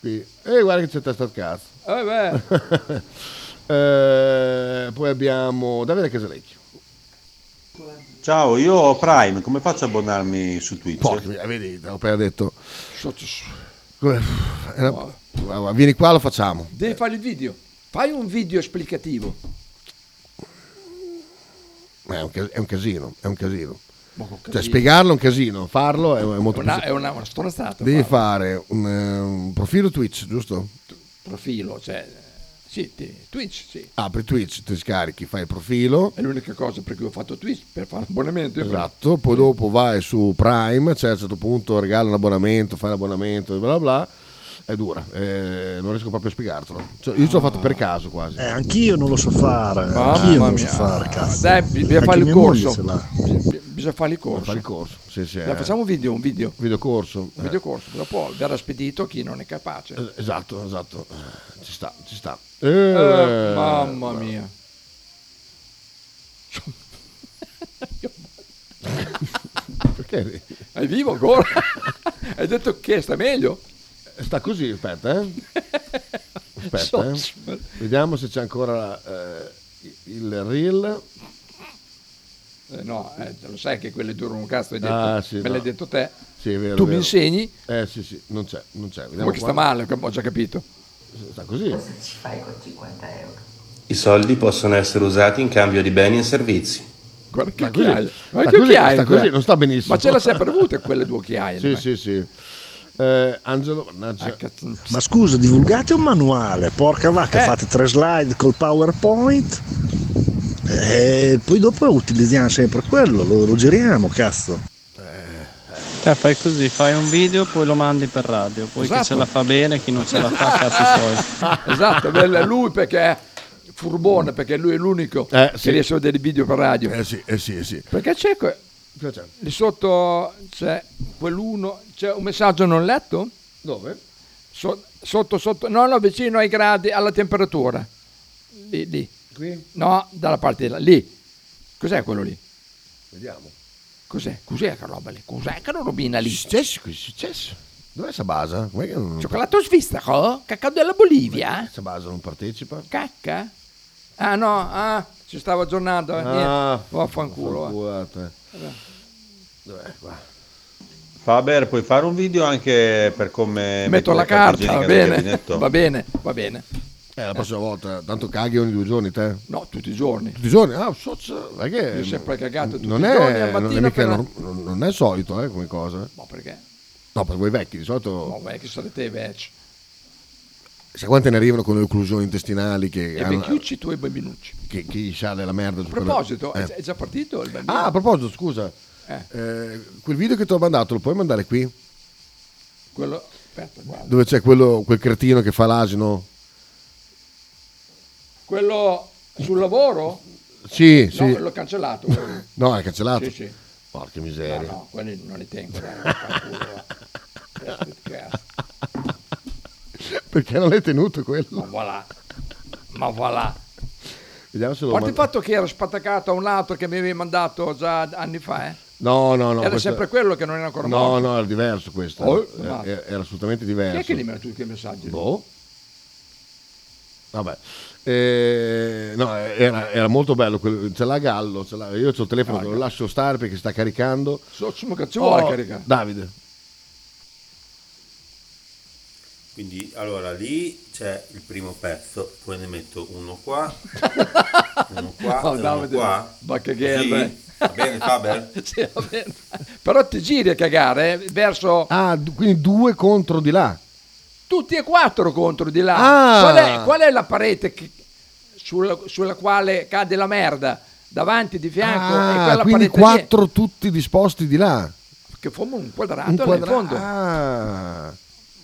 Speaker 1: Qui- E guarda che c'è testa al cazzo.
Speaker 2: Eh beh.
Speaker 1: <laughs> Eh, poi abbiamo Davide Casalecchio.
Speaker 19: Ciao, io ho Prime, come faccio ad abbonarmi su Twitch?
Speaker 1: Porca
Speaker 2: eh,
Speaker 1: miseria, vedi, ho appena detto.
Speaker 2: Sotto-
Speaker 1: Come- era- guarda, Vieni qua, lo facciamo.
Speaker 2: Devi fare il video. Fai un video esplicativo.
Speaker 1: Ma È un, cas- è un casino, è un casino.
Speaker 2: Ma con
Speaker 1: Cioè,
Speaker 2: casino.
Speaker 1: spiegarlo è un casino, farlo è, è molto
Speaker 2: È una-
Speaker 1: più-
Speaker 2: è una- una stronzata,
Speaker 1: Devi
Speaker 2: farlo.
Speaker 1: fare un, eh, un profilo Twitch, giusto?
Speaker 2: Profilo, cioè... eh, Sì, ti- Twitch, sì.
Speaker 1: Apri Twitch, ti scarichi, fai il profilo.
Speaker 2: È l'unica cosa per cui ho fatto Twitch, per fare abbonamento. io
Speaker 1: Esatto, poi dopo vai su Prime, cioè a un certo punto regala un abbonamento, fai l'abbonamento, bla bla bla. È dura, eh, non riesco proprio a spiegartelo. Cioè, io ci ho fatto per caso quasi.
Speaker 3: Eh, anch'io non lo so fare,
Speaker 1: Mamma
Speaker 3: anch'io non lo so
Speaker 1: mia.
Speaker 3: fare, cazzo.
Speaker 1: Dai, bisogna
Speaker 3: Anche
Speaker 1: fare il
Speaker 3: mia moglie
Speaker 1: corso.
Speaker 3: ce l'ha.
Speaker 2: Bisogna fare il corso.
Speaker 1: Fare il corso. Sì, sì,
Speaker 2: Dai,
Speaker 1: eh.
Speaker 2: facciamo un video, un video.
Speaker 1: Videocorso. eh.
Speaker 2: Videocorso, però può verrà spedito a chi non è capace.
Speaker 1: Esatto, esatto. Ci sta, ci sta.
Speaker 2: Eh,
Speaker 1: Eh,
Speaker 2: mamma mia.
Speaker 1: Perché?
Speaker 2: È vivo ancora? Hai detto che sta meglio?
Speaker 1: Sta così, aspetta, eh. Aspetta, eh.
Speaker 2: So-
Speaker 1: Vediamo se c'è ancora eh, il reel.
Speaker 2: Eh, no, eh, lo sai che quelle durano un cazzo, hai detto.
Speaker 1: Ah, sì,
Speaker 2: me
Speaker 1: no.
Speaker 2: l'hai detto te.
Speaker 1: Sì, è vero,
Speaker 2: tu
Speaker 1: è
Speaker 2: mi
Speaker 1: vero.
Speaker 2: insegni
Speaker 1: Eh sì, sì, non c'è, non c'è. Vediamo
Speaker 2: come che
Speaker 1: qua.
Speaker 2: sta male, ho già capito.
Speaker 1: Sta così.
Speaker 7: ci fai con 50 euro?
Speaker 13: I soldi possono essere usati in cambio di beni e servizi.
Speaker 2: Guarda che
Speaker 13: Ma così-
Speaker 2: occhiaie.
Speaker 13: ma
Speaker 2: Guarda che
Speaker 13: così-
Speaker 2: occhiaie.
Speaker 13: sta
Speaker 2: quella.
Speaker 13: così, non sta benissimo.
Speaker 2: Ma ce l'ha sempre avuta quelle due occhiaie.
Speaker 1: Sì,
Speaker 2: dai.
Speaker 1: sì, sì. Eh, Angelo,
Speaker 2: Ah,
Speaker 1: mannaggia.
Speaker 3: Ma scusa, divulgate un manuale, porca vacca, fate tre slide col PowerPoint e poi dopo utilizziamo sempre quello, lo, lo giriamo, cazzo.
Speaker 14: Te fai così, fai un video, poi lo mandi per radio, poi
Speaker 2: Esatto.
Speaker 14: chi ce la fa bene, chi non ce la
Speaker 1: <laughs>
Speaker 14: fa, cazzi suoi.
Speaker 2: <laughs> esatto, bello, è lui perché è furbone, perché lui è l'unico
Speaker 1: Eh,
Speaker 2: che
Speaker 1: sì.
Speaker 2: riesce a vedere i video per radio.
Speaker 1: Eh sì, eh sì, eh sì.
Speaker 2: Perché c'è que-
Speaker 1: Cosa c'è?
Speaker 2: Lì sotto c'è quell'uno, c'è un messaggio non letto?
Speaker 1: Dove?
Speaker 2: So- sotto, sotto, no, no, vicino ai gradi, alla temperatura. Lì, lì.
Speaker 1: Qui?
Speaker 2: No, dalla parte di là, lì. Cos'è quello lì?
Speaker 1: Vediamo.
Speaker 2: Cos'è? Cos'è che roba lì? Cos'è che robina lì?
Speaker 1: Successo, è successo? Dov'è sta base? Com'è che non...
Speaker 2: Cioccolato svizzero? Cacao della Bolivia?
Speaker 1: Sta base non partecipa?
Speaker 2: Cacca? Ah no, ah, ci stavo aggiornando. eh, niente. Vaffanculo. eh.
Speaker 1: vaffanculo, Ah, eh, te. Dov'è qua?
Speaker 19: Faber, puoi fare un video anche per come
Speaker 2: Metto
Speaker 19: mettere
Speaker 2: la
Speaker 19: igienica
Speaker 2: carta, va
Speaker 19: nel
Speaker 2: bene,
Speaker 19: gabinetto?
Speaker 2: va bene, va bene.
Speaker 1: Eh, la prossima volta, tanto caghi ogni due giorni te?
Speaker 2: No, tutti i giorni.
Speaker 1: Tutti i giorni? Ah, so, so, è che...
Speaker 2: Io ho sempre cagato tutti
Speaker 1: non
Speaker 2: i
Speaker 1: è,
Speaker 2: giorni, al
Speaker 1: non è
Speaker 2: mattino
Speaker 1: mica
Speaker 2: appena-
Speaker 1: norm- non, non è solito, eh, come cosa.
Speaker 2: Ma perché?
Speaker 1: No, per voi vecchi, di solito...
Speaker 2: Ma beh, che sarete vecchi.
Speaker 1: Sai quante ne arrivano con le occlusioni intestinali che...
Speaker 2: E vecchiucci tu e bambinucci.
Speaker 1: Che chi sale la merda su
Speaker 2: A proposito,
Speaker 1: quella-
Speaker 2: è è già partito il bambino?
Speaker 1: eh. Ah, a proposito, scusa.
Speaker 2: Eh.
Speaker 1: Eh, quel video che ti ho mandato lo puoi mandare qui?
Speaker 2: Quello... Aspetta, guarda.
Speaker 1: Dove c'è quello, quel cretino che fa l'asino?
Speaker 2: Quello sul lavoro?
Speaker 1: Sì,
Speaker 2: no,
Speaker 1: sì.
Speaker 2: l'ho cancellato. quello.
Speaker 1: No, è cancellato.
Speaker 2: Sì, sì. Ah,
Speaker 1: Porca <laughs> miseria.
Speaker 2: No, no, quelli non li tengo. dai, vaffanculo. Testa di cazzo.
Speaker 1: <laughs> Perché non l'hai tenuto quello?
Speaker 2: Ma voilà. Ma voilà.
Speaker 1: Vediamo se
Speaker 2: A
Speaker 1: lo
Speaker 2: parte il
Speaker 1: mando-
Speaker 2: fatto che era spattacato a un lato che mi avevi mandato già anni fa, eh?
Speaker 1: No, no, no.
Speaker 2: era
Speaker 1: questo-
Speaker 2: sempre quello che non era ancora
Speaker 1: No,
Speaker 2: morto.
Speaker 1: no, era diverso questo.
Speaker 2: Oh,
Speaker 1: era,
Speaker 2: ma-
Speaker 1: era- era assolutamente
Speaker 2: Chi
Speaker 1: diverso.
Speaker 2: è che li manda tutti i messaggi?
Speaker 1: Boh. Vabbè. Eh, no, era, era molto bello. quello- ce l'ha Gallo. ce l'ha- io ho il
Speaker 2: Ah,
Speaker 1: telefono che lo lascio stare perché sta caricando.
Speaker 2: So, insomma, che ci vuole
Speaker 1: Oh,
Speaker 2: caricare.
Speaker 1: Davide.
Speaker 13: Quindi allora lì c'è il primo pezzo, poi ne metto uno
Speaker 2: <laughs>
Speaker 13: qua, uno qua,
Speaker 2: Oh, No,
Speaker 13: uno
Speaker 2: Davide,
Speaker 13: qua.
Speaker 2: ma che gherra,
Speaker 13: Così?
Speaker 2: eh.
Speaker 13: Va bene Faber?
Speaker 2: <laughs> Sì, va bene. Però ti giri a cagare eh, verso
Speaker 1: Ah, d- quindi due contro di là.
Speaker 2: Ecco, tutti e quattro contro di là.
Speaker 1: Ah.
Speaker 2: Qual, è, qual è la parete che- sulla, sulla quale cade la merda? Davanti, di fianco e
Speaker 1: Ah,
Speaker 2: quella
Speaker 1: quindi
Speaker 2: parete lì,
Speaker 1: quattro tutti disposti di là.
Speaker 2: che forma un quadrato
Speaker 1: Un
Speaker 2: là
Speaker 1: quadra-
Speaker 2: in fondo.
Speaker 1: Ah.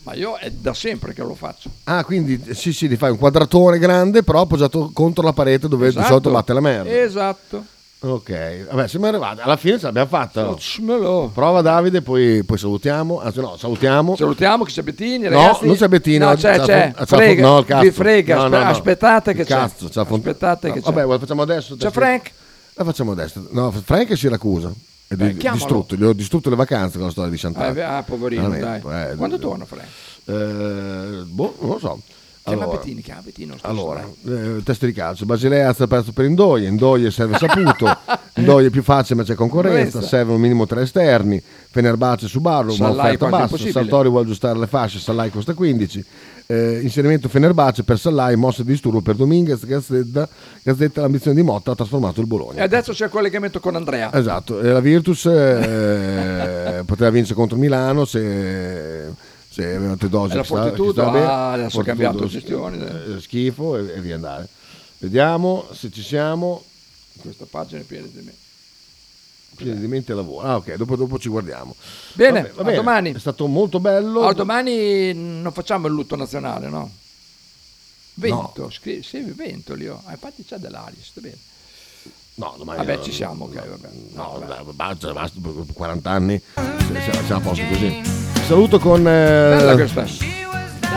Speaker 2: Ma io è da sempre che lo faccio.
Speaker 1: Ah, quindi sì, sì, li fai un quadratone grande, però appoggiato contro la parete dove
Speaker 2: Esatto.
Speaker 1: di solito batte la merda.
Speaker 2: Esatto.
Speaker 1: Ok, vabbè, siamo arrivati. Alla fine ce l'abbiamo fatta. oh.
Speaker 2: Faccimelo.
Speaker 1: Prova Davide, poi, poi salutiamo. Anzi, no, salutiamo.
Speaker 2: Salutiamo che c'è Bettini,
Speaker 1: Oh. No,
Speaker 2: ragazzi.
Speaker 1: non c'è Bettini,
Speaker 2: No,
Speaker 1: oggi
Speaker 2: c'è,
Speaker 1: c'è
Speaker 2: c'è.
Speaker 1: Fon- c'è
Speaker 2: Frega,
Speaker 1: Fon- no, il cazzo.
Speaker 2: Vi frega,
Speaker 1: No, no,
Speaker 2: aspe-
Speaker 1: no.
Speaker 2: aspettate che
Speaker 1: Il cazzo, c'è
Speaker 2: c'è.
Speaker 1: la Fon-
Speaker 2: Aspettate che c'è.
Speaker 1: Vabbè, la facciamo adesso.
Speaker 2: C'è Frank.
Speaker 1: La facciamo a destra. No, Frank è Siracusa. È di-
Speaker 2: chiamalo.
Speaker 1: distrutto, gli ho distrutto le vacanze con la storia di
Speaker 2: Ah,
Speaker 1: Sant'Anna.
Speaker 2: beh, ah, poverino, dai.
Speaker 1: Veramente, eh,
Speaker 2: Quando
Speaker 1: d-
Speaker 2: torna Frank?
Speaker 1: Eh, boh, non lo so.
Speaker 2: Chiama
Speaker 1: Allora,
Speaker 2: Bettini, chiama Bettini. non sto
Speaker 1: allora
Speaker 2: solo.
Speaker 1: eh, testa di calcio. Basilea alza il prezzo per Indoie. Indoie serve
Speaker 2: <laughs>
Speaker 1: saputo. Indoie è più facile, ma c'è concorrenza.
Speaker 2: Concorrenza.
Speaker 1: Serve un minimo tre esterni. Fenerbace su Barro,
Speaker 2: Sallai
Speaker 1: un'offerta
Speaker 2: quanto
Speaker 1: bassa.
Speaker 2: possibile.
Speaker 1: Sartori vuole aggiustare le fasce. Sallai costa 15. Eh, inserimento Fenerbace per Sallai. Mossa di disturbo per Dominguez. Gazzetta, Gazzetta l'ambizione di Motta ha trasformato il Bologna.
Speaker 2: E adesso c'è il collegamento con Andrea.
Speaker 1: Esatto, e la Virtus eh, poteva vincere contro Milano se, se aveva Teodosio
Speaker 2: E la
Speaker 1: che stava- che
Speaker 2: Fortitudo,
Speaker 1: stava bene.
Speaker 2: ah, adesso ha cambiato
Speaker 1: Fortitudo,
Speaker 2: gestione.
Speaker 1: eh, Schifo e, e via andare. Vediamo se ci siamo.
Speaker 2: Questa pagina è piena di me.
Speaker 1: Quindi di mente e lavoro. Ah, ok, dopo, dopo ci guardiamo.
Speaker 2: Bene,
Speaker 1: Vabbè, va
Speaker 2: a
Speaker 1: bene.
Speaker 2: domani.
Speaker 1: È stato molto bello.
Speaker 2: Allora, domani non facciamo il lutto nazionale, no? Vento, scri- sì, vento lì. oh. Ah, infatti c'è dell'aria, sta bene.
Speaker 1: No, domani
Speaker 2: Vabbè,
Speaker 1: no,
Speaker 2: ci siamo, ok,
Speaker 1: no,
Speaker 2: vabbè.
Speaker 1: No, vabbè, basta, basta, Ah, dopo 40 anni se- se- siamo a posto così. Saluto con eh,
Speaker 2: Bella questa.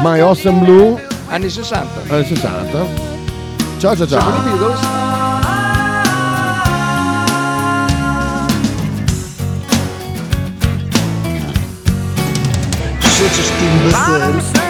Speaker 1: My Awesome Blue
Speaker 2: Anni 60.
Speaker 1: anni 60. Ciao ciao ciao.
Speaker 2: Siamo i Beatles.
Speaker 3: Se c'è sti imbecilli.